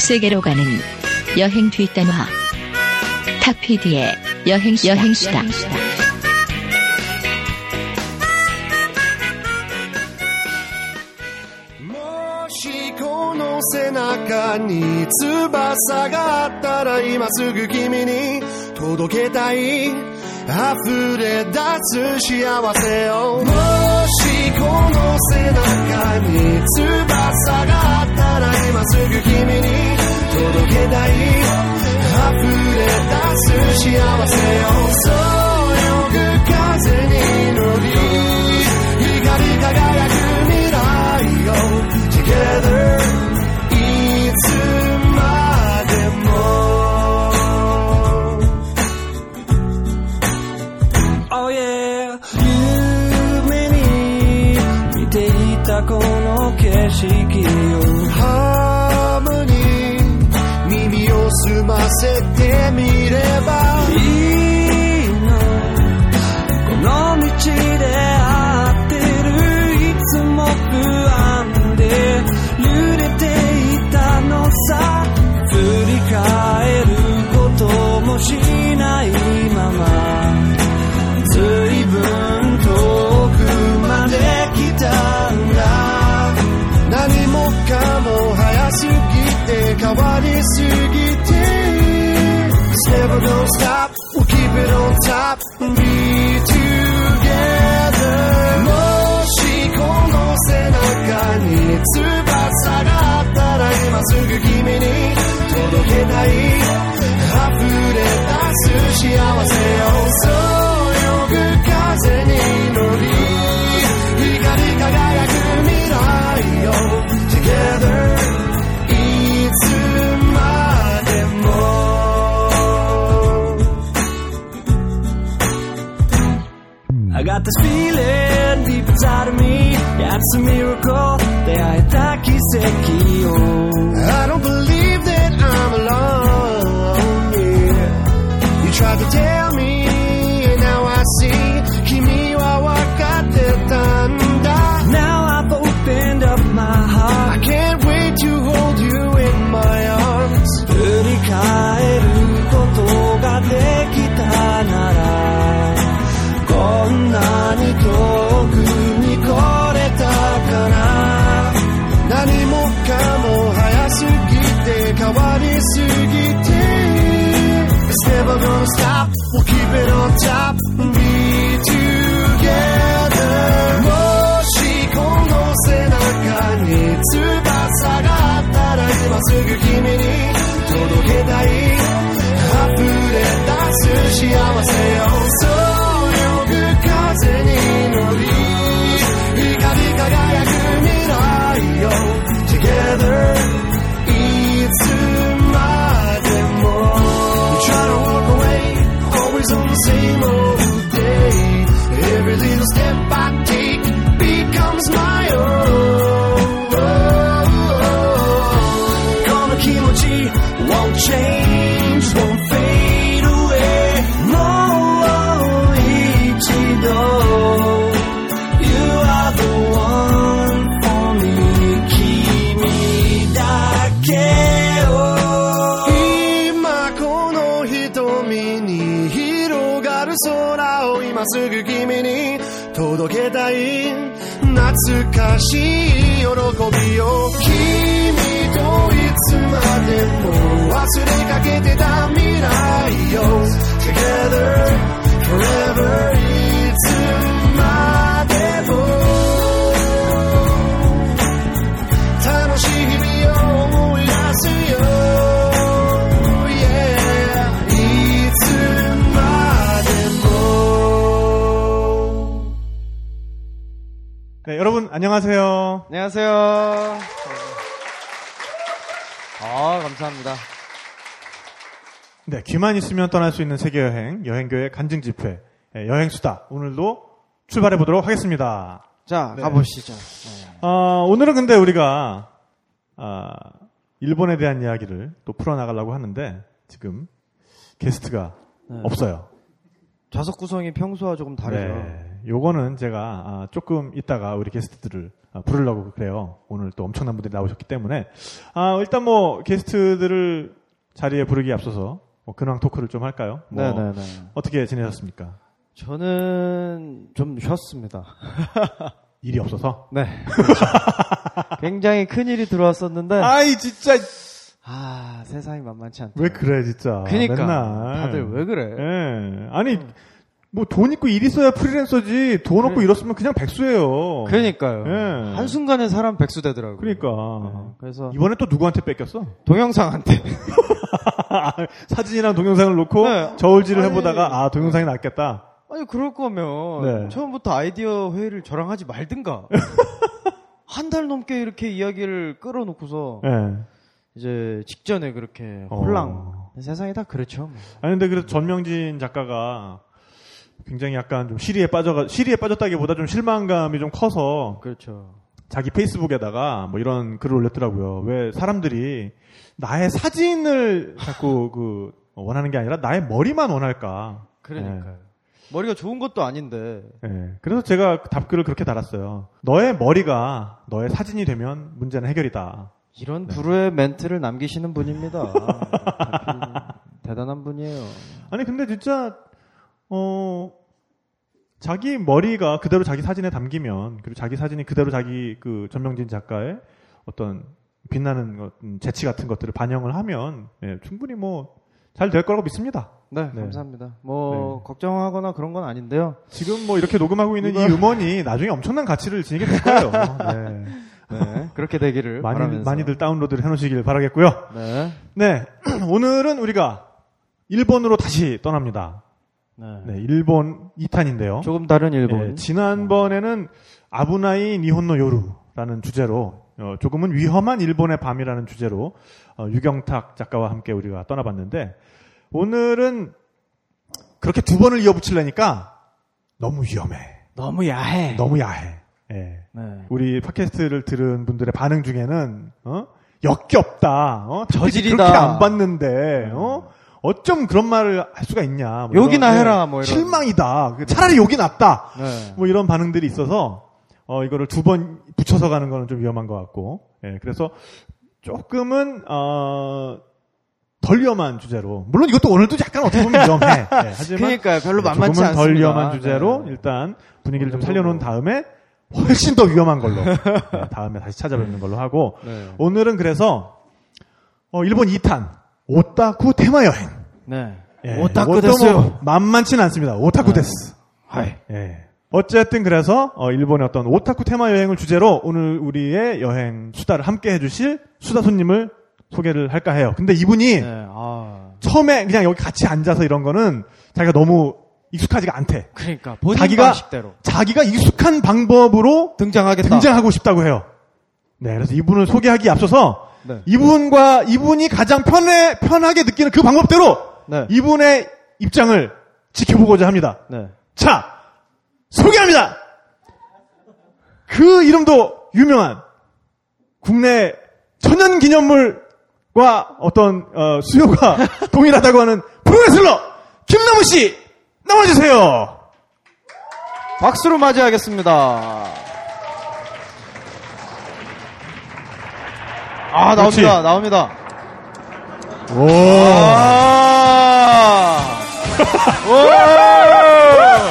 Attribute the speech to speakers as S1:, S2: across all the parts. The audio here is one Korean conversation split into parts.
S1: 세계로 가는 여행 뒷담화 탁피디의 여행 여행수다.
S2: もしこの背中に翼があったら今すぐ君に届けたい溢れ出す幸せをもしこの背中に翼があったら今すぐ君に届けたい溢れ出す幸せをそうよく風に乗り光り輝く未来を Together いつまでも Oh yeah 夢に見ていたこの景色をハームに耳を澄ませてみればいいのこの道で合ってるいつも不安で揺れていたのさ振り返ることもしないまま随分遠くまで来たんだ何もかも早すぎて変わりすぎて It's never gonna stop We'll keep it on top and be together もしこの背中に翼があったら今すぐ君に届けたい溢れ出す幸せをそうよく風に乗り光り輝く未来を Together いつまでも I got this feeling deep inside of me That's a miracle 出会えた奇跡を I don't believe that I'm alone yeah. You tried to tell me, and now I see. 君はわかってたんだ。Now I've opened up my heart. I can't wait to hold you in my arms. 振り返ることができたなら、こんなに遠くに来れたかな。何もかも早すぎて変わりすぎて It's never gonna stop We'll keep it on top and Be together もしこの背中に翼があったら今すぐ君に届けたい溢れ出す幸せをそうよく風に乗り光り輝く未来を Together いつまでも You try to walk away Always on the same old day Every little step I take Becomes my own この気持ち Won't change Won't fade away もう一度 You are the one for me 君だけを今この瞳に広がる空を今すぐ君に届けたい懐かしい喜びを君といつまでも忘れかけてた未来を Together forever いつまでも楽しい日々を思い出すよ Yeah いつまでも
S3: 네, 여러분 안녕하세요.
S4: 안녕하세요. 아,
S3: 아,
S4: 감사합니다.
S3: 네, 귀만 있으면 떠날 수 있는 세계 여행, 여행교회 간증 집회, 예, 여행 수다. 오늘도 출발해 보도록 하겠습니다.
S4: 자,
S3: 네.
S4: 가보시죠.
S3: 어, 오늘은 근데 우리가 아, 일본에 대한 이야기를 또 풀어 나가려고 하는데 지금 게스트가 없어요.
S4: 좌석 구성이 평소와 조금 네. 다르죠.
S3: 네. 요거는 제가 아, 조금 이따가 우리 게스트들을 아, 부르려고 그래요. 오늘 또 엄청난 분들이 나오셨기 때문에. 아, 일단 뭐 게스트들을 자리에 부르기 앞서서 뭐 근황 토크를 좀 할까요? 뭐
S4: 네네네.
S3: 어떻게 지내셨습니까?
S4: 저는 좀 쉬었습니다.
S3: 일이 없어서?
S4: 네. 그렇죠. 굉장히 큰 일이 들어왔었는데 아,
S3: 아이, 진짜.
S4: 세상이 만만치 않다.
S3: 왜 그래, 진짜.
S4: 그니까
S3: 맨날.
S4: 다들 왜 그래?
S3: 예. 아니, 뭐 돈 있고 일 있어야 프리랜서지 돈 없고 일었으면 그냥 백수예요.
S4: 음. 그러니까요.
S3: 예.
S4: 한 순간에 사람 백수 되더라고요.
S3: 그러니까.
S4: 네, 그래서
S3: 이번에 또 누구한테 뺏겼어?
S4: 동영상한테
S3: 사진이랑 동영상을 놓고
S4: 네.
S3: 저울질을
S4: 아니.
S3: 해보다가 아 동영상이 낫겠다.
S4: 아니 그럴 거면
S3: 네.
S4: 처음부터 아이디어 회의를 저랑 하지 말든가. 한 달 넘게 이렇게 이야기를 끌어놓고서
S3: 예.
S4: 이제 직전에 그렇게
S3: 어.
S4: 홀랑 세상이 다 그렇죠. 뭐.
S3: 아니 근데 그래도 전명진 작가가 굉장히 약간 좀 시리에 빠져가 시리에 빠졌다기보다 좀 실망감이 좀 커서
S4: 그렇죠.
S3: 자기 페이스북에다가 뭐 이런 글을 올렸더라고요. 왜 사람들이 나의 사진을 자꾸 그 원하는 게 아니라 나의 머리만 원할까?
S4: 그러니까요. 네. 머리가 좋은 것도 아닌데
S3: 예. 그래서 제가 그 답글을 그렇게 달았어요. 너의 머리가 너의 사진이 되면 문제는 해결이다.
S4: 이런 불후의 멘트를 남기시는 분입니다. 대표님, 대단한 분이에요.
S3: 아니 근데 진짜 어 자기 머리가 그대로 자기 사진에 담기면 그리고 자기 사진이 그대로 자기 그 전명진 작가의 어떤 빛나는 것, 음, 재치 같은 것들을 반영을 하면 예, 충분히 뭐 잘 될 거라고 믿습니다.
S4: 네,
S3: 네.
S4: 감사합니다. 뭐 걱정하거나 그런 건 아닌데요.
S3: 지금 뭐 이렇게 녹음하고 있는 이
S4: 이거-
S3: 음원이 나중에 엄청난 가치를 지니게 될 거예요. 네.
S4: 네, 그렇게 되기를
S3: 많이,
S4: 바라면서
S3: 많이들 다운로드를 해놓으시길 바라겠고요.
S4: 네.
S3: 네, 오늘은 우리가 일본으로 다시 떠납니다.
S4: 네.
S3: 네, 일본 2탄인데요.
S4: 조금 다른 일본.
S3: 예, 지난번에는 아부나이 니혼노 요루라는 주제로 어, 조금은 위험한 일본의 밤이라는 주제로 어, 유경탁 작가와 함께 우리가 떠나봤는데 오늘은 그렇게 두 번을 이어붙이려니까 너무 위험해.
S4: 너무 야해.
S3: 너무 야해. 예.
S4: 네.
S3: 우리 팟캐스트를 들은 분들의 반응 중에는 어? 역겹다. 어?
S4: 저질이다.
S3: 그렇게 안 봤는데 어? 어쩜 그런 말을 할 수가 있냐. 뭐
S4: 욕이나
S3: 이런,
S4: 해라, 뭐 이런.
S3: 실망이다. 그 차라리 욕이 낫다.
S4: 네.
S3: 뭐 이런 반응들이 있어서 어, 이거를 두 번 붙여서 가는 거는 좀 위험한 것 같고 예, 그래서 조금은 어, 덜 위험한 주제로 물론 이것도 오늘도 약간 어떻게 보면 위험해 예, 하지만
S4: 그러니까요. 별로 만만치
S3: 그렇죠. 조금은
S4: 않습니다.
S3: 덜 위험한 주제로
S4: 네.
S3: 일단 분위기를 좀
S4: 오늘도
S3: 살려놓은
S4: 뭐.
S3: 다음에 훨씬 더 위험한 걸로 예, 다음에 다시 찾아뵙는 걸로 하고
S4: 네.
S3: 오늘은 그래서 어, 일본 2탄 오타쿠 테마 여행
S4: 네.
S3: 예,
S4: 오타쿠
S3: 이것도
S4: 됐어요. 네.
S3: 뭐 만만치는 않습니다 오타쿠 데스
S4: 하이.
S3: 예. 어쨌든 그래서 어, 일본의 어떤 오타쿠 테마 여행을 주제로 오늘 우리의 여행 수다를 함께 해주실 수다 손님을 소개를 할까 해요. 근데 이분이
S4: 네. 아.
S3: 처음에 그냥 여기 같이 앉아서 이런 거는 자기가 너무 익숙하지가 않대.
S4: 그러니까 본인
S3: 자기가-
S4: 방식대로
S3: 자기가 익숙한 방법으로
S4: 등장하겠다.
S3: 등장하고 싶다고 해요. 네, 그래서 이분을 소개하기 앞서서
S4: 네.
S3: 이분과 이분이 가장 편해 편하게 느끼는 그 방법대로
S4: 네.
S3: 이분의 입장을 지켜보고자 합니다.
S4: 네.
S3: 자, 소개합니다! 그 이름도 유명한 국내 천연 기념물과 어떤 어, 수요가 동일하다고 하는 프로레슬러 김남우 씨 나와주세요.
S4: 박수로 맞이하겠습니다. 아,
S3: 그렇지.
S4: 나옵니다. 나옵니다.
S3: 오,
S4: 아! 오!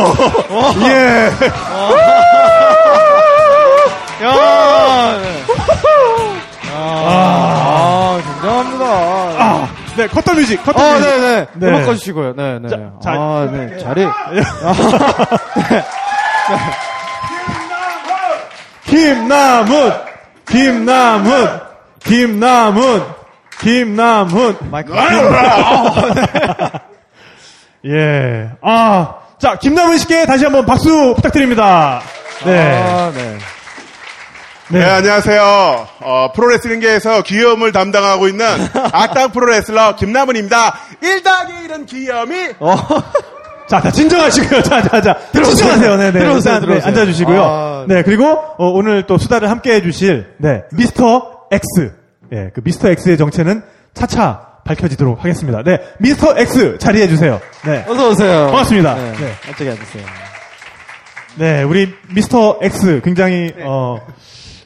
S3: 예,
S4: 야! 네. 아, 아, 굉장합니다.
S3: 아, 네 커터 뮤직, 커터
S4: 아,
S3: 뮤직.
S4: 네네.
S3: 네.
S4: 음악 꺼주시고요. 네네.
S3: 자, 자.
S4: 아, 네. 자리.
S3: 네. 김남훈, 김남훈, 김남훈, 김남훈.
S4: 마이크.
S3: 아, 예, 아, 자 김남훈 씨께 다시 한번 박수 부탁드립니다. 네,
S4: 아, 네.
S5: 네, 안녕하세요. 어, 프로레슬링계에서 귀여움을 담당하고 있는
S4: 어,
S5: 악당 프로레슬러 김남은입니다. 1 더하기 1은 귀여움이
S3: 자, 자, 진정하시고요. 자, 자, 자. 진정하세요. 네, 네.
S4: 들어오세요,
S3: 일단, 네,
S4: 들어오세요.
S3: 앉아주시고요.
S4: 아,
S3: 네, 그리고, 어, 오늘 또 수다를 함께 해주실, 네, 미스터 X. 예, 그 미스터 X의 정체는 차차 밝혀지도록 하겠습니다. 네, 미스터 X 자리해주세요. 네.
S4: 어서 오세요.
S3: 반갑습니다.
S4: 네.
S3: 네.
S4: 갑자기 앉으세요.
S3: 네, 우리 미스터 X 굉장히
S4: 네.
S3: 어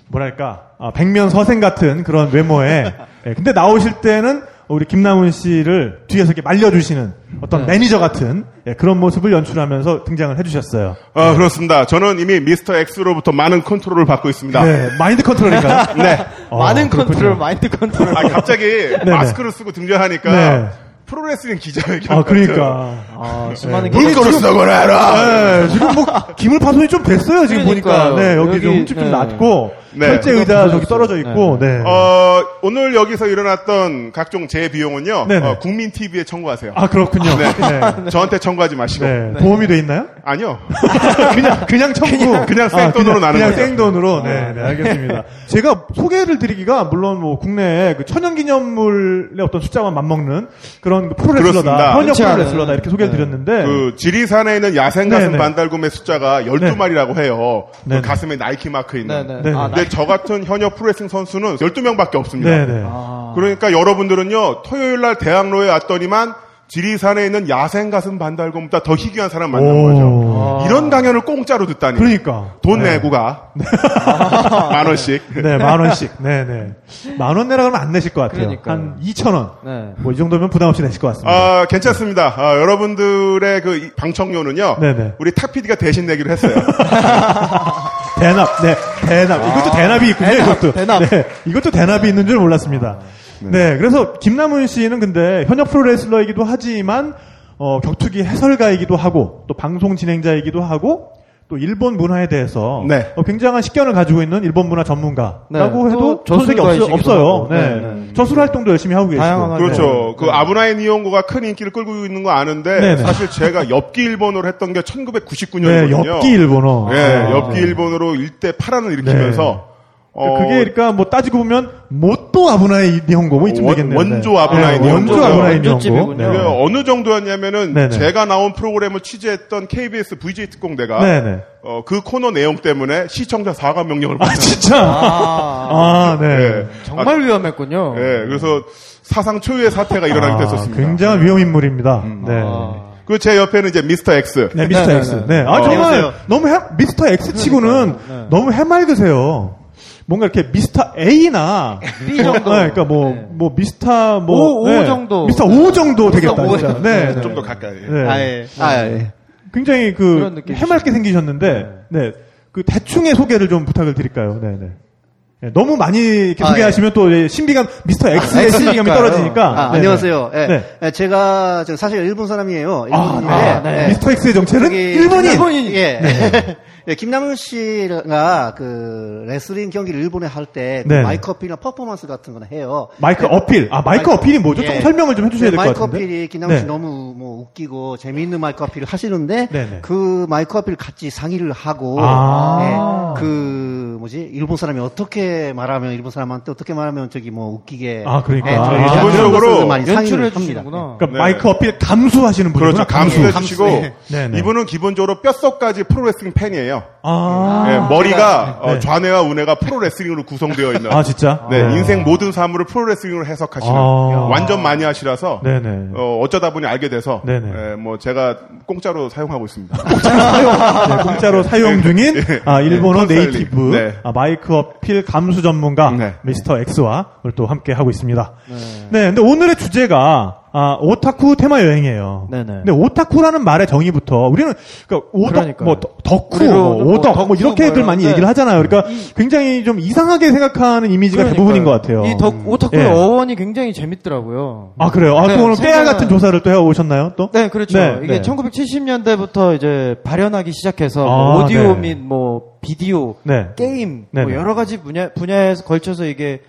S3: 뭐랄까 아, 백면 서생 같은 그런 외모에 네, 근데 나오실 때는 우리 김남훈 씨를 뒤에서 이렇게 말려주시는
S4: 네.
S3: 어떤 매니저 같은 예, 그런 모습을 연출하면서 등장을 해주셨어요.
S5: 어, 그렇습니다. 저는 이미 미스터 X로부터 많은 컨트롤을 받고 있습니다.
S3: 네, 마인드 컨트롤인가요?
S5: 네.
S3: 어,
S4: 아. 많은
S3: 그렇군요.
S4: 컨트롤, 마인드 컨트롤.
S5: 아, 갑자기 마스크를 쓰고 등장하니까
S3: 네.
S5: 프로레슬링 기자회견.
S3: 아, 그러니까.
S4: 아, 수많은
S5: 물거로
S4: 기자들.
S5: 쓰고 내라!
S3: 네, 지금 뭐 기물 파손이 좀 됐어요 지금 보니까
S4: 그러니까요.
S3: 네 여기, 좀
S4: 여기,
S3: 흠집 좀
S4: 네.
S3: 났고
S5: 네.
S3: 결제 의자 저기 떨어져 있고 네.
S5: 어, 오늘 여기서 일어났던 각종 재 비용은요,
S3: 네네.
S5: 어, 국민 TV에 청구하세요.
S3: 아 그렇군요.
S5: 네.
S3: 네.
S5: 저한테 청구하지 마시고.
S3: 네. 도움이 돼 있나요?
S5: 아니요.
S3: 그냥 그냥 청구
S5: 그냥- 그냥 생돈으로 나는
S3: 그냥
S5: 거죠. 어.
S3: 생돈으로 네, 네, 알겠습니다. 제가 소개를 드리기가 물론 뭐 국내 그 천연기념물의 어떤 숫자만 맞먹는 그런 그
S5: 그렇습니다.
S3: 프로레슬러다 현역
S4: 그렇지 않아요.
S3: 프로레슬러다 이렇게 소개를
S4: 네.
S3: 드렸는데
S5: 그 지리산에 있는 야생가슴
S3: 네네. 네.
S5: 반달곰의 숫자가 12마리라고 해요. 그
S3: 네네.
S5: 가슴에 나이키 마크 있는.
S4: 네네.
S3: 네.
S4: 아, 나...
S5: 근데 저 같은 현역 프로레슬링 선수는 12명밖에 없습니다.
S3: 네네
S4: 아,
S5: 그러니까 여러분들은요 토요일 날 대학로에 왔더니만 지리산에 있는 야생 가슴 반달곰보다 더 희귀한 사람 만난 거죠.
S3: 오. 아.
S4: 아.
S5: 이런 강연을 공짜로 듣다니.
S3: 그러니까 네.
S5: 돈 내고 가. 만 원씩.
S3: 네만 원씩 네네 만 원 내라 그러면 안 내실 것 같아요.
S4: 그러니까요.
S3: 한 2천 원.
S4: 네.
S3: 뭐 이 정도면 부담 없이 내실 것 같습니다.
S5: 아, 괜찮습니다. 아, 여러분들의 그 이- 방청료는요.
S3: 네네.
S5: 우리 탁 PD가 대신 내기로 했어요.
S3: 대납, 네, 대납. 이것도 대납이 있군요, 이것도.
S4: 아. 대납.
S3: 네, 이것도 대납이 있는 줄 몰랐습니다. 네. 그래서 김남훈 씨는 근데 현역 프로레슬러이기도 하지만, 어, 격투기 해설가이기도 하고, 또 방송 진행자이기도 하고, 또 일본 문화에 대해서
S5: 네.
S3: 어, 굉장한 식견을 가지고 있는 일본 문화 전문가라고
S4: 네,
S3: 해도
S4: 또
S3: 손색이 없,
S4: 저술가이시기도
S3: 없어요.
S4: 하고.
S3: 네.
S4: 네, 네.
S3: 저술 활동도 열심히 하고 계시고.
S4: 다양한
S5: 그렇죠. 그 아브나인 이용고가 큰 인기를 끌고 있는 거 아는데
S3: 네. 네네.
S5: 사실 제가 엽기 일본어를 했던 게
S3: 네,
S5: 1999년이거든요.
S3: 엽기 일본어. 아. 네.
S5: 예, 엽기 일본어로 일대 파란을 일으키면서 어,
S3: 그게 그러니까 뭐 따지고 보면 모또 아브나이 니혼고 뭐 이쯤
S5: 원-
S3: 되겠네요.
S5: 원조 아브나이
S3: 네,
S5: 니혼고.
S3: 원조 아브나이 니혼고.
S4: 원조집이군요.
S5: 그게
S3: 네.
S5: 어느 정도였냐면은
S3: 네네.
S5: 제가 나온 프로그램을 취재했던 KBS VJ 특공대가
S3: 네네.
S5: 어, 그 코너 내용 때문에 시청자 사과 명령을 받았어요.
S3: 진짜.
S4: 아,
S3: 아, 네.
S5: 예.
S4: 정말 위험했군요.
S5: 아, 예, 그래서 사상 초유의 사태가 일어나게 됐었습니다.
S3: 아, 굉장한 위험 인물입니다. 네.
S4: 아.
S5: 그 제 옆에는 이제 미스터 X.
S3: 네, 미스터
S4: 네,
S3: X.
S4: 네,
S3: 네.
S4: 네.
S3: 아,
S5: 어.
S3: 정말
S4: 안녕하세요.
S3: 너무 해, 미스터 X 치고는
S4: 그러니까요. 네.
S3: 너무 해맑으세요. 뭔가 이렇게 미스터 A나
S4: B 정도.
S3: 네, 그러니까 뭐,
S4: 네.
S3: 뭐 미스터 뭐
S4: 오, 오
S3: 네.
S4: 정도.
S3: 미스터 O 정도 되겠다.
S4: 오
S3: 진짜.
S4: 정도.
S3: 네.
S4: 네,
S3: 네.
S5: 좀 더 가까이.
S3: 네.
S4: 아, 예. 아, 예.
S3: 굉장히 그
S4: 그런 느낌이
S3: 해맑게 생기셨는데, 네. 그 대충의 소개를 좀 부탁을 드릴까요? 네, 네. 네, 너무 많이 이렇게
S6: 아,
S3: 소개하시면 또 이제 신비감, 미스터 X의 신비감이
S6: 그러니까요.
S3: 떨어지니까.
S6: 아,
S3: 네,
S6: 안녕하세요.
S3: 네.
S6: 예.
S3: 네.
S6: 예, 제가 저 사실 일본 사람이에요.
S3: 아,
S6: 일본인데
S3: 네.
S6: 예.
S3: 미스터 X의 정체는
S6: 저기
S3: 일본인. 네.
S6: 김남- 예. 예, 김남훈 씨가 그 레슬링 경기를 일본에 할 때그
S3: 네.
S6: 마이크 어필이나 퍼포먼스 같은 거는 해요.
S3: 마이크 어필. 아, 마이크,
S6: 마이크-
S3: 어필이 뭐죠?
S6: 예.
S3: 조금 설명을 좀 해주셔야 될
S6: 네,
S3: 것
S6: 마이크
S3: 같은데.
S6: 어필이 김남훈 씨
S3: 네.
S6: 너무 뭐 웃기고 재미있는 마이크 어필을 하시는데
S3: 네네.
S6: 그 마이크 어필 같이 상의를 하고
S3: 아.
S6: 예, 그 뭐지 일본 사람이 어떻게 말하면 일본 사람한테 어떻게 말하면 저기 뭐 웃기게
S3: 아, 그러니까.
S6: 예,
S3: 아,
S6: 그런
S5: 기본적으로
S6: 것을
S3: 네.
S6: 많이
S4: 연출을
S6: 상의를 합니다.
S4: 해주시는구나.
S3: 그러니까
S5: 네.
S3: 마이크 어필 감수하시는 분이구나.
S5: 그렇죠. 감수해
S3: 감수.
S5: 주시고
S3: 네, 네.
S5: 이분은 기본적으로 뼛속까지 프로레슬링 팬이에요.
S3: 아.
S5: 예, 머리가 어,
S3: 네.
S5: 좌뇌와 우뇌가 프로레슬링으로 구성되어 있는.
S3: 아, 진짜?
S5: 네,
S3: 네.
S5: 인생 모든 사물을 프로레슬링으로 해석하시는
S3: 아.
S5: 완전 마니아시라서
S3: 네네.
S5: 어, 어쩌다 보니 알게 돼서
S3: 네네.
S5: 예, 뭐 제가 공짜로 사용하고 있습니다.
S3: 네, 공짜로 사용 중인 아, 일본어
S5: 네,
S3: 네이티브
S5: 예. 네.
S3: 아, 마이크 어필 감수 전문가
S5: 네.
S3: 미스터 X와 오늘 또 함께 하고 있습니다. 네. 근데 오늘의 주제가 아, 오타쿠 테마 여행이에요.
S4: 네네.
S3: 근데 오타쿠라는 말의 정의부터 우리는 그러니까 오덕
S4: 그러니까요.
S3: 뭐 덕- 덕후,
S4: 우리로
S3: 뭐
S4: 뭐
S3: 오덕 뭐
S4: 덕후
S3: 이렇게들
S4: 뭐
S3: 많이
S4: 이런데
S3: 얘기를 하잖아요. 그러니까 굉장히 좀 이상하게 생각하는 이미지가 대부분인 것 같아요.
S4: 이 덕, 오타쿠의
S3: 예.
S4: 어원이 굉장히 재밌더라고요.
S3: 아 그래요. 아,
S4: 네,
S3: 또 오늘
S4: 생각은-
S3: 깨알 같은 조사를 또 해 오셨나요? 또?
S4: 네, 그렇죠.
S3: 네,
S4: 이게
S3: 네.
S4: 1970년대부터 이제 발현하기 시작해서
S3: 아,
S4: 뭐 오디오
S3: 네.
S4: 및 뭐 비디오,
S3: 네.
S4: 게임,
S3: 네,
S4: 뭐
S3: 네.
S4: 여러 가지 분야 분야에서 걸쳐서 이게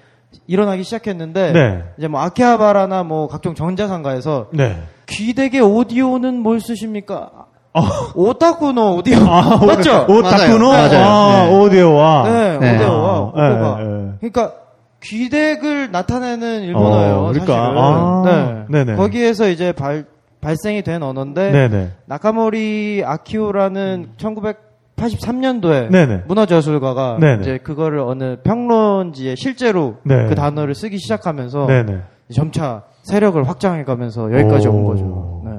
S4: 일어나기 시작했는데
S3: 네.
S4: 이제 뭐 아키하바라나 뭐 각종 전자상가에서
S3: 네.
S4: 귀대게 오디오는 뭘 쓰십니까?
S3: 아,
S4: 오타쿠노 오디오
S3: 아,
S4: 맞죠?
S3: 오, 오타쿠노
S6: 맞아요.
S3: 아,
S6: 네.
S3: 오디오와
S4: 네,
S6: 네.
S4: 오디오와
S3: 아,
S4: 오디오가
S3: 예, 예.
S4: 그러니까 귀대를 나타내는 일본어예요.
S3: 어, 그러니까.
S4: 사실은.
S3: 아,
S4: 네.
S3: 네네.
S4: 거기에서 이제 발 발생이 된 언어인데
S3: 예. 네네.
S4: 나카모리 아키오라는 1983년도에
S3: 네네.
S4: 문화예술가가
S3: 네네.
S4: 이제 그거를 어느 평론지에 실제로
S3: 네.
S4: 그 단어를 쓰기 시작하면서
S3: 네네.
S4: 점차 세력을 확장해가면서 여기까지 온
S3: 오.
S4: 거죠. 네.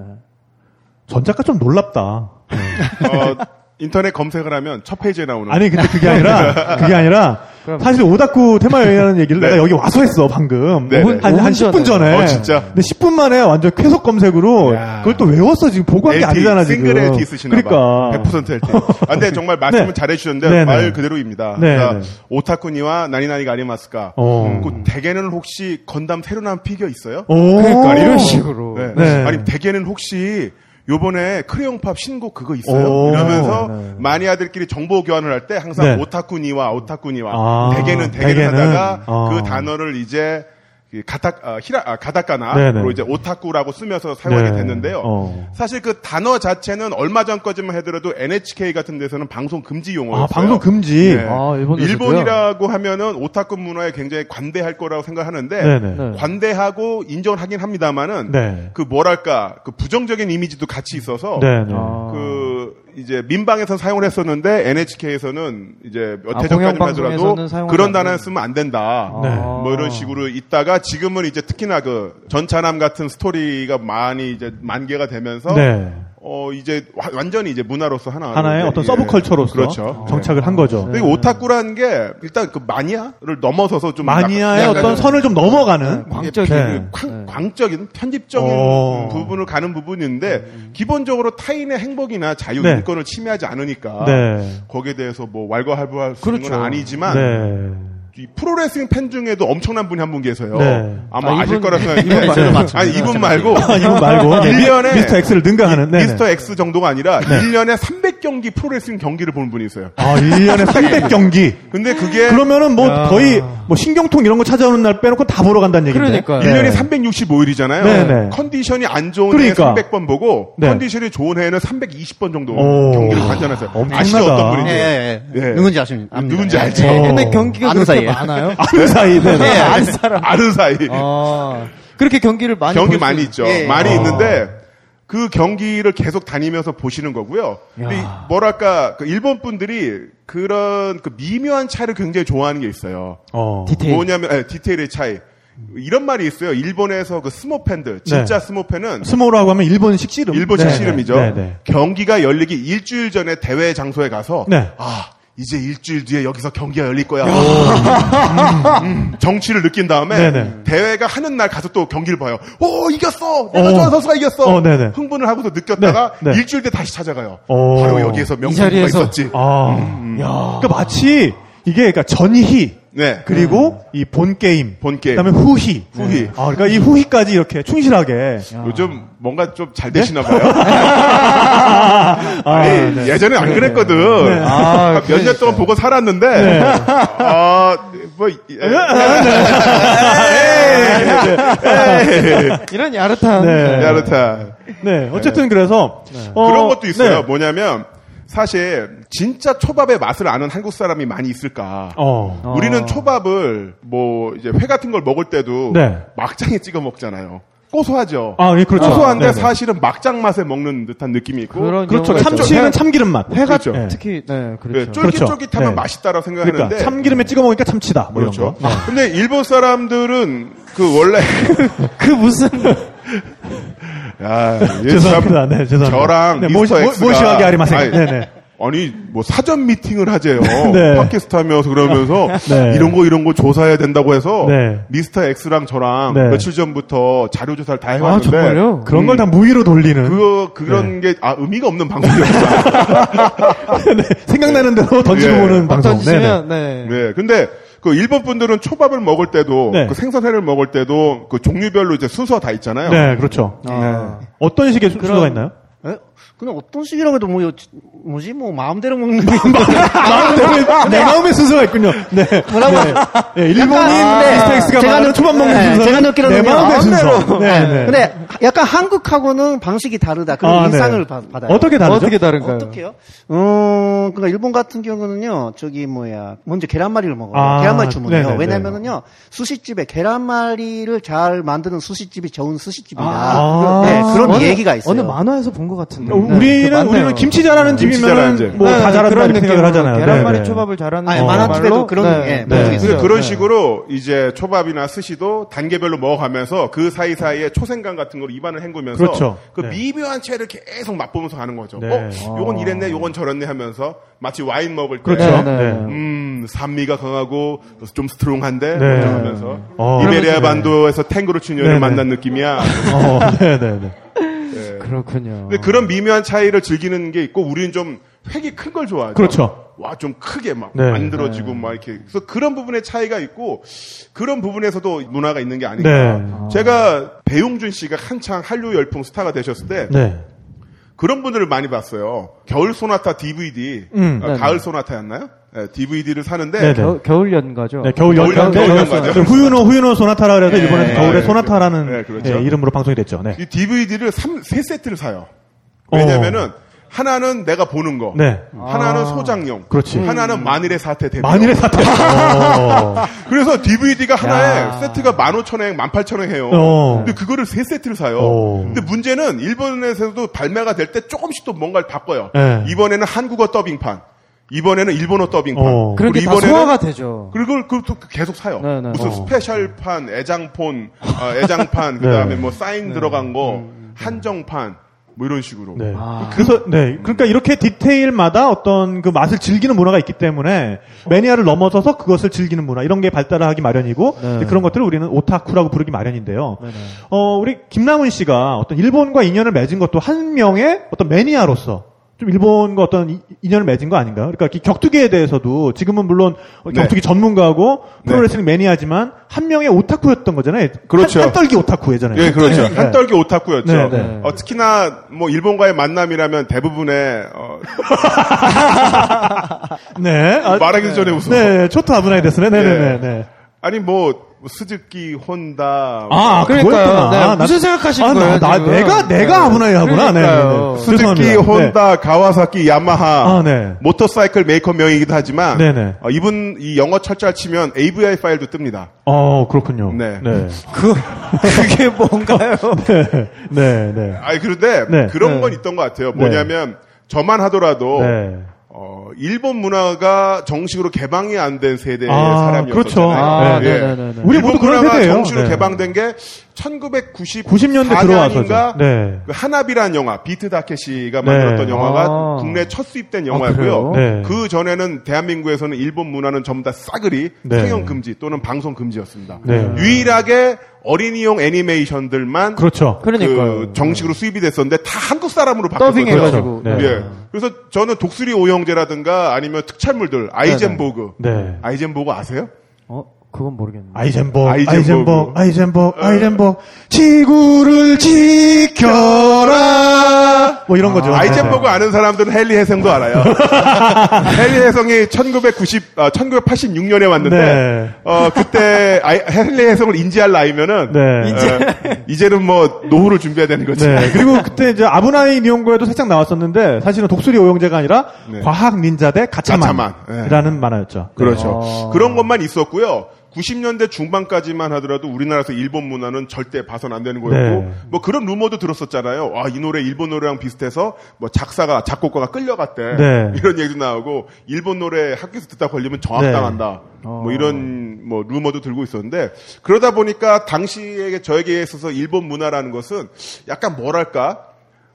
S3: 전작가 좀 놀랍다.
S5: 어, 인터넷 검색을 하면 첫 페이지에 나오는.
S3: 아니 근데 그게 아니라 그게 아니라
S4: 그럼.
S3: 사실 오다쿠 테마 여행이라는 얘기를
S5: 네.
S3: 내가 여기 와서 했어 방금
S5: 네,
S3: 한,
S5: 네.
S3: 한
S4: 오분
S3: 10분 전에
S5: 어, 진짜?
S3: 근데 10분 만에 완전 쾌속 검색으로
S5: 야.
S3: 그걸 또 외웠어 지금 보고한 게
S5: LT,
S3: 아니잖아 지금
S5: 싱글 LT 쓰시나
S3: 그러니까
S5: 봐. 100% LT. 아, 근데 정말 말씀을
S3: 네.
S5: 잘해주셨는데
S3: 네, 네.
S5: 말 그대로입니다.
S3: 네,
S5: 그러니까
S3: 네.
S5: 오타쿠니와 나니나니가 아니마스까.
S3: 어.
S5: 음, 그 대개는 혹시 건담 새로 나온 피규어 있어요?
S3: 오.
S5: 그러니까
S4: 이런 식으로.
S5: 네.
S3: 네.
S5: 아니 대개는 혹시 요번에 크레용팝 신곡 그거 있어요?
S3: 오.
S5: 이러면서
S3: 네.
S5: 마니아들끼리 정보 교환을 할 때 항상
S3: 네.
S5: 오타쿠니와 오타쿠니와
S3: 아,
S5: 대개는 대개는,
S3: 대개는.
S5: 하다가
S3: 아.
S5: 그 단어를 이제 그 가타 아, 히라 아,
S3: 네,
S5: 가다카나로
S3: 네.
S5: 이제 오타쿠라고 쓰면서 사용하게
S3: 네.
S5: 됐는데요.
S3: 어.
S5: 사실 그 단어 자체는 얼마 전까지만 해더라도 NHK 같은 데서는 방송 금지 용어였어요.
S3: 아 방송 금지
S5: 뭐 네.
S4: 아, 일본에서도요?
S5: 일본이라고 하면은 오타쿠 문화에 굉장히 관대할 거라고 생각하는데
S3: 네네
S4: 네.
S5: 관대하고 인정을 하긴 합니다만은
S3: 네.
S5: 그 뭐랄까 그 부정적인 이미지도 같이 있어서
S3: 네네
S4: 아.
S5: 그 이제 민방에서 사용을 했었는데 NHK에서는 이제 몇
S4: 아,
S5: 해 전까지만
S4: 공영방송에서는
S5: 하더라도
S4: 사용하지
S5: 그런
S4: 않는-
S5: 단어는 쓰면 안 된다.
S3: 네.
S5: 뭐 이런 식으로 있다가 지금은 이제 특히나 그 전차남 같은 스토리가 많이 이제 만개가 되면서
S3: 네.
S5: 어 이제 와- 완전히 이제 문화로서 하나
S3: 하나의
S5: 이제
S3: 어떤
S5: 예.
S3: 서브컬처로서 아. 네.
S5: 그렇죠.
S3: 정착을 한 거죠
S5: 그리고 오타쿠라는 게 일단 그 마니아를 넘어서서 좀
S3: 마니아의
S5: 약간-
S3: 어떤 선을 좀 넘어가는
S5: 그
S4: 광적인
S3: 네.
S5: 광, 광적인 편집적인
S3: 어.
S5: 부분을 가는
S4: 음,
S5: 부분인데 기본적으로 타인의 행복이나 자유
S3: 네.
S5: 인권을 침해하지 않으니까
S3: 네.
S5: 거기에 대해서 뭐 왈가왈부할 수 있는
S4: 그렇죠.
S5: 건 아니지만
S3: 네.
S5: 이 프로레슬링 팬 중에도 엄청난 분이 한 분 계세요.
S3: 네.
S5: 아마
S4: 아,
S5: 아, 실
S4: 이분-
S5: 거라 생각했는데
S4: 이분 말고
S5: 아니 이분 말고
S3: 아, 이분 말고 네.
S5: 일련에
S3: 미스터 X를 능가하는 네네. 네.
S5: 미스터 X 정도가 아니라 1년에 300경기 프로레슬링 경기를 보는 분이 있어요.
S3: 아 1년에 300경기
S5: 근데 그게
S3: 그러면은 뭐
S5: 아.
S4: 야.
S3: 거의 뭐 신경통 이런 거 찾아오는 날 빼놓고 다 보러 간다는 얘기인데.
S4: 그러니까요.
S3: 네.
S5: 1년에 365일이잖아요.
S3: 네네.
S5: 컨디션이 안 좋은
S3: 그러니까.
S5: 해에 300번 보고
S3: 네.
S5: 컨디션이 좋은 해에는 320번 정도
S3: 오.
S5: 경기를 관전했어요.
S3: 엄청나다.
S5: 아시죠 어떤
S6: 예,
S5: 분인지?
S6: 예, 예.
S5: 예.
S6: 누군지 아십니까? 압니다.
S5: 누군지
S6: 예,
S5: 알죠?
S6: 예.
S4: 네.
S3: 어.
S4: 근데 경기가
S6: 아는
S4: 그렇게
S6: 사이에.
S4: 많아요?
S3: 아는 사이. 네.
S6: 예,
S3: 네.
S6: 알-
S5: 아는 사이
S4: 아, 그렇게 경기를 많이
S5: 경기
S4: 볼수
S5: 많이
S4: 있-
S5: 있죠.
S6: 어, 예.
S5: 많이
S6: 아.
S5: 있는데 그 경기를 계속 다니면서 보시는 거고요. 근데 이- 뭐랄까 그 일본 분들이 그런 그 미묘한 차이를 굉장히 좋아하는 게 있어요.
S3: 어.
S4: 디테일.
S5: 뭐냐면 예, 디테일의 차이. 이런 말이 있어요. 일본에서 그 스모 팬들 진짜
S3: 네.
S5: 스모 팬은
S3: 스모라고 하면 일본식 씨름.
S5: 일본식
S3: 네.
S5: 씨름이죠.
S3: 네. 네.
S5: 경기가 열리기 일주일 전에 대회 장소에 가서
S3: 네.
S5: 아 이제 일주일 뒤에 여기서 경기가 열릴 거야. 음, 정취를 느낀 다음에
S3: 네네.
S5: 대회가 하는 날 가서 또 경기를 봐요. 오 이겼어. 내가
S3: 어.
S5: 좋아하는 선수가 이겼어.
S3: 어, 네네.
S5: 흥분을 하고서 느꼈다가
S3: 네, 네.
S5: 일주일 뒤에 다시 찾아가요.
S3: 어.
S5: 바로 여기에서 명승부가
S4: 자리에서.
S5: 있었지.
S3: 아.
S5: 음.
S3: 그러니까 마치 이게 그러니까 전희
S5: 네.
S3: 그리고 이 본 게임,
S5: 본 게임.
S3: 그다음에 후희,
S5: 후희.
S3: 네. 아, 그러니까 이 후희까지 이렇게 충실하게.
S5: 요즘 뭔가 좀 잘
S3: 네?
S5: 되시나 봐요. 아니, 예전에 안 그랬거든.
S4: 아,
S5: 몇 년 동안 보고 살았는데, 아, 뭐, 이- 예. 에이, 에이.
S4: 이런 야릇한
S3: 네.
S5: 야르타.
S3: 네, 어쨌든 그래서 어,
S5: 네. 그런 것도 있어요.
S3: 네.
S5: 뭐냐면, 사실, 진짜 초밥의 맛을 아는 한국 사람이 많이 있을까.
S3: 어.
S5: 우리는 초밥을, 뭐, 이제 회 같은 걸 먹을 때도,
S3: 네.
S5: 막장에 찍어 먹잖아요. 고소하죠.
S3: 아, 예, 그렇죠.
S5: 고소한데
S3: 네네.
S5: 사실은 막장 맛에 먹는 듯한 느낌이 있고,
S4: 그런
S3: 그렇죠.
S4: 경우가 있죠.
S3: 참치에는 참기름 맛. 회가
S5: 그렇죠.
S3: 네.
S4: 특히 네
S5: 네,
S4: 그렇죠.
S5: 쫄깃쫄깃하면
S3: 그렇죠.
S5: 맛있다라고
S3: 그러니까
S5: 생각하는데
S3: 참기름에 찍어 먹으니까 참치다. 뭐 이런
S5: 그렇죠.
S3: 거.
S5: 근데 일본 사람들은 그 원래
S4: 그 무슨
S5: 야, 얘
S3: 죄송합니다.
S5: 예, 참
S3: 네, 죄송합니다.
S5: 저랑
S3: 네,
S5: 미스터
S3: 모시- 모-
S5: X가
S3: 모시하게 하리마세요.
S5: 아니,
S3: 네네.
S5: 아니 뭐 사전 미팅을 하재요.
S3: 네.
S5: 팟캐스트하면서 그러면서
S3: 네.
S5: 이런 거 이런 거 조사해야 된다고 해서
S3: 네.
S5: 미스터 X랑 저랑
S3: 네.
S5: 며칠 전부터 자료 조사를 다
S4: 아
S5: 해왔는데 음.
S4: 정말요?
S3: 그런 걸 다 네. 무위로 돌리는.
S5: 그 그런 게 아 의미가 없는 방송이었다.
S3: 네, 생각나는 대로 던지고
S5: 예.
S3: 보는
S4: 막
S3: 방송.
S4: 던지면 네.
S5: 네, 근데 그 일본 분들은 초밥을 먹을 때도
S3: 네.
S5: 그 생선회를 먹을
S3: 네.
S5: 때도 그 종류별로 이제 순서 가다 있잖아요.
S3: 네네. 네, 그렇죠.
S4: 아.
S3: 어떤 식의 순서가 있나요?
S6: 예? 그냥 어떤 식이라고 해도 뭐, 여- 뭐지? 뭐, 마음대로 먹는 게.
S3: 마음대로 내 마음의 순서가 있군요. 네.
S6: 뭐라고?
S3: 네. 네, 일본인
S6: 약간, 네.
S3: 스타엑스가
S6: 제가
S3: 말하는
S6: 느-
S3: 초밥 먹는
S6: 네,
S3: 순서.
S6: 제가 느끼는
S3: 내
S6: 그냥
S3: 마음의
S6: 마음대로.
S3: 순서. 네, 네.
S6: 근데 약간 한국하고는 방식이 다르다. 그런
S3: 아, 네.
S6: 인상을 받- 받아요.
S3: 어떻게 다르죠?
S4: 뭐 어떻게 다른가요?
S6: 어떻게요? 어, 그러니까 일본 같은 경우는요, 저기 뭐야, 먼저 계란말이를 먹어요.
S3: 아,
S6: 계란말이 주문해요.
S3: 네네네.
S6: 왜냐면은요, 수시집에 계란말이를 잘 만드는 수시집이 좋은 수시집이다.
S3: 아.
S6: 네, 그런
S4: 어느-
S6: 얘기가 있어요.
S4: 어느 만화에서 본 것 같은데.
S3: 어,
S4: 그
S3: 우리는
S4: 맞네요.
S3: 우리는 김치 잘하는
S5: 김치 잘하는 집.
S3: 집이면 뭐
S4: 네,
S3: 다 잘한다
S4: 그런
S3: 이렇게 생각을
S4: 느낌으로
S3: 하잖아요.
S4: 계란말이
S3: 네, 네.
S4: 초밥을 잘하는
S6: 아니,
S4: 어.
S6: 만화집에도
S4: 말로?
S6: 그런,
S4: 네.
S6: 예, 그런 게
S3: 네.
S5: 근데
S6: 있어요.
S5: 그런 식으로 이제 초밥이나 스시도 단계별로 먹어가면서 그 사이사이에 초생강 같은 걸 입안을 헹구면서
S3: 그렇죠.
S5: 그
S3: 네.
S5: 미묘한 채를 계속 맛보면서 가는 거죠.
S3: 네.
S5: 어, 요건 이랬네, 요건 저랬네 하면서 마치 와인 먹을 때
S3: 그렇죠.
S4: 네, 네,
S3: 네.
S4: 네.
S5: 음, 산미가 강하고 좀
S3: 네.
S5: 스트롱한데 뭐 이러면서
S3: 어.
S5: 이베리아 반도에서 탱그로
S3: 네,
S5: 친녀를
S3: 네.
S5: 만난 느낌이야.
S3: 어, 네, 네, 네.
S5: 네.
S4: 그렇군요.
S3: 음.
S5: 근데 그런 미묘한 차이를 즐기는 게 있고 우리는 좀 획이 큰 걸 좋아하죠.
S3: 그렇죠.
S5: 와 좀 크게 막
S3: 네.
S5: 만들어지고 막 이렇게 그래서 그런 부분의 차이가 있고 그런 부분에서도 문화가 있는 게 아닌가.
S3: 네.
S5: 제가 배용준 씨가 한창 한류 열풍 스타가 되셨을 때
S3: 네.
S5: 그런 분들을 많이 봤어요. 겨울 소나타 DVD,
S3: 음.
S5: 아,
S4: 네네.
S5: 가을 소나타였나요? 네, DVD를 사는데
S3: 네네.
S4: 겨, 겨울 연가죠.
S3: 네, 겨울
S5: 겨울
S3: 연가인데
S5: 겨울 연가죠.
S3: 네, 후유노 후유노 소나타라 그래서
S5: 네,
S3: 일본에서 겨울의
S5: 네,
S3: 소나타라는
S5: 네, 그렇죠.
S3: 예, 이름으로 방송이 됐죠. 네.
S5: 이 DVD를 3, 세 세트를 사요.
S3: 어.
S5: 왜냐면은 하나는 내가 보는 거,
S3: 네.
S4: 아.
S5: 하나는 소장용,
S3: 그렇지.
S4: 음.
S5: 하나는 만일의 사태 대비.
S3: 만일의 사태. 어.
S5: 그래서 DVD가 하나에
S4: 야.
S5: 세트가 15,000원, 18,000원 해요.
S3: 어.
S5: 근데 그거를 세 세트를 사요.
S3: 어.
S5: 근데 문제는 일본에서도 발매가 될 때 조금씩 또 뭔가를 바꿔요.
S3: 네.
S5: 이번에는 한국어 더빙판, 이번에는 일본어 더빙판.
S3: 어.
S4: 그런
S5: 그리고
S4: 게 다 그러니까 소화가 되죠.
S5: 그리고 그걸 또 계속 사요.
S4: 네, 네.
S5: 무슨
S4: 어.
S5: 스페셜판, 애장폰, 아,
S3: 네.
S5: 애장판, 그다음에 뭐
S4: 네.
S5: 사인 들어간
S4: 음,
S5: 거, 한정판 뭐 이런 식으로.
S3: 네. 그래서 네. 그러니까 이렇게 디테일마다 어떤 그 맛을 즐기는 문화가 있기 때문에 매니아를 넘어서서 그것을 즐기는 문화 이런 게 발달하기 마련이고
S4: 네.
S3: 이제 그런 것들을 우리는 오타쿠라고 부르기 마련인데요. 어 우리 김남은 씨가 어떤 일본과 인연을 맺은 것도 한 명의 어떤 매니아로서 좀 일본과 어떤 이- 인연을 맺은 거 아닌가요? 그러니까 이 격투기에 대해서도 지금은 물론
S5: 네.
S3: 격투기 전문가고
S5: 네.
S3: 프로레슬링 매니아지만 한 명의 오타쿠였던 거잖아요.
S5: 그렇죠.
S3: 한, 떨기 오타쿠 예전에.
S5: 예, 그렇죠.
S3: 네.
S5: 한떨기 오타쿠였죠.
S3: 네, 네.
S5: 어, 특히나 뭐 일본과의 만남이라면 대부분의 어,
S3: 네. 아,
S5: 말하기 전에 웃어.
S3: 네, 초토 아브나이 데스네. 네, 네, 네, 네.
S5: 아니 뭐 스즈키 혼다
S3: 아,
S4: 그러니까요.
S3: 그거였구나.
S4: 네,
S3: 나-
S4: 무슨 생각하신
S3: 아, 나,
S4: 거예요,
S3: 나-
S4: 지금?
S3: 내가 내가
S4: 네.
S3: 아브나이 하구나. 네, 네,
S4: 그러니까요.
S3: 네.
S5: 스즈키
S3: 죄송합니다.
S5: 혼다 가와사키 야마하
S3: 아, 네.
S5: 모터사이클 메이커 명이기도 하지만
S3: 네, 네.
S5: 어, 이분 이 영어 철자 치면 AVI 파일도 뜹니다.
S3: 어, 그렇군요.
S5: 네.
S3: 네.
S4: 그, 그게 뭔가요?
S3: 네. 네, 네.
S5: 아니 그런데
S3: 네.
S5: 그런
S4: 네.
S5: 건 있던 것 같아요. 뭐냐면 저만 하더라도
S3: 네.
S5: 어, 일본 문화가 정식으로 개방이 안 된 세대의
S3: 아,
S5: 사람이었잖아요. 예.
S3: 그렇죠. 아,
S4: 네, 네, 네, 네.
S3: 우리
S5: 일본
S3: 모두 그런
S5: 문화가
S3: 세대예요.
S5: 정식으로
S3: 네.
S5: 개방된 게 1990,
S3: 90년대 들어와서죠.
S5: 4년인가
S3: 네.
S5: 그 하나비란 영화 비트 다케시가
S3: 네.
S5: 만들었던 영화가
S4: 아.
S5: 국내 첫 수입된
S4: 그래요?
S5: 영화고요.
S3: 네.
S5: 그 전에는 대한민국에서는 일본 문화는 전부 다 싸그리
S3: 네.
S5: 상영 금지 또는 방송 금지였습니다.
S3: 네.
S5: 유일하게 어린이용 애니메이션들만
S3: 그렇죠.
S4: 그러니까요.
S5: 그 정식으로 수입이 됐었는데 다 한국 사람으로 바뀌었어요.
S4: 더빙해가지고.
S3: 그렇죠. 네.
S5: 예. 그래서 저는 독수리 오형제라든가 아니면 특촬물들 아이젠보그
S3: 네.
S5: 아이젠보그 아세요?
S4: 어, 그건 모르겠네.
S3: 아이젠복,
S5: 아이젠버그.
S3: 아이젠복, 아이젠복, 아이젠복, 지구를 지켜라. 뭐 이런 거죠.
S5: 아이젠버그 아는 사람들은 헨리 해성도 알아요. 헨리 해성이 1990, 아, 1986년에 왔는데,
S3: 네.
S5: 어, 그때 아이- 헨리 해성을 인지할 나이면은, 어,
S3: 네.
S5: 이제... 는뭐 노후를 준비해야 되는 거지.
S3: 네. 그리고 그때 이제 아브나이 니온고에도 살짝 나왔었는데 사실은 독수리 오영재가 아니라
S5: 네.
S3: 과학 닌자 대 가차만이라는 네. 만화였죠.
S5: 그렇죠.
S4: 아.
S5: 그런 것만 있었고요. 90년대 중반까지만 하더라도 우리나라에서 일본 문화는 절대 봐선 안 되는 거였고
S3: 네.
S5: 뭐 그런 루머도 들었었잖아요. 와, 이 노래 일본 노래랑 비슷해서 뭐 작사가 작곡가가 끌려갔대.
S3: 네.
S5: 이런 얘기도 나오고 일본 노래 학교에서 듣다 걸리면
S3: 네.
S5: 정학당한다.
S3: 아.
S5: 뭐 이런 뭐 루머도 들고 있었는데 그러다 보니까 당시에 저에게 있어서 일본 문화라는 것은 약간 뭐랄까?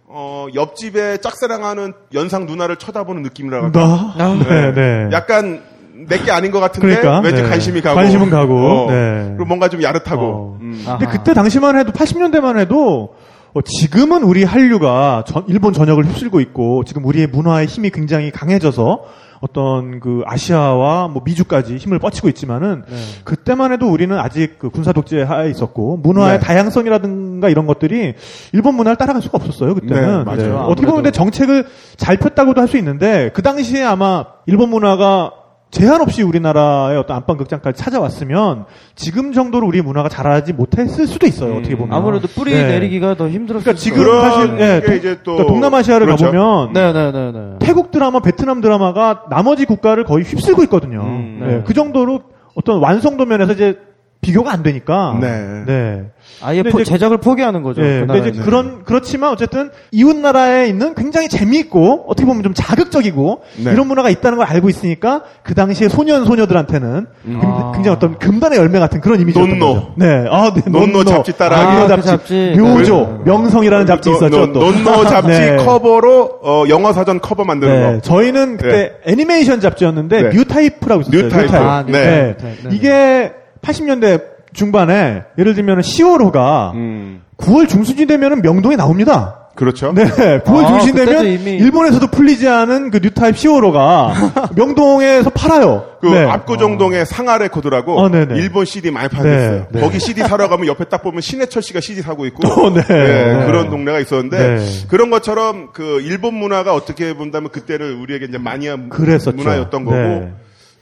S5: 어, 옆집에 짝사랑하는 연상 누나를 쳐다보는 느낌이라고 할까?
S3: 나? 네, 네.
S5: 약간 내게 아닌 것 같은데
S3: 그러니까,
S5: 왠지
S3: 네.
S5: 관심이 가고 어.
S3: 관심은 가고, 네.
S5: 그리고 뭔가 좀 야릇하고
S3: 어.
S5: 음.
S3: 근데
S4: 아하.
S3: 그때 당시만 해도 80년대만 해도 어, 지금은 우리 한류가 전- 일본 전역을 휩쓸고 있고 지금 우리의 문화의 힘이 굉장히 강해져서 어떤 그 아시아와 뭐 미주까지 힘을 뻗치고 있지만은
S4: 음.
S3: 그때만 해도 우리는 아직 그 군사 독재 하에 있었고 문화의
S5: 네.
S3: 다양성이라든가 이런 것들이 일본 문화를 따라갈 수가 없었어요 그때는.
S5: 네, 맞아요.
S3: 어떻게 보면 근데 정책을 잘 폈다고도 할 수 있는데 그 당시에 아마 일본 문화가 제한 없이 우리나라의 어떤 안방 극장까지 찾아왔으면 지금 정도로 우리 문화가 자라지 못했을 수도 있어요 어떻게 보면
S4: 음, 아무래도 뿌리
S3: 네.
S4: 내리기가 더 힘들었을 네.
S3: 그러니까 지금
S5: 그런
S3: 사실 예,
S5: 게
S3: 동,
S5: 이제 또-
S3: 그러니까 동남아시아를
S5: 그렇죠.
S3: 가보면
S4: 네네네네. 네.
S3: 태국 드라마, 베트남 드라마가 나머지 국가를 거의 휩쓸고 있거든요.
S4: 음,
S3: 네,
S4: 네.
S3: 그 정도로 어떤 완성도 면에서 이제 비교가 안 되니까.
S5: 네.
S3: 네.
S4: 아예
S3: 근데
S4: 포-
S3: 이제-
S4: 제작을 포기하는 거죠.
S3: 예,
S4: 그
S3: 근데 이제
S4: 나라에서는.
S3: 그런 그렇지만 어쨌든 이웃 나라에 있는 굉장히 재미있고 어떻게 보면 좀 자극적이고
S5: 네.
S3: 이런 문화가 있다는 걸 알고 있으니까 그 당시에 소년 소녀들한테는 금-
S4: 아.
S3: 굉장히 어떤 금단의 열매 같은 그런 이미지였던
S5: 음. 논노.
S3: 거죠. 네, 아, 네,
S5: 논노 잡지 따라하기. 네.
S3: 아,
S4: 아,
S3: 그
S4: 그
S3: 잡지,
S4: 잡지.
S3: 묘조, 명성이라는 잡지
S5: 논-
S3: 있었죠.
S5: 논-
S3: 또.
S5: 논노 잡지
S3: 네.
S5: 커버로 어, 영어 사전 커버 만드는
S3: 네,
S5: 거.
S3: 저희는 그때 애니메이션 잡지였는데
S5: 네.
S3: 뉴타입이라고 있었어요.
S5: 뉴타입. 아, 네.
S3: 네.
S4: 뉴타입. 네.
S3: 이게 80년대 중반에 예를 들면 10월호가
S5: 음,
S3: 9월 중순이 되면 명동에 나옵니다.
S5: 그렇죠.
S3: 네, 9월
S4: 아,
S3: 중순이
S4: 그때도
S3: 되면
S4: 이미-
S3: 일본에서도 풀리지 않은 그 뉴타입 10월호가 명동에서 팔아요.
S5: 그
S3: 네.
S5: 압구정동의 상하 레코드라고
S3: 어, 네네.
S5: 일본 CD 많이 팔렸어요.
S3: 네, 네.
S5: 거기 CD 사러 가면 옆에 딱 보면 신해철 씨가 CD 사고 있고
S3: 어, 네.
S5: 예,
S3: 네.
S5: 그런 동네가 있었는데
S3: 네.
S5: 그런 것처럼 그 일본 문화가 어떻게 본다면 그때를 우리에게 이제 마니아
S3: 그랬었죠.
S5: 문화였던 거고
S3: 네.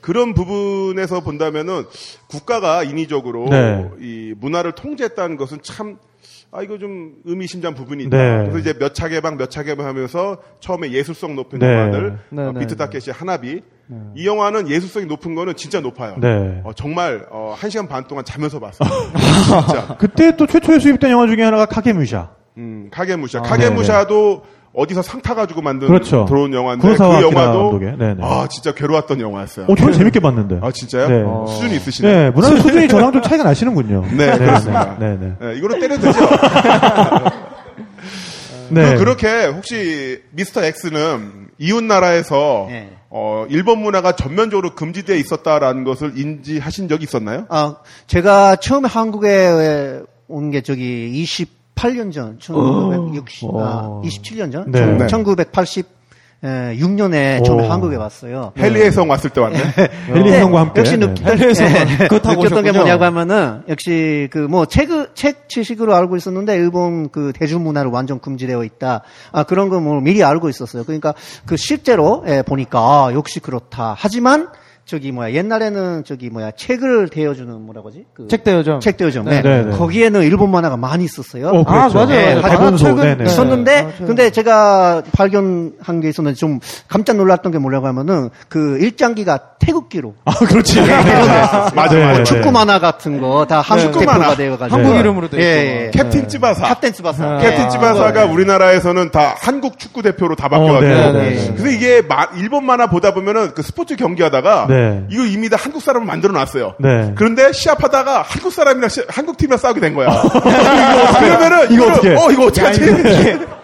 S5: 그런 부분에서 본다면은 국가가 인위적으로
S3: 네.
S5: 이 문화를 통제했다는 것은 참 아, 이거 좀 의미심장 부분이 있다.
S3: 네.
S5: 그래서 이제 몇 차 개방, 몇 차 개방 하면서 처음에 예술성 높은
S3: 네.
S5: 영화들,
S4: 네,
S5: 어,
S4: 네.
S5: 비트 다켓의 하나비, 이 영화는 예술성이 높은 거는 진짜 높아요.
S3: 네.
S5: 어, 정말 어, 한 시간 반 동안 자면서 봤어요. 진짜.
S3: 그때 또 최초에 수입된 영화 중에 하나가 카게뮤샤.
S5: 음,
S4: 아,
S5: 카게무샤.
S4: 네,
S5: 카게무샤도 어디서 상 타가지고 만든
S3: 네. 그렇죠.
S5: 드론 영화인데
S3: 구로사와
S5: 그
S3: 아키라
S5: 영화도
S3: 감독의. 네네.
S5: 아 진짜 괴로웠던 영화였어요.
S3: 어, 저는 재밌게 봤는데.
S5: 아 진짜요?
S3: 네.
S5: 어, 수준이 있으시네.
S3: 네, 문화의 수준이 저랑 좀 차이가 나시는군요.
S5: 네, 그렇습니다.
S3: 네, 네.
S5: 네, 이거로 때려 드죠.
S3: 네.
S5: 그렇게 혹시 미스터 X는 이웃 나라에서
S6: 네.
S5: 어, 일본 문화가 전면적으로 금지되어 있었다라는 것을 인지하신 적이 있었나요?
S6: 아, 제가 처음에 한국에 온 게 저기 28년 전, 1960,
S4: 어.
S6: 아, 27년 전,
S3: 네.
S5: 네.
S4: 어.
S6: 1986년에 처음에
S3: 오.
S6: 한국에 왔어요.
S5: 헬리해성 왔을 때 왔네.
S3: 헨리
S6: 네,
S3: 형과 함께.
S6: 역시
S3: 네.
S6: 느꼈던, 예,
S4: 그거 타고
S6: 느꼈던 게
S4: 오셨군요.
S6: 뭐냐고 하면은 역시 그 뭐 책 책 지식으로 알고 있었는데 일본 그 대중문화를 완전 금지되어 있다. 아 그런 거 뭐 미리 알고 있었어요. 그러니까 그 실제로 예, 보니까 아, 역시 그렇다. 하지만 저기 뭐야 옛날에는 저기 뭐야 책을 대여주는 뭐라고 하지? 그
S4: 책 대여점.
S6: 책 대여점.
S4: 네.
S6: 네.
S3: 네, 네.
S6: 거기에는 일본 만화가 많이 있었어요.
S3: 어,
S4: 아,
S3: 그랬죠.
S4: 맞아요.
S6: 네,
S4: 맞아요.
S3: 발본소,
S4: 아, 최근-
S3: 네네.
S4: 네.
S6: 있었는데
S4: 아, 최근-
S6: 근데 제가 발견한 게 있었는데 좀 깜짝 놀랐던 게 뭐라고 하면은 그 일장기가 태극기로
S3: 아, 그렇지. 맞아, 맞아.
S6: 축구 만화 같은 거 다 한국
S5: 축구 만화.
S6: 대표가 되어가지고
S4: 한국
S3: 네.
S4: 이름으로 돼
S6: 예,
S4: 있고.
S6: 예.
S5: 캡틴 네. 찌바사.
S6: 캡틴 츠바사
S5: 캡틴 찌바사가 우리나라에서는 다 한국 축구 대표로 다 바뀌어가지고.
S3: 네,
S4: 네, 네.
S5: 그래서 이게 마- 일본 만화 보다 보면은 그 스포츠 경기하다가
S3: 네.
S5: 이거 이미 다 한국 사람을 만들어 놨어요.
S3: 네.
S5: 그런데 시합하다가 한국 사람이랑 시- 한국 팀이랑 싸우게 된 거야. 그러면은
S3: 아, 이거
S5: 이거를-
S3: 어떡해?
S5: 어 이거 어떻게 하지?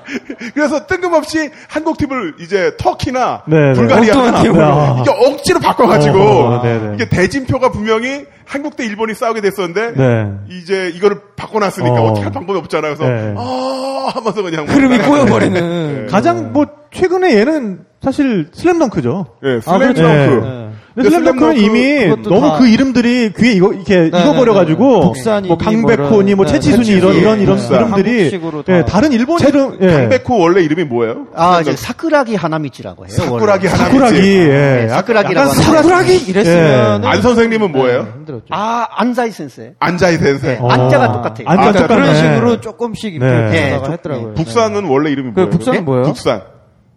S5: 그래서 뜬금없이 한국 팀을 이제 터키나
S3: 네, 네.
S5: 불가리아나 뭐
S4: 엉뚱한 팀으로.
S3: 아.
S5: 이게 억지로 바꿔가지고
S3: 어, 네, 네.
S5: 이게 대진표가 분명히 한국 대 일본이 싸우게 됐었는데
S3: 네.
S5: 이제 이거를 바꿔놨으니까
S3: 어.
S5: 어. 떻게할 방법이 없잖아요. 그래서
S3: 네.
S5: 아 하면서 그냥 네.
S4: 흐름이 꼬여버리는. 네.
S3: 가장 뭐 최근에 얘는 사실 슬램덩크죠.
S5: 예,
S4: 아, 그렇죠.
S5: 슬램덩크.
S4: 네.
S3: 근데
S5: 근데
S3: 슬램덩크는
S5: 슬램덩크
S3: 이미
S4: 그것도
S3: 너무
S4: 다-
S3: 그 이름들이 귀에 이거 이렇게
S4: 네, 네, 네.
S3: 익어버려가지고
S4: 국산이니
S3: 뭐 강백호니 뭐
S4: 뭐라-
S3: 채치순이
S4: 네,
S3: 이런
S5: 채치순.
S3: 이런 이런
S5: 네.
S3: 이름들이
S4: 한국식으로 다.
S3: 예, 다른 일본 이름 예.
S5: 강백호 원래 이름이 뭐예요?
S6: 아 이제 사쿠라기 하나미치라고 해요
S5: 사쿠라기 하나
S3: 사쿠라기 예.
S6: 네, 사쿠라기라고
S3: 약간
S6: 하는
S3: 사쿠라기
S4: 이랬으면
S3: 네.
S5: 안 선생님은
S4: 네.
S5: 뭐예요?
S4: 힘들었죠.
S6: 아 안자이 센세
S5: 안자이
S6: 네,
S5: 된세.
S3: 어.
S6: 안자가 똑같아요
S3: 안자
S5: 아,
S3: 똑같네.
S5: 그러니까
S4: 그런 식으로 조금씩 이렇게
S3: 네.
S4: 네.
S6: 네,
S4: 가
S6: 조-
S4: 했더라고요.
S5: 북산은 원래 이름이
S4: 그
S5: 뭐예요?
S4: 북산은
S5: 예?
S4: 뭐예요?
S5: 북산.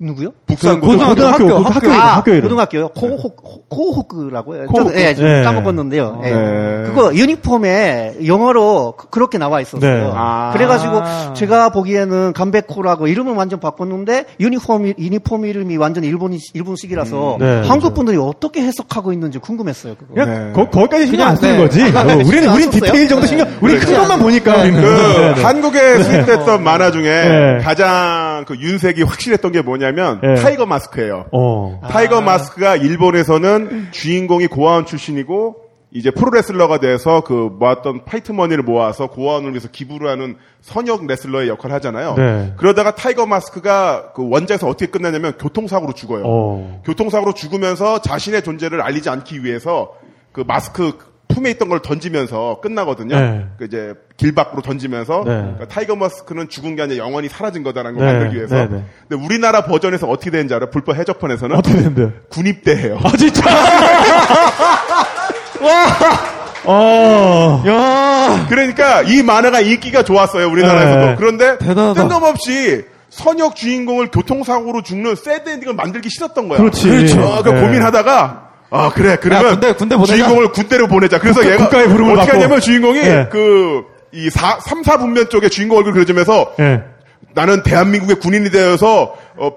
S6: 누구요?
S5: 북산
S4: 그 고등학교-
S5: 고등학교.
S3: 고등학교
S4: 학교,
S3: 고등학교
S4: 학교.
S3: 이름
S6: 아,
S3: 학교 이름
S6: 고등학교요? 코호크라고 해요.
S5: 코호쿠.
S6: 저도, 예, 좀
S3: 네.
S6: 까먹었는데요. 예.
S5: 네.
S6: 그거 유니폼에 영어로 그- 그렇게 나와 있었어요.
S3: 네.
S5: 아.
S6: 그래가지고 제가 보기에는 감백호라고 이름을 완전 바꿨는데 유니폼, 유니폼 이름이 완전 일본, 일본식이라서
S3: 음, 네,
S6: 한국 분들이 어떻게 해석하고 있는지 궁금했어요. 그거.
S3: 그냥
S5: 네.
S3: 거, 거기까지 신경 안
S4: 그냥,
S3: 쓰는
S4: 네.
S3: 거지.
S6: 아, 네,
S3: 어, 우리는
S6: 신경 안
S3: 우리
S6: 썼어요?
S3: 디테일 정도 신경 우리 큰 것만 보니까 우리는.
S5: 그
S3: 네, 네.
S5: 한국에 수입됐던 만화 중에
S3: 네.
S5: 가장 그 윤색이 확실했던 게 뭐냐면
S3: 네.
S5: 타이거 마스크예요.
S3: 어.
S5: 타이거 마스크가 일본에서는 주인공이 고아원 출신이고 이제 프로레슬러가 돼서 그 모았던 파이트 머니를 모아서 고아원을 위해서 기부를 하는 선역 레슬러의 역할을 하잖아요.
S3: 네.
S5: 그러다가 타이거 마스크가 그 원작에서 어떻게 끝나냐면 교통사고로 죽어요.
S3: 어.
S5: 교통사고로 죽으면서 자신의 존재를 알리지 않기 위해서 그 마스크 품에 있던 걸 던지면서 끝나거든요.
S3: 네.
S5: 그 이제 길 밖으로 던지면서
S3: 네.
S5: 그러니까 타이거 마스크는 죽은 게 아니라 영원히 사라진 거다라는 걸
S3: 네.
S5: 만들기 위해서.
S3: 네, 네.
S5: 근데 우리나라 버전에서 어떻게 되는지 알아? 요 불법 해적판에서는
S3: 어떻게 되는데요?
S5: 군입대예요.
S3: 아 진짜. 와. 어.
S4: 야
S5: 그러니까 이 만화가 인기가 좋았어요 우리나라에서도.
S3: 네.
S5: 그런데
S4: 대단하다.
S5: 뜬금없이 선역 주인공을 교통사고로 죽는 새드 엔딩을 만들기 싫었던 거야.
S3: 그렇지.
S5: 그렇죠. 아, 그
S3: 네.
S5: 고민하다가 아 그래 그러면
S4: 야, 군대- 군대 보내자.
S5: 주인공을 군대로 보내자. 그래서 얘가
S3: 국가의 부름을
S5: 어떻게
S3: 받고.
S5: 하냐면 주인공이
S3: 네.
S5: 그이 3, 4분면 쪽에 주인공 얼굴 그려주면서
S3: 예.
S5: 나는 대한민국의 군인이 되어서 어,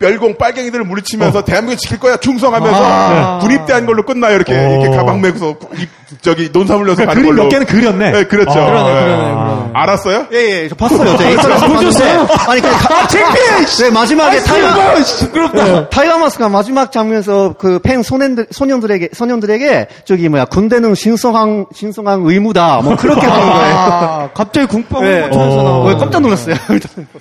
S5: 멸공 빨갱이들을
S3: 어.
S5: 물리치면서 대한민국을 지킬 거야 충성하면서
S4: 아.
S5: 군입대한 걸로 끝나요 이렇게
S3: 어.
S5: 이렇게 가방 메고서 입, 저기 논산 흘려서
S3: 그러니까
S5: 가는
S3: 그림
S5: 걸로
S3: 몇 개는 그렸네. 아,
S5: 네, 그렇죠.
S4: 그러네,
S5: 예.
S4: 그러네, 그러네.
S5: 알았어요?
S6: 예, 예, 저 봤어요. 저 인터넷
S4: 아, 보여줬어요?
S6: 아니, 근데 가, 네,
S4: 아,
S6: 마지막에 타이거, 네,
S4: 시끄럽다.
S6: 타이거 마스가 마지막 장면에서 그 팬 소년들, 소년들에게, 소년들에게 저기 뭐야, 군대는 신성한, 신성한 의무다. 뭐 그렇게 하는 거예요.
S4: 아, 갑자기 궁병
S6: 예.
S4: 네. 쳐서 나와.
S6: 어, 깜짝 놀랐어요.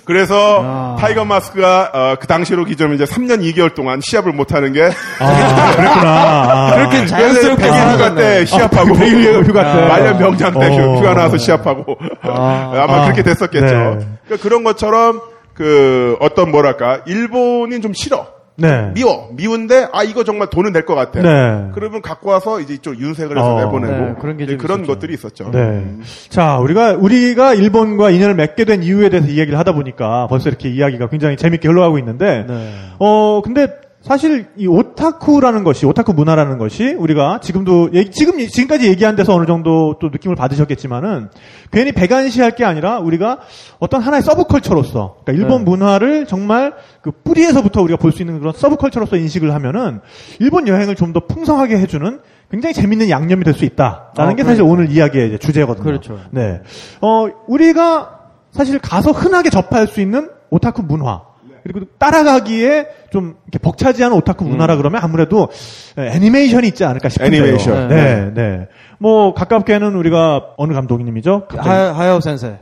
S5: 그래서
S4: 아.
S5: 타이거 마스크가 어, 그 당시로 기점 이제 3년 2개월 동안 시합을 못 하는 게
S3: 아 그랬구나. 아.
S4: 그렇게
S5: 그래서
S4: 자연스럽게 아,
S5: 백일 휴가 때 시합하고 아.
S3: 백일 휴가 때.
S5: 말년 명장 때
S3: 어.
S5: 휴가 나와서 시합하고 아.
S3: 아.
S5: 마 그렇게 됐었겠죠.
S3: 네.
S5: 그러니까 그런 것처럼 그 어떤 뭐랄까 일본인 좀 싫어.
S3: 네.
S5: 미워 미운데 아 이거 정말 돈은 될 것 같아.
S3: 네.
S5: 그러면 갖고 와서 이제 이쪽 윤색을 해서
S3: 어.
S5: 내보내고
S4: 네, 그런 게
S5: 이제
S4: 좀
S5: 그런
S4: 있었죠.
S5: 것들이 있었죠.
S3: 네. 자, 우리가, 우리가 일본과 인연을 맺게 된 이유에 대해서 이야기를 하다 보니까 벌써 이렇게 이야기가 굉장히 재밌게 흘러가고 있는데,
S5: 네.
S3: 어, 근데 사실 이 오타쿠라는 것이, 오타쿠 문화라는 것이 우리가 지금도, 얘기- 지금, 지금까지 얘기한 데서 어느 정도 또 느낌을 받으셨겠지만은 괜히 배관시 할 게 아니라 우리가 어떤 하나의 서브컬처로서, 그러니까 일본
S5: 네.
S3: 문화를 정말 그 뿌리에서부터 우리가 볼 수 있는 그런 서브컬처로서 인식을 하면은 일본 여행을 좀 더 풍성하게 해주는 굉장히 재밌는 양념이 될 수 있다라는
S4: 아,
S5: 어,
S3: 게
S5: 네.
S3: 사실 오늘 이야기의 이제 주제거든요.
S4: 그렇죠.
S3: 네. 어, 우리가 사실 가서 흔하게 접할 수 있는 오타쿠 문화. 그리고 따라가기에 좀 이렇게 벅차지 않은 오타쿠 문화라 그러면 아무래도 예, 애니메이션이 있지 않을까 싶은데요.
S5: 음. 애니메이션.
S3: 네, 네. 뭐 가깝게는 우리가 어느 감독님이죠?
S5: 아,
S4: 하, 하야오 센세.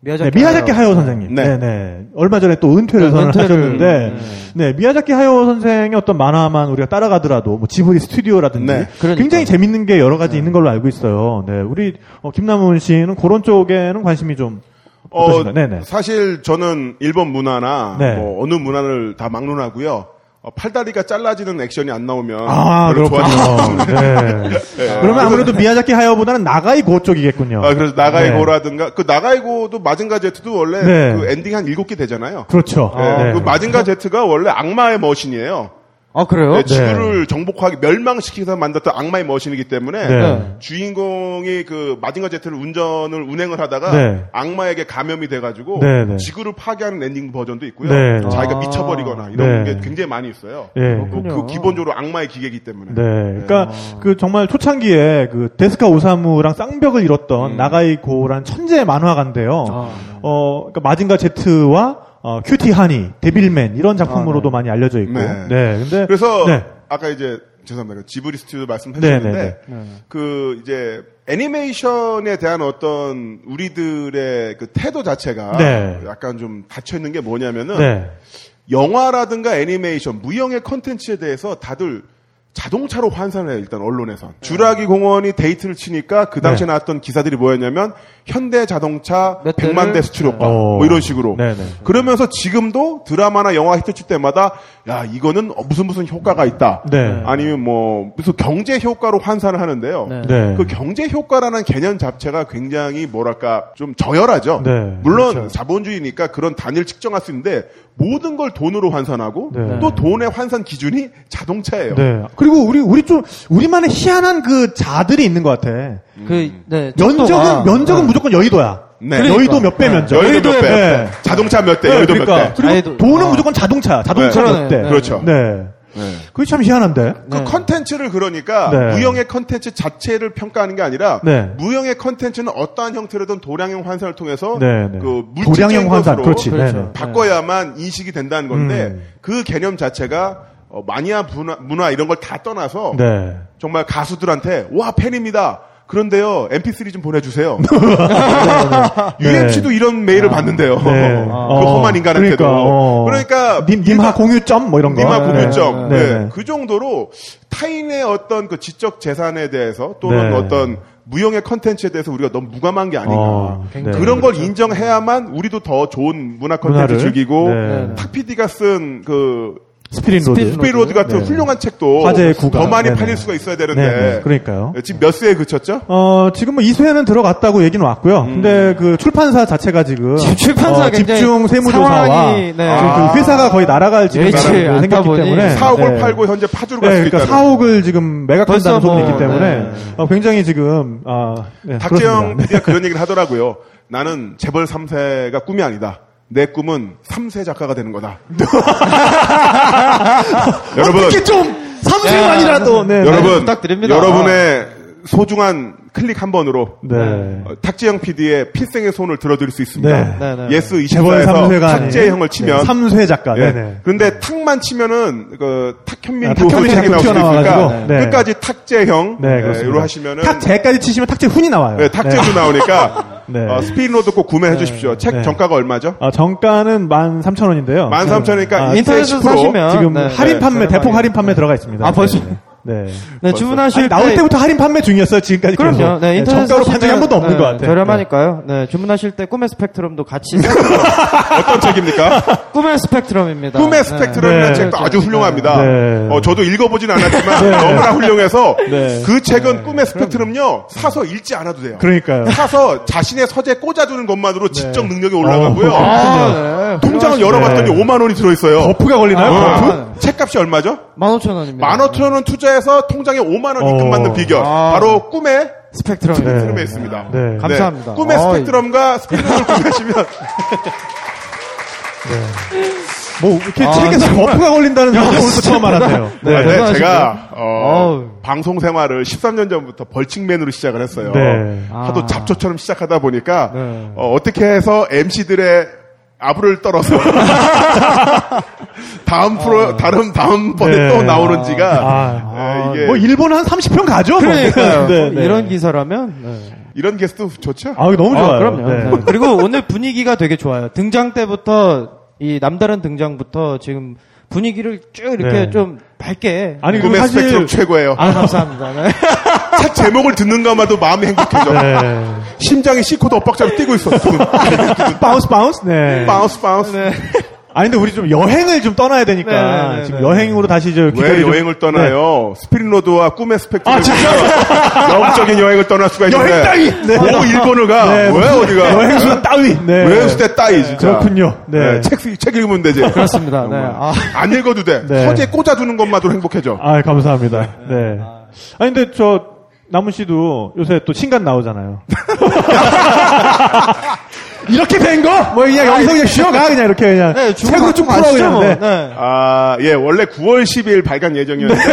S4: 미야자키,
S3: 네, 미야자키 하요 선생님.
S5: 네.
S3: 네. 네, 얼마 전에 또 은퇴를
S4: 네,
S3: 선언하셨는데,
S4: 은퇴를,
S3: 네, 미야자키 하요 선생의 어떤 만화만 우리가 따라가더라도, 뭐 지브리 스튜디오라든지,
S5: 네,
S4: 그러니까요.
S3: 굉장히 재밌는 게 여러 가지 있는 걸로 알고 있어요. 네, 우리 어, 김남훈 씨는 그런 쪽에는 관심이 좀
S5: 어,
S3: 어떠신가요? 네네.
S5: 사실 저는 일본 문화나
S3: 네.
S5: 뭐 어느 문화를 다 막론하고요. 어, 팔다리가 잘라지는 액션이 안 나오면
S3: 아,
S5: 별로
S3: 그렇군요.
S5: 좋아하지 않아요.
S3: 네. 그러면 아무래도 미야자키 하요보다는 나가이 고 쪽이겠군요.
S5: 아, 그래서
S3: 네.
S5: 나가이고라든가 그 나가이고도 마징가 제트도 원래
S3: 네.
S5: 그 엔딩 한 일곱 개 되잖아요.
S3: 그렇죠.
S5: 예, 그 마징가 제트가 원래 악마의 머신이에요.
S4: 아, 그래요?
S3: 네.
S5: 예, 지구를 정복하기 멸망시키기 위해서 만들었던 악마의 머신이기 때문에
S3: 네.
S5: 주인공이 그 마징가 제트를 운전을 운행을 하다가
S3: 네.
S5: 악마에게 감염이 돼가지고
S3: 네, 네.
S5: 지구를 파괴하는 엔딩 버전도 있고요.
S3: 네.
S5: 자기가
S4: 아.
S5: 미쳐버리거나 이런
S3: 네.
S5: 게 굉장히 많이 있어요.
S3: 예.
S5: 그, 그 기본적으로 악마의 기계이기 때문에.
S3: 네. 그러니까 그 정말 초창기에 그 데스카 오사무랑 쌍벽을
S5: 음.
S3: 이뤘던 나가이 고란 천재 만화가인데요.
S5: 아, 네.
S3: 어, 그러니까 마징가 제트와 어, 큐티 하니, 데빌맨 이런 작품으로도 많이 알려져 있고.
S5: 아, 네.
S3: 네. 근데
S5: 그래서
S3: 네.
S5: 아까 이제 죄송합니다. 그 지브리 스튜디오
S3: 네,
S5: 말씀하셨는데 그 이제 애니메이션에 대한 어떤 우리들의 그 태도 자체가
S3: 네.
S5: 약간 좀 닫혀 있는 게 뭐냐면은
S3: 네.
S5: 영화라든가 애니메이션 무형의 컨텐츠에 대해서 다들 자동차로 환산을 해요 일단 언론에선 주라기 공원이 데이트를 치니까 그 당시에
S3: 네.
S5: 나왔던 기사들이 뭐였냐면 현대 자동차
S4: 몇
S5: 100만 대
S4: 대를?
S5: 수출효과
S3: 네.
S5: 뭐 이런 식으로
S3: 네네.
S5: 그러면서 지금도 드라마나 영화 히트칠 때마다 야 이거는 어, 무슨 무슨 효과가 있다
S3: 네.
S5: 아니면 뭐 무슨 경제 효과로 환산을 하는데요
S4: 네.
S3: 네.
S5: 그 경제 효과라는 개념 자체가 굉장히 뭐랄까 좀 저열하죠.
S3: 네,
S5: 물론
S3: 그렇죠.
S5: 자본주의니까 그런 단위를 측정할 수 있는데 모든 걸 돈으로 환산하고
S3: 네.
S5: 또 돈의 환산 기준이 자동차예요.
S3: 네. 그리고 우리 우리 좀 우리만의 희한한 그 자들이 있는 것 같아.
S4: 그, 네.
S3: 면적은
S4: 척도가-
S3: 면적은
S4: 네.
S3: 무조건 여의도야.
S5: 네.
S3: 그러니까. 여의도 몇 배 면적.
S5: 여의도 몇 배,
S3: 네.
S5: 자동차 몇 대,
S3: 네,
S5: 여의도
S3: 그러니까
S5: 몇 대.
S3: 그리고
S4: 아이도-
S3: 돈은
S4: 아.
S3: 무조건 자동차야. 자동차
S5: 네.
S3: 몇 대.
S4: 그러네.
S5: 그렇죠.
S3: 네.
S5: 네.
S3: 그게 참 희한한데.
S5: 그
S4: 네.
S5: 컨텐츠를 그러니까
S3: 네.
S5: 무형의 컨텐츠 자체를 평가하는 게 아니라
S3: 네.
S5: 무형의 컨텐츠는 어떠한 형태로든 도량형 환산을 통해서
S3: 네, 네.
S5: 그 물질적인
S3: 도량형 환산.
S5: 것으로
S3: 그렇지. 네,
S4: 그렇죠.
S3: 네.
S5: 바꿔야만 인식이 된다는 건데
S3: 음.
S5: 그 개념 자체가 어, 마니아 문화, 문화 이런 걸 다 떠나서
S3: 네.
S5: 정말 가수들한테 와 팬입니다. 그런데요 MP3 좀 보내주세요. UMC도 이런 메일을 받는데요.
S3: 네.
S5: 그
S3: 어,
S5: 험한 인간한테도.
S3: 그러니까, 어.
S5: 그러니까
S3: 님, 님하 공유점 뭐 이런 거.
S5: 님하
S3: 네.
S5: 공유점.
S3: 네.
S5: 네. 그 정도로 타인의 어떤 그 지적 재산에 대해서 또는
S3: 네.
S5: 어떤 무형의 컨텐츠에 대해서 우리가 너무 무감한 게 아닌가.
S3: 어, 네.
S4: 그렇죠.
S5: 그런 걸 인정해야만 우리도 더 좋은 문화 컨텐츠
S3: 문화를.
S5: 즐기고
S3: 네.
S5: 탁 PD가
S4: 그렇죠.
S5: 쓴그
S3: 스피릿 로드.
S5: 스피로드 같은
S3: 네.
S5: 훌륭한 책도
S3: 화제의 구간.
S5: 더 많이
S3: 네네.
S5: 팔릴 수가 있어야 되는데
S3: 네, 네. 그러니까요.
S5: 지금 몇 세에 그쳤죠?
S3: 어, 지금 뭐 2수에는 들어갔다고 얘기는 왔고요. 근데 그 출판사 자체가 지금
S4: 지금 출판사가
S3: 어,
S4: 굉장히
S3: 집중 세무조사와
S4: 상황이, 네.
S3: 지금 그 회사가 거의 날아갈 지금
S4: 예측이 안
S3: 생겼기
S4: 가보니
S3: 때문에
S5: 사옥을
S3: 네.
S5: 팔고 현재 파주로 갈
S3: 네,
S5: 수도
S3: 그러니까
S5: 있다는
S3: 사옥을 지금 매각한다는
S4: 벌써 뭐,
S3: 소문이 있기 때문에
S4: 네.
S3: 어, 굉장히 지금 아, 네,
S5: 닥재영
S3: 그렇습니다.
S5: PD가 그런 얘기를 하더라고요. 나는 재벌 3세가 꿈이 아니다. 내 꿈은 3세 작가가 되는 거다. 여러분,
S3: 좀 삼세만이라도 네, 네.
S5: 여러분,
S4: 뭐 부탁드립니다.
S5: 여러분의 소중한 클릭 한 번으로
S3: 네.
S5: 어, 탁재영 PD의 필생의 손을 들어드릴 수 있습니다.
S3: 네.
S4: 네, 네.
S5: 예스
S3: 재벌
S5: 24에서
S3: 3세가 아닌
S5: 탁재형을 치면
S3: 삼세 작가.
S5: 예.
S3: 네, 네.
S5: 그런데 탁만 치면은 그 탁현민
S3: 아,
S5: 부
S3: 탁현민
S5: 소장이 나올 수
S3: 자꾸
S5: 있으니까
S3: 튀어나와가지고. 네.
S5: 끝까지 탁재형
S3: 네,
S5: 예,
S3: 그렇습니다.
S5: 로 하시면은
S3: 탁재까지 치시면 탁재 훈이 나와요.
S5: 예, 탁재도 나오니까 어,
S3: 네.
S5: 스피인로드 꼭 구매해 주십시오. 책
S3: 네.
S5: 정가가 얼마죠?
S3: 아, 정가는 13,000원인데요.
S5: 13,000원이니까
S3: 아,
S4: 인터넷에서 사시면
S3: 지금
S4: 네,
S3: 할인
S4: 네,
S3: 판매
S4: 저렴하게.
S3: 대폭 할인 판매 들어가 있습니다.
S4: 아, 벌써?
S3: 네. 네. 네.
S4: 네, 주문하실
S3: 아니,
S4: 때
S3: 나올 때부터 할인 판매 중이었어요. 지금까지
S4: 그럼요.
S3: 계속.
S4: 네, 인터넷 네,
S3: 정가로 판 적이 한 번도 없는 것 같아요.
S4: 저렴하니까요. 네, 주문하실 때 꿈의 스펙트럼도 같이.
S5: 어떤 책입니까?
S4: 꿈의 스펙트럼입니다.
S3: 네.
S5: 꿈의 스펙트럼이라는 책도 아주 훌륭합니다.
S3: 네.
S5: 어, 저도 읽어보진 않았지만 너무나 훌륭해서
S3: 네.
S5: 그 책은 꿈의 스펙트럼요 사서 읽지 않아도 돼요.
S3: 그러니까요.
S5: 사서 자신의 서재에 꽂아주는 것만으로 지적 능력이 올라가고요.
S4: 아, 네.
S5: 통장을 열어봤더니 5만 원이 들어있어요.
S3: 버프가 걸리나요?
S5: 어,
S3: 버프?
S5: 그 책값이 얼마죠?
S4: 15,000원입니다.
S5: 15,000원 은 투자해서 통장에 5만 원 입금
S3: 어.
S5: 받는 비결.
S4: 네. 아.
S5: 바로 꿈의
S4: 스펙트럼입니다.
S5: 스펙트럼에 있습니다.
S3: 네.
S4: 감사합니다.
S5: 꿈의
S4: 어이.
S5: 스펙트럼과 스펙트럼을 구매하시면
S3: 뭐, 이렇게
S4: 아,
S3: 책에서 버프가 걸린다는 사실 오늘 또 처음 알았네요.
S4: 네,
S5: 아, 네,
S4: 대단하시네요.
S5: 제가 어,
S4: 어우.
S5: 방송 생활을 13년 전부터 벌칙맨으로 시작을 했어요.
S3: 네.
S5: 하도
S4: 아.
S5: 잡초처럼 시작하다 보니까
S4: 네.
S5: 어, 떻게 해서 MC들의 아부를 떨어서 다음 프로 다른 다음 번에
S3: 아. 네.
S5: 또 나오는지가
S3: 아.
S5: 예, 이게
S3: 뭐, 일본 한 30편 가죠? 뭐.
S4: 그러니까요.
S3: 네, 네.
S4: 이런 기사라면. 네.
S5: 이런 게스트 좋죠.
S3: 아, 너무 좋아요.
S4: 아, 그럼요.
S3: 네.
S4: 네. 그리고 오늘 분위기가 되게 좋아요. 등장 때부터 이 남다른 등장부터 지금 분위기를 쭉 이렇게
S3: 네.
S4: 좀 밝게. 네.
S3: 아니, 그리고
S5: 꿈의
S3: 사실.
S5: 스펙트럼 최고예요.
S4: 아 감사합니다. 네.
S5: 책 제목을 듣는 것만도 마음이 행복해져.
S3: 네.
S5: 심장이 C코드 엇박자로 뛰고 있었어.
S3: 바운스, 바운스? 네.
S5: 바운스 바운스.
S3: 아니, 근데 우리 좀 여행을 좀 떠나야 되니까.
S4: 네, 네, 네,
S3: 지금
S4: 네.
S3: 여행으로 다시 저 네.
S5: 왜
S3: 기다리 좀-
S5: 여행을 떠나요? 스피릿로드와 꿈의 스펙트럼.
S3: 아, 진짜?
S5: 영적인 여행을 떠날 수가 있는데.
S3: 여행 따위! 네.
S5: 뭐 일본을 가?
S3: 네,
S5: 왜
S3: 무슨
S5: 어디가?
S3: 여행수단 따위! 네.
S5: 왜 수대 따위 진짜.
S3: 그렇군요. 네.
S5: 네, 책, 쓰- 책 읽으면 되지.
S4: 그렇습니다. 네. 아,
S5: 안 읽어도 돼.
S3: 네.
S5: 서재에 꽂아두는 것만으로 행복해져.
S3: 아, 감사합니다. 네. 아니 근데 저 남은 씨도 요새 또 신간 나오잖아요. 이렇게 된 거? 뭐 그냥 여기서 그냥 쉬어가 그냥 이렇게 그냥
S4: 네, 주문
S3: 책으로 쭉 풀어
S4: 아시죠,
S3: 그냥.
S4: 뭐.
S3: 네.
S4: 네.
S5: 아, 예, 원래 9월 10일 발간 예정이었는데,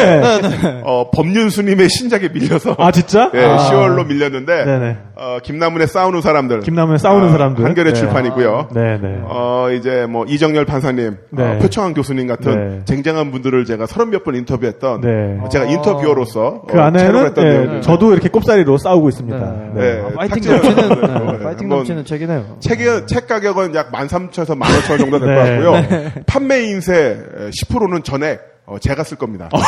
S3: 네.
S5: 어, 법륜스님의 신작에 밀려서,
S3: 아 진짜?
S5: 예,
S3: 아.
S5: 10월로 밀렸는데,
S3: 네네.
S5: 어, 김남문의 싸우는 사람들.
S3: 김남훈의 싸우는
S5: 아,
S3: 사람들.
S5: 한겨레
S3: 네.
S5: 출판이고요.
S3: 네, 네.
S5: 어, 이제 뭐 이정열 판사님,
S3: 네.
S5: 어, 표창환 교수님 같은
S3: 네.
S5: 쟁쟁한 분들을 제가 서른 몇 번 인터뷰했던
S3: 네.
S5: 어, 제가 인터뷰어로서
S3: 그
S5: 어,
S3: 안에는
S5: 했던
S3: 네,
S5: 내용들.
S3: 저도 이렇게 꼽사리로 싸우고 있습니다.
S4: 네.
S3: 네.
S5: 네,
S4: 파이팅
S5: 탁재영
S4: 넘치는
S5: 선수.
S4: 네.
S5: 네,
S4: 파이팅
S5: 한번
S4: 넘치는 책이네요.
S5: 책의 책 가격은 약 13,000에서 15,000 정도 될 것
S3: 네.
S5: 같고요. 판매 인세 10%는 전액 어, 제가 쓸 겁니다.
S3: 아,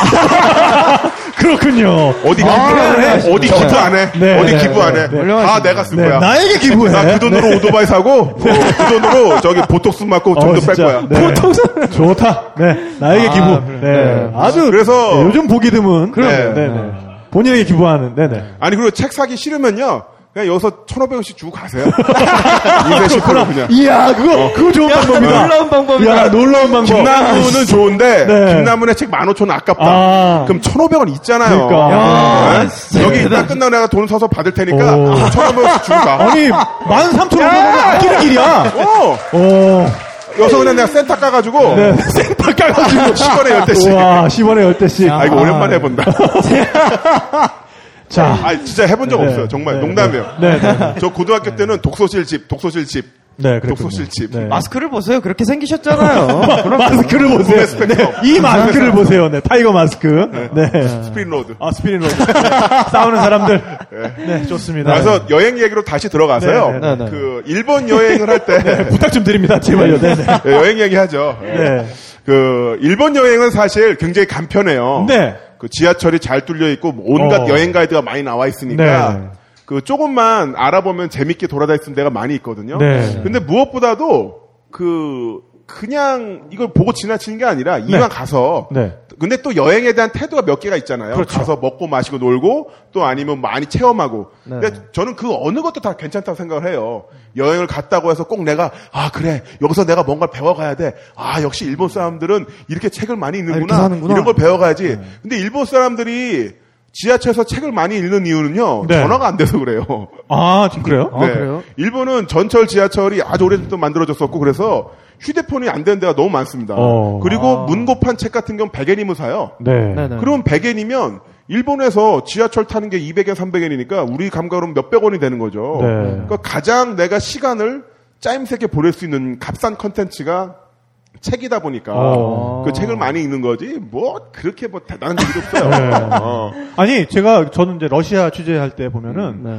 S3: 그렇군요.
S5: 어디 기부 안 해? 어디 기부 안 해?
S3: 아, 네,
S5: 어디
S3: 네,
S5: 기부 안
S3: 네,
S5: 해?
S3: 네.
S5: 다 내가 쓸
S3: 네,
S5: 거야.
S3: 나에게 기부해.
S5: 나 그 돈으로 오토바이 사고 어, 그 돈으로 저기 보톡스 맞고
S3: 어,
S5: 그 정도 뺄
S3: 진짜.
S5: 거야.
S3: 네. 좋다. 네. 나에게 기부. 네. 아주
S5: 그래서-
S3: 네, 요즘 보기 드문
S5: 어. 그럼요. 아.
S3: 네, 네. 본인에게 기부하는 네, 네.
S5: 아니 그리고 책 사기 싫으면요. 그냥 여기서 1,500원씩 주고 가세요. 인세 10% 그냥. 어.
S3: 이야, 그거, 그거 좋은 방법이다.
S4: 놀라운 방법이다.
S3: 이야, 놀라운 방법.
S5: 김나무는 좋은데
S3: 네.
S5: 김나무의 책 15,000원 아깝다.
S3: 아.
S5: 그럼 1,500원 있잖아요.
S3: 그러니까. 야,
S5: 네? 여기 이따 끝나고 내가 돈 서서 받을 테니까
S3: 오.
S5: 1,500원씩 주고 가.
S3: 아니, 만 삼천 원 아끼는 길이야.
S5: 어.
S3: 오,
S5: 여기서 그냥 내가 센터 까가지고
S3: 네. 센터 깔아주고.
S5: 10원에 열대씩
S3: 와, 10원에 열대씩
S5: 아 이거 오랜만에 아, 해본다.
S3: 자.
S5: 아 진짜 해본 적
S3: 네.
S5: 없어요. 정말
S3: 네.
S5: 농담이에요.
S3: 네, 네.
S5: 저 고등학교 때는 독서실 집, 독서실 집
S3: 네, 그랬군요.
S5: 독서실집.
S3: 네.
S4: 마스크를 보세요. 그렇게 생기셨잖아요. 그럼
S3: 마스크를 보세요.
S5: 뭐, 스펙트럼.
S3: 네, 이 마스크를 보세요. 네, 타이거 마스크. 네.
S5: 스피릿 로드.
S3: 아, 스피릿 로드. 싸우는 사람들. 네, 좋습니다.
S5: 그래서 여행 얘기로 다시
S3: 네,
S5: 들어가서요.
S3: 네,
S4: 네, 네.
S5: 그 일본 여행을 할 때
S3: 부탁 좀 드립니다. 제발요. 네, 네.
S5: 예, 여행 얘기하죠. 예.
S3: 네.
S5: 그 일본 여행은 사실 굉장히 간편해요.
S3: 네.
S5: 그 지하철이 잘 뚫려 있고 뭐 온갖
S3: 어.
S5: 여행 가이드가 많이 나와 있으니까
S3: 네.
S5: 그 조금만 알아보면 재밌게 돌아다닐 수 있는 데가 많이 있거든요.
S3: 네.
S5: 근데 무엇보다도 그 그냥 이걸 보고 지나치는 게 아니라 이왕 가서
S3: 네.
S5: 근데 또 여행에 대한 태도가 몇 개가 있잖아요.
S3: 그렇죠.
S5: 가서 먹고 마시고 놀고 또 아니면 많이 체험하고. 근데 저는 그 어느 것도 다 괜찮다고 생각을 해요. 여행을 갔다고 해서 꼭 내가 아 그래 여기서 내가 뭔가를 배워가야 돼. 아 역시 일본 사람들은 이렇게 책을 많이
S4: 이렇게
S5: 읽는구나.
S4: 사는구나.
S5: 이런 걸 배워가야지. 근데 일본 사람들이 지하철에서 책을 많이 읽는 이유는요.
S3: 네.
S5: 전화가 안 돼서 그래요. 네.
S3: 아, 지금 그래요?
S4: 아, 그래요?
S5: 일본은 전철 지하철이 아주 오래전부터 만들어졌었고 그래서 휴대폰이 안 되는 데가 너무 많습니다.
S3: 어.
S5: 그리고 문고판 책 같은 경우 100엔이면 사요.
S3: 네.
S4: 네, 네.
S5: 그럼 100엔이면 일본에서 지하철 타는 게 200엔, 300엔이니까 우리 감가로는 몇백 원이 되는 거죠.
S3: 네.
S5: 그러니까 가장 내가 시간을 짜임새게 보낼 수 있는 값싼 컨텐츠가 책이다 보니까
S3: 어.
S5: 그 책을 많이 읽는 거지 뭐 그렇게 뭐 대단한 일이 없어요.
S3: 네.
S5: 어.
S3: 아니, 제가 저는 이제 러시아 취재할 때 보면은
S4: 네.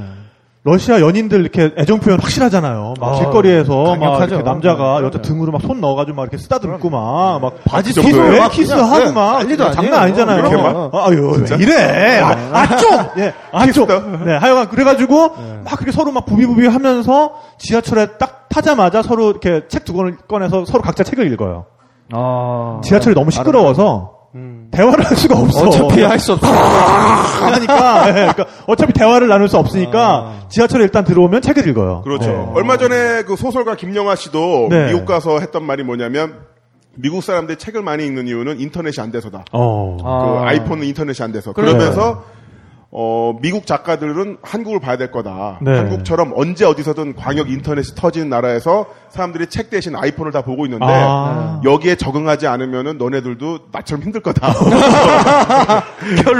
S3: 러시아 연인들 이렇게 애정 표현 확실하잖아요. 막
S4: 아,
S3: 길거리에서 막
S4: 강력하죠.
S3: 이렇게 남자가
S4: 네, 아,
S3: 여자 등으로 막 손 넣어가지고 막 이렇게 쓰다듬고 막, 막 바지
S5: 정도예요?
S3: 키스,
S5: 막
S3: 키스하고
S4: 그냥 네,
S3: 막
S4: 난리도 아니에요.
S3: 장난 아니잖아요.
S5: 이렇게
S4: 막? 네.
S3: 아, 아유, 왜 이래? 아, 아, 좀, 예, 아 좀,
S5: 키스다.
S3: 네, 하여간 그래가지고
S4: 네.
S3: 막 그렇게 서로 막 부비부비하면서 지하철에 딱 타자마자 서로 이렇게 책 두 권을 꺼내서 서로 각자 책을 읽어요.
S4: 아.
S3: 지하철이 너무 시끄러워서
S5: 음.
S3: 대화를 할 수가 없어.
S4: 어차피 할 수 없어.
S3: 하니까, 예, 그러니까 어차피 대화를 나눌 수 없으니까 지하철에 일단 들어오면 책을 읽어요.
S5: 아. 그렇죠.
S3: 네.
S5: 얼마 전에 그 소설가 김영하 씨도
S3: 네.
S5: 미국 가서 했던 말이 뭐냐면 미국 사람들이 책을 많이 읽는 이유는 인터넷이 안 돼서다.
S3: 어.
S5: 그 아이폰은 인터넷이 안 돼서.
S4: 그래요.
S5: 그러면서 어, 미국 작가들은 한국을 봐야 될 거다.
S3: 네.
S5: 한국처럼 언제 어디서든 광역 인터넷이 터지는 나라에서 사람들이 책 대신 아이폰을 다 보고 있는데
S3: 아.
S5: 여기에 적응하지 않으면은 너네들도 나처럼 힘들 거다.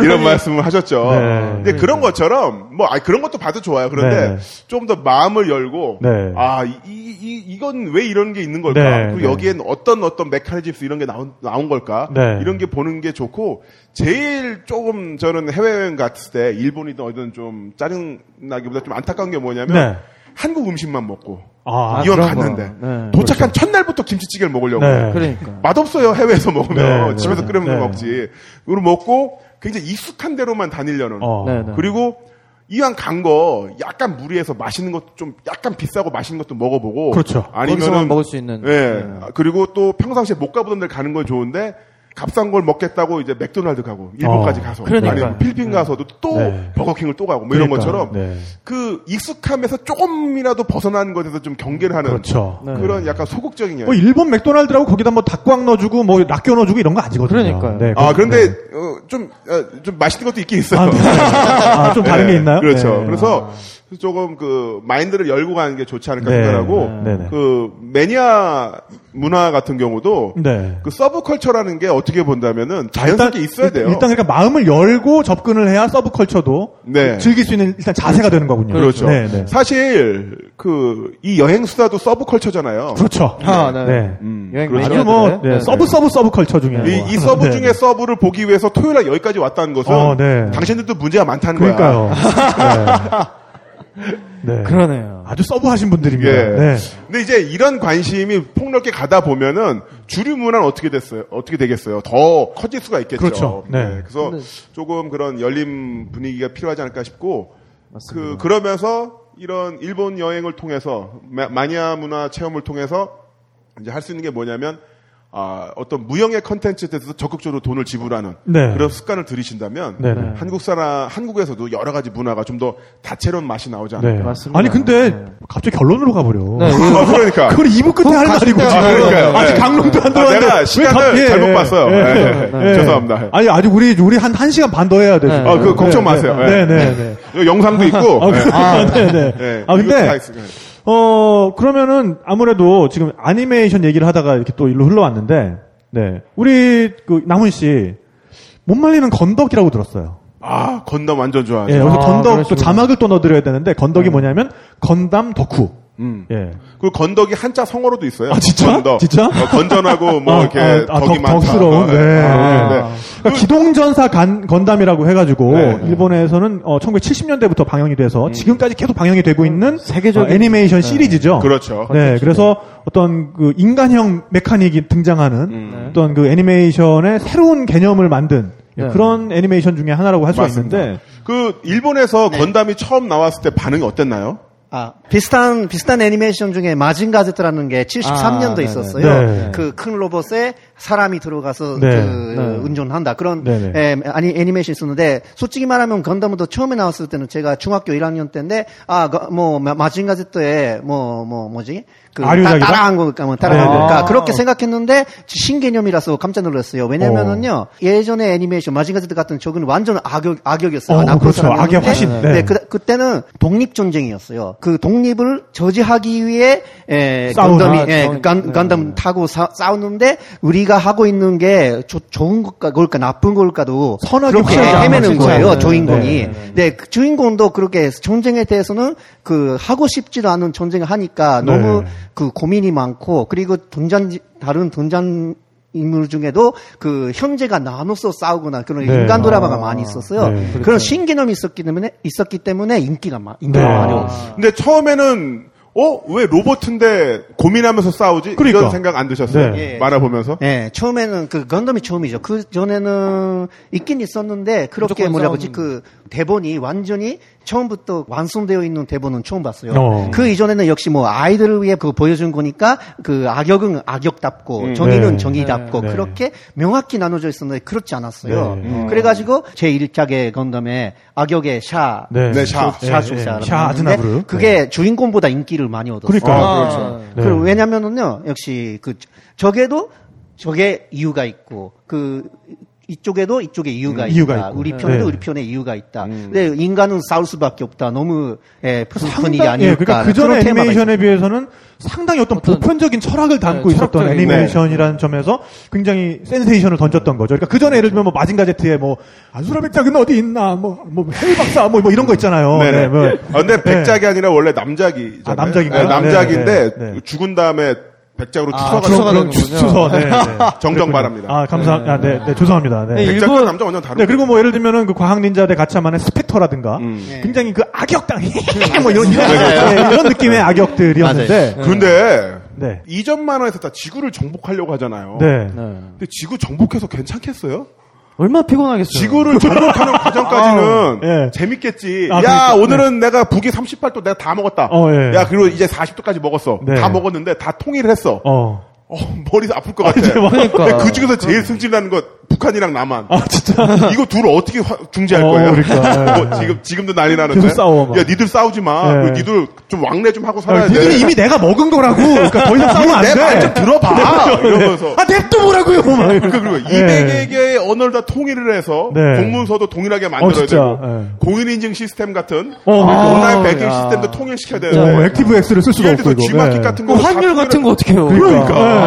S5: 이런 말씀을 하셨죠.
S3: 네.
S5: 근데 그런 것처럼 뭐 아, 그런 것도 봐도 좋아요. 그런데
S3: 네.
S5: 좀 더 마음을 열고
S3: 네.
S5: 아, 이, 이, 이- 이건 왜 이런 게 있는 걸까?
S3: 네,
S5: 그리고
S3: 네.
S5: 여기엔 어떤 어떤 메커니즘스 이런 게 나온, 나온 걸까?
S3: 네.
S5: 이런 게 보는 게 좋고 제일 조금 저는 해외여행 갔을 때 일본이든 어디든 좀 짜증나기보다 좀 안타까운 게 뭐냐면
S3: 네.
S5: 한국 음식만 먹고
S3: 아,
S5: 이왕
S4: 그런 거.
S5: 갔는데
S4: 네.
S5: 도착한 첫날부터 김치찌개를 먹으려고
S3: 그렇죠. 네.
S5: 해요.
S4: 그러니까.
S5: 맛없어요 해외에서 먹으면
S3: 네, 네,
S5: 집에서
S3: 네.
S5: 끓여서
S3: 네.
S5: 먹지 그리고 먹고 굉장히 익숙한 대로만 다니려는
S3: 어.
S4: 네, 네.
S5: 그리고 이왕 간 거 약간 무리해서 맛있는 것도 좀 약간 비싸고 맛있는 것도 먹어보고
S3: 그렇죠. 네.
S5: 아니면
S4: 거기서만 먹을 수 있는.
S5: 예. 아, 그리고 또 평상시에 못 가보던 데 가는 건 좋은데 값싼 걸 먹겠다고 이제 맥도날드 가고 일본까지
S3: 어,
S5: 가서
S4: 그러니까요.
S5: 아니면 필리핀 가서도 또
S3: 네.
S5: 버거킹을 또 가고 뭐 이런
S3: 그러니까요.
S5: 것처럼
S3: 네.
S5: 그 익숙함에서 조금이라도 벗어나는 것에서 좀 경계를 하는
S3: 그렇죠.
S4: 네.
S5: 런 약간 소극적인 여행.
S3: 뭐 일본 맥도날드라고 거기다 뭐 닭광 넣어주고 뭐 락교 넣어주고 이런 거 아니거든요.
S4: 그러니까요.
S3: 네,
S5: 아
S3: 그렇-
S5: 그런데
S3: 네.
S5: 어, 좀, 어, 좀 맛있는 것도 있긴 있어요.
S3: 아, 네. 아, 좀 다른
S5: 네,
S3: 게 있나요?
S5: 그렇죠.
S3: 네.
S5: 그래서 조금 그 마인드를 열고 가는 게 좋지 않을까
S3: 네.
S5: 생각하고
S3: 네, 네.
S5: 그 매니아 문화 같은 경우도
S3: 네.
S5: 그 서브컬처라는 게 어떻게 본다면은 자연스럽게 있어야 돼요.
S3: 일단 그러니까 마음을 열고 접근을 해야 서브컬처도
S5: 네.
S3: 즐길 수 있는 일단 자세가 되는 거군요.
S5: 그렇죠.
S3: 네, 네.
S5: 사실 그 이 여행 수다도 서브컬처잖아요.
S3: 그렇죠.
S4: 아, 네.
S3: 네.
S5: 음,
S4: 여행
S5: 그렇죠.
S3: 아주 뭐
S4: 네,
S3: 네,
S4: 네.
S3: 서브 서브 서브컬처 중에
S5: 이,
S3: 뭐
S5: 이
S3: 하나.
S5: 서브
S3: 네.
S5: 중에 서브를 보기 위해서 토요일 날 여기까지 왔다는 것은
S3: 어, 네.
S5: 당신들도 문제가 많다는 거야.
S3: 그러니까요. 네. 네.
S4: 그러네요.
S3: 아주 서브하신 분들입니다.
S5: 예.
S3: 네.
S5: 근데 이제 이런 관심이 폭넓게 가다 보면은 주류 문화는 어떻게 됐어요? 어떻게 되겠어요? 더 커질 수가 있겠죠. 예,
S3: 그렇죠. 네.
S5: 그래서
S4: 근데-
S5: 조금 그런 열린 분위기가 필요하지 않을까 싶고 그 그러면서 이런 일본 여행을 통해서 마, 마니아 문화 체험을 통해서 이제 할 수 있는 게 뭐냐면 아, 어떤 무형의 컨텐츠에 대해서 적극적으로 돈을 지불하는
S3: 네.
S5: 그런 습관을 들이신다면
S3: 네, 네.
S5: 한국 사람 한국에서도 여러 가지 문화가 좀 더 다채로운 맛이 나오지 않을까.
S3: 네.
S4: 맞습니다.
S3: 아니 근데
S4: 네.
S3: 갑자기 결론으로 가버려.
S5: 아, 그러니까
S3: 그걸 2부 끝에 할 말이고 지금.
S5: 아, 그러니까요.
S3: 아직
S5: 네.
S3: 강릉도 안
S5: 아,
S3: 들어왔는데.
S5: 내가
S3: 왜
S5: 시간을
S3: 갑자기-
S5: 잘못 봤어요.
S3: 예,
S5: 네.
S3: 예,
S5: 네.
S3: 예.
S5: 죄송합니다.
S3: 아니 아직 우리 우리 한 1시간 반 더 해야 돼. 지금.
S5: 아, 그 걱정
S3: 네,
S5: 마세요.
S3: 네,
S5: 예.
S3: 네, 네.
S5: 이거 영상도 있고.
S3: 아,
S5: 예.
S3: 그- 아, 네, 네.
S5: 예.
S3: 아,
S5: 이것도 다
S3: 근데
S5: 있어요.
S3: 어, 그러면은 아무래도 지금 애니메이션 얘기를 하다가 이렇게 또 일로 흘러왔는데 네. 우리 그 남훈 씨 못 말리는 건덕이라고 들었어요.
S5: 아, 건담 완전 좋아하죠.
S3: 예, 여기서
S4: 아,
S3: 건덕 또
S4: 그러시구나.
S3: 자막을 또 넣어드려야 되는데 건덕이 뭐냐면 건담 덕후.
S5: 음.
S3: 예.
S5: 그리고 건덕이 한자 성어로도 있어요.
S3: 아, 진짜?
S5: 건덕.
S3: 진짜?
S5: 어, 건전하고 뭐
S3: 아,
S5: 이렇게
S3: 아, 아,
S5: 덕이
S3: 덕-
S5: 많다.
S3: 덕스러운,
S5: 어,
S3: 네.
S5: 네, 네.
S3: 그러니까 기동전사 간, 건담이라고 해가지고
S5: 네. 음.
S3: 일본에서는 어, 1970년대부터 방영이 돼서 지금까지 계속 방영이 되고 있는 어,
S4: 세계적인-
S3: 애니메이션 시리즈죠.
S5: 네. 그렇죠.
S3: 네, 그래서 어떤 그 인간형 메카닉이 등장하는
S5: 음.
S6: 네.
S3: 어떤 그 애니메이션의 새로운 개념을 만든 그런 애니메이션 중에 하나라고 할 수가
S5: 맞습니다.
S3: 있는데
S5: 그 일본에서 건담이 처음 나왔을 때 반응이 어땠나요?
S6: 아, 비슷한, 비슷한 애니메이션 중에 마징 가제트라는 게 73년도
S4: 아,
S6: 있었어요.
S3: 네네. 네.
S6: 그 큰 로봇에 사람이 들어가서
S3: 네.
S6: 그
S3: 네.
S6: 운전한다. 그런
S3: 네네.
S6: 에, 아니, 애니메이션 있었는데, 솔직히 말하면 건담도 처음에 나왔을 때는 제가 중학교 1학년 때인데, 아, 거- 뭐, 마- 마징 가제트에 뭐, 뭐, 뭐지? 그
S3: 아류작이다?
S6: 따라한 거니까, 뭐, 따라한
S3: 네네.
S6: 거니까.
S4: 아.
S6: 그렇게 생각했는데, 신개념이라서 깜짝 놀랐어요. 왜냐면은요, 예전에 애니메이션 마징 가제트 같은 적은 완전 악역, 악역이었어요.
S3: 어,
S6: 나쁜
S3: 그렇죠.
S6: 사람이었는데,
S3: 악의 화신. 네.
S6: 네, 그, 그때는 독립 전쟁이었어요. 그 독립을 저지하기 위해 에,
S3: 싸우는. 네.
S6: 건담이
S4: 아,
S6: 예,
S4: 정-
S6: 간, 건담 타고 사- 싸우는데 우리가 하고 있는 게 조- 좋은 것까 걸까 나쁜 걸까도
S3: 선악이
S6: 그렇게
S3: 확실하지 않아,
S6: 헤매는
S3: 진짜.
S6: 거예요.
S3: 네,
S6: 주인공이.
S3: 네,
S6: 네, 그 주인공도 그렇게 전쟁에 대해서는 그 하고 싶지도 않은 전쟁을 하니까 너무
S3: 네.
S6: 그 고민이 많고 그리고 등장 다른 등장 인물 중에도 그 형제가 나눠서 싸우거나 그런
S3: 네.
S6: 인간 드라마가 많이 있었어요.
S3: 네.
S6: 그런 신개념이 있었기 때문에 있었기 때문에 인기가 많 인기가
S3: 네.
S6: 많이
S3: 아.
S6: 없어요.
S5: 근데 처음에는 어? 왜 로봇인데 고민하면서 싸우지?
S3: 그러니까.
S5: 이런 생각 안 드셨어요?
S3: 네.
S6: 예.
S5: 만화 보면서?
S6: 예, 처음에는 그 건담이 처음이죠. 그 전에는 있긴 있었는데 그렇게
S4: 무조건
S6: 뭐라 그러지
S4: 싸우는.
S6: 그 대본이 완전히 처음부터 완성되어 있는 대본은 처음 봤어요.
S3: 어.
S6: 그 이전에는 역시 뭐 아이들을 위해 그 보여준 거니까 그 악역은 악역답고 정의는
S3: 네.
S6: 정의답고
S3: 네. 네.
S6: 그렇게 명확히 나눠져 있었는데 그렇지 않았어요. 음.
S3: 네.
S6: 그래가지고 제 1작의 건담에 악역의 샤,
S3: 네.
S5: 네, 샤.
S3: 네,
S6: 샤
S3: 네.
S6: 조사라는
S3: 샤
S6: 건데
S3: 아즈나브르.
S6: 그게 주인공보다 인기를 많이 얻었어요.
S3: 그러니까
S5: 아,
S3: 요
S5: 그렇죠.
S3: 네.
S6: 그리고 왜냐면은요, 역시 그 저- 저게도 저게 이유가 있고 그 이쪽에도 이쪽에 이유가 있다.
S3: 이유가 있고.
S6: 우리 편에도
S3: 네. 음.
S6: 우리 편에 이유가 있다. 근데 인간은 싸울 수밖에 없다. 너무 예, 슬픈 일이
S3: 예,
S6: 아닐까.
S3: 그러니까 그 전에 애니메이션에 비해서는 상당히 어떤, 보편적인 철학을 담고
S4: 네,
S3: 있었던
S4: 철학적인,
S3: 애니메이션이라는 점에서 굉장히 센세이션을 던졌던 거죠. 그러니까 그 전에 예를 들면 뭐 마징가제트의 뭐 안수라 백작은 어디 있나, 뭐, 뭐 해외 박사 뭐, 뭐 이런 거 있잖아요.
S5: 네네.
S3: 네, 뭐.
S5: 아, 근데 백작이 아니라 원래 남작이.
S3: 아, 남작인가요?
S5: 남작인데
S3: 네, 네, 네.
S5: 죽은 다음에 백작으로
S4: 아,
S5: 추서가
S4: 추서가
S5: 되는
S4: 되는군요.
S3: 주소, 네, 네.
S5: 정정 바랍니다.
S3: 아, 감사합니다. 아, 네, 네, 죄송합니다. 네.
S4: 네,
S5: 백작과
S4: 일본-
S5: 남자 완전
S3: 네,
S5: 다른
S3: 그리고 뭐 예를 들면은 그 과학 닌자대 가차만의 스펙터라든가
S5: 음.
S3: 굉장히 그 악역당 뭐 이런 이런, 네, 이런 느낌의 악역들이었는데
S5: 근데
S3: 네.
S5: 이전 만화에서 다 지구를 정복하려고 하잖아요.
S3: 네.
S5: 근데 지구 정복해서 괜찮겠어요?
S4: 얼마나 피곤하겠어요.
S5: 지구를 정복하는 과정까지는
S3: 네. 아우, 예.
S5: 재밌겠지.
S3: 아,
S5: 야,
S3: 그러니까,
S5: 오늘은 내가 북위 38도 내가 다 먹었다.
S3: 어, 예.
S5: 야, 그리고 이제 40도까지 먹었어.
S3: 네.
S5: 다 먹었는데 다 통일을 했어. 어.
S3: 어.
S5: 머리 아플 것 같아.
S3: 이제 막- 그러니까.
S5: 근데 그 중에서 제일 승질나는 건 북한이랑 남한.
S3: 아, 진짜.
S5: 이거 둘을 어떻게 화- 중재할
S3: 어,
S5: 거예요?
S3: 그러니까.
S5: 뭐 지금 지금도 난리 나는데.
S3: 계속 싸워, 막.
S5: 야, 니들 싸우지 마.
S3: 예.
S5: 그 니들 좀 왕래 좀 하고 살아야
S3: 아,
S5: 돼.
S3: 니들이 이미 내가 먹은 거라고. 그러니까 더 이상 싸우면 안 돼.
S5: 네. 내 말 좀 들어봐. 이러면서.
S3: 아, 냅둬 보라고요. 막 이러고.
S5: 그러니까 그리고
S3: 예.
S5: 200여 개의 언어를 다 통일을 해서
S3: 네.
S5: 공문서도 동일하게 만들어야
S3: 어, 진짜.
S5: 되고
S3: 예.
S5: 공인인증 시스템 같은
S3: 어, 그러니까.
S5: 온라인
S4: 아,
S5: 배경
S4: 야.
S5: 시스템도 통일시켜야
S3: 어,
S5: 되는데
S3: 액티브 X를 쓸 수가
S5: 예를
S3: 없고
S5: 들어서
S3: 이거.
S5: G마켓
S3: 네.
S5: 같은 거
S4: 그 환율 같은 거 어떻게 해요? 아,
S5: 그러니까.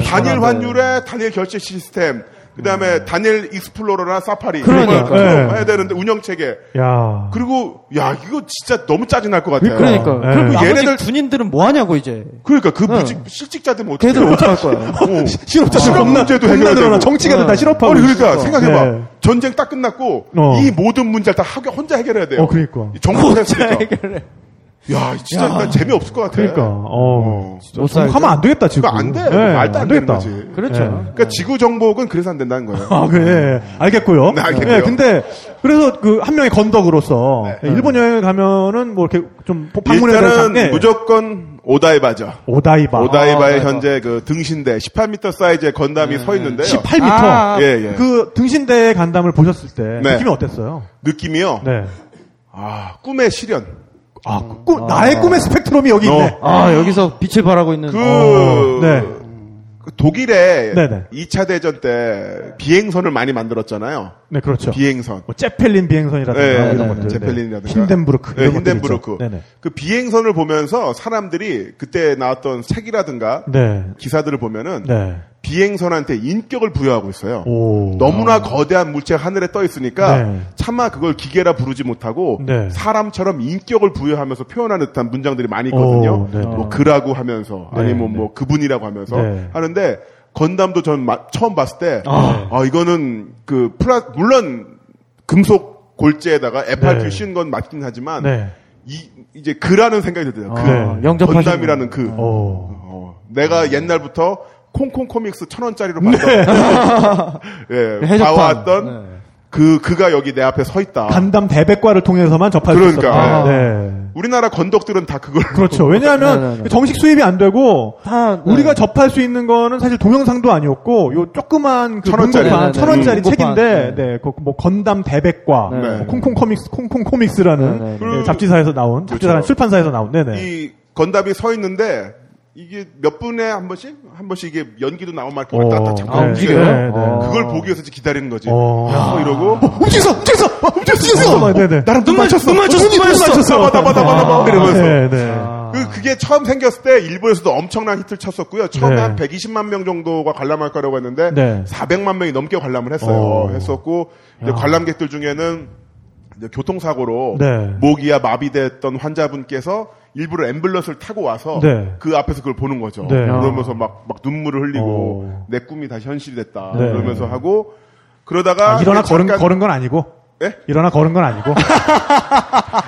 S3: 예.
S5: 단일 환율에 단일 결제 시스템 그다음에 단일 익스플로러나 사파리
S4: 그러니까.
S5: 이런 걸
S3: 예.
S5: 해야 되는데 운영 체계
S3: 야.
S5: 그리고 야 이거 진짜 너무 짜증날 것 같아요.
S4: 그러니까.
S3: 예.
S4: 그리고
S5: 얘네들-
S4: 얘네들 군인들은 뭐 하냐고 이제.
S5: 그러니까 그 무직 실직자들 뭐 어떻게
S4: 걔들 어떻게 할 거야?
S5: 뭐
S3: 실업자들
S5: 실업
S3: 겁나
S5: 문제도
S3: 겁나
S5: 해결되고.
S3: 늘어나. 정치가들 다 실업하고.
S5: 아니 그러니까 생각해봐
S3: 네.
S5: 전쟁 딱 끝났고
S3: 어.
S5: 이 모든 문제를 다 하게- 혼자 해결해야 돼요.
S3: 어, 그러니까.
S5: 정부가 했으니까. 야 진짜 나 재미없을 것 같아.
S3: 그러니까. 어.
S4: 못
S3: 좀
S4: 살죠.
S3: 하면 안 되겠다, 지금.
S5: 그러니까 안 돼.
S3: 예,
S5: 말도 안 되는 거지.
S4: 그렇죠.
S3: 예.
S5: 그러니까 지구 정복은 그래서 안 된다는 거예요.
S3: 아, 그래. 예, 알겠고요.
S5: 네, 알겠고요.
S3: 예, 근데, 그래서 그, 한 명의 건덕으로서,
S5: 네.
S3: 예, 일본 여행을 가면은, 뭐, 이렇게 좀, 방문해서.
S5: 일단은
S3: 장- 예.
S5: 무조건 오다이바죠.
S3: 오다이바.
S5: 오다이바의
S3: 아,
S4: 오다이바.
S5: 현재 그 등신대 18m 사이즈의 건담이 서 있는데요.
S3: 18m.
S4: 아,
S5: 예, 예.
S3: 네. 그, 등신대 간담을 보셨을 때,
S5: 네.
S3: 느낌이 어땠어요?
S5: 느낌이요.
S3: 네.
S5: 아 꿈의 실현.
S3: 아,
S4: 음.
S3: 꿈, 나의 꿈의 스펙트럼이 여기 있네.
S5: 어.
S4: 아, 여기서 빛을 발하고 있는.
S5: 그
S3: 어, 네.
S5: 그 독일에
S3: 네네.
S5: 2차 대전 때 비행선을 많이 만들었잖아요.
S3: 네, 그렇죠.
S5: 비행선.
S3: 뭐 제펠린 비행선이라든가
S5: 네,
S3: 이런
S5: 네, 네,
S3: 것들.
S5: 제펠린이라든가.
S3: 힌덴부르크.
S5: 네,
S3: 이런 것들
S5: 힌덴부르크.
S3: 있죠. 네네.
S5: 그 비행선을 보면서 사람들이 그때 나왔던 책이라든가
S3: 네.
S5: 기사들을 보면은
S3: 네.
S5: 비행선한테 인격을 부여하고 있어요.
S3: 오.
S5: 너무나 거대한 물체 가 하늘에 떠 있으니까
S3: 음. 네.
S5: 차마 그걸 기계라 부르지 못하고
S3: 네.
S5: 사람처럼 인격을 부여하면서 표현하는 듯한 문장들이 많이
S3: 오,
S5: 있거든요.
S3: 네, 네.
S5: 뭐 그라고 하면서
S3: 네,
S5: 아니면
S3: 네.
S5: 뭐 그분이라고 하면서
S3: 네.
S5: 하는데 건담도 전 마- 처음 봤을 때
S3: 아.
S5: 아, 이거는 그 플라 물론 금속 골재에다가 FRQ
S3: 네.
S5: 씌운 건 맞긴 하지만
S3: 네.
S5: 이, 이제 그라는 생각이 들더라고요. 그
S3: 네.
S4: 영접하시는
S5: 건담이라는 그
S3: 오.
S5: 어, 내가 옛날부터 콩콩 코믹스 천 원짜리로 봤던 예,
S4: 해적판.
S5: 봐왔던 그 그가 여기 내 앞에 서 있다.
S3: 간담 대백과를 통해서만 접할 수
S5: 아. 그러니까,
S3: 있었다. 네.
S5: 우리나라 건덕들은 다 그걸
S3: 그렇죠.
S4: 네, 네, 아,
S3: 왜냐하면
S4: 네.
S3: 정식 수입이 안 되고
S4: 다
S3: 우리가 접할 수 있는 거는 사실 동영상도 아니었고 요 조그만 그
S5: 천 원짜리.
S3: 문고판,
S4: 네,
S3: 천
S4: 네,
S3: 원짜리
S4: 문고판.
S3: 책인데
S4: 네.
S3: 네, 그뭐 건담 대백과
S4: 네,
S5: 네.
S3: 뭐 콩콩 코믹스 콩콩 코믹스라는
S4: 네, 네,
S5: 네.
S3: 예, 잡지사에서 나온 잡지사
S5: 그렇죠.
S3: 출판사에서 나온 네네
S5: 이 건담이 서 있는데 이게 몇 분에 한 번씩 한 번씩 이게 연기도 나오고 막 이렇게 왔다 갔다 잠깐
S4: 아,
S3: 네,
S5: 움직여요.
S3: 네, 네.
S4: 어.
S5: 그걸 보기 위해서 이제 기다리는 거지.
S3: 어.
S5: 야, 뭐 이러고 어, 움직였어, 움직였어, 어, 움직였어.
S3: 어, 네네.
S5: 나랑 눈 맞췄어, 눈 맞췄어, 눈 맞췄어. 나봐, 나봐, 나봐, 나봐. 이러면서
S3: 네, 네.
S4: 아.
S5: 그, 그게 처음 생겼을 때 일본에서도 엄청난 히트를 쳤었고요. 처음에
S3: 네.
S5: 한 120만 명 정도가 관람할 거라고 했는데
S3: 네.
S5: 400만 명이 넘게 관람을
S3: 오.
S5: 했어요. 했었고 이제 관람객들 중에는 이제 교통사고로
S3: 네.
S5: 목이야 마비됐던 환자분께서 일부러 앰뷸런스를 타고 와서
S3: 네.
S5: 그 앞에서 그걸 보는 거죠.
S3: 네.
S5: 그러면서 막, 막 눈물을 흘리고
S3: 오.
S5: 내 꿈이 다시 현실이 됐다.
S3: 네.
S5: 그러면서 하고 그러다가
S3: 아, 일어나 걸은
S5: 잠깐-
S3: 걸은 건 아니고
S5: 예?
S3: 일어나 걸은 건 아니고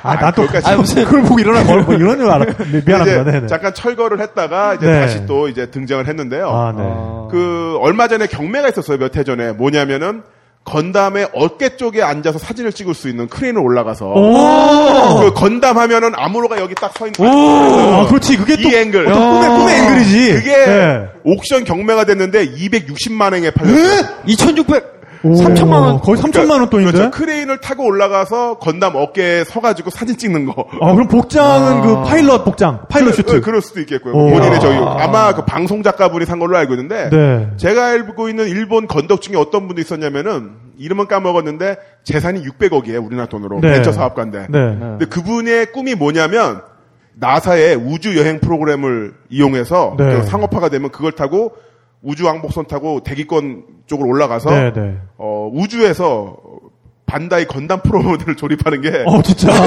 S3: 아나또
S5: 거기까지-
S3: 그걸 보고 일어나 걸은 뭐 이런 줄 알아 미안합니다
S5: 이제
S3: 네네
S5: 잠깐 철거를 했다가 이제
S3: 네.
S5: 다시 또 이제 등장을 했는데요.
S3: 아네
S5: 그 얼마 전에 경매가 있었어요. 몇 해 전에 뭐냐면은 건담의 어깨 쪽에 앉아서 사진을 찍을 수 있는 크레인을 올라가서 그 건담 하면은 아무로가 여기 딱 서 있는
S3: 아,
S5: 아,
S3: 그렇지. 그게 또
S5: 이 앵글
S3: 어떤 꿈의, 꿈의 앵글이지. 네.
S5: 그게 옥션 경매가 됐는데 260만 원에 팔렸어요.
S4: 2,600.
S3: 오,
S4: 3천만 원.
S3: 거의 3천만 원 돈인데.
S5: 그렇죠. 크레인을 타고 올라가서 건담 어깨에 서가지고 사진 찍는 거.
S3: 아, 그럼 복장은 그 파일럿 복장, 파일럿 슈트.
S5: 네, 그럴 수도 있겠고요.
S3: 오.
S5: 본인의 저희 아마 그 방송 작가분이 산 걸로 알고 있는데
S3: 네.
S5: 제가 알고 있는 일본 건덕 중에 어떤 분도 있었냐면은 이름은 까먹었는데 재산이 600억이에요 우리나라 돈으로
S3: 네.
S5: 벤처 사업가인데.
S3: 네.
S5: 근데 그분의 꿈이 뭐냐면 나사의 우주 여행 프로그램을 이용해서
S3: 네.
S5: 그 상업화가 되면 그걸 타고 우주 왕복선 타고 대기권 쪽으로 올라가서
S3: 네, 네.
S5: 어, 우주에서 반다이 건담 프로모델을 조립하는 게
S3: 어, 진짜.
S5: 네.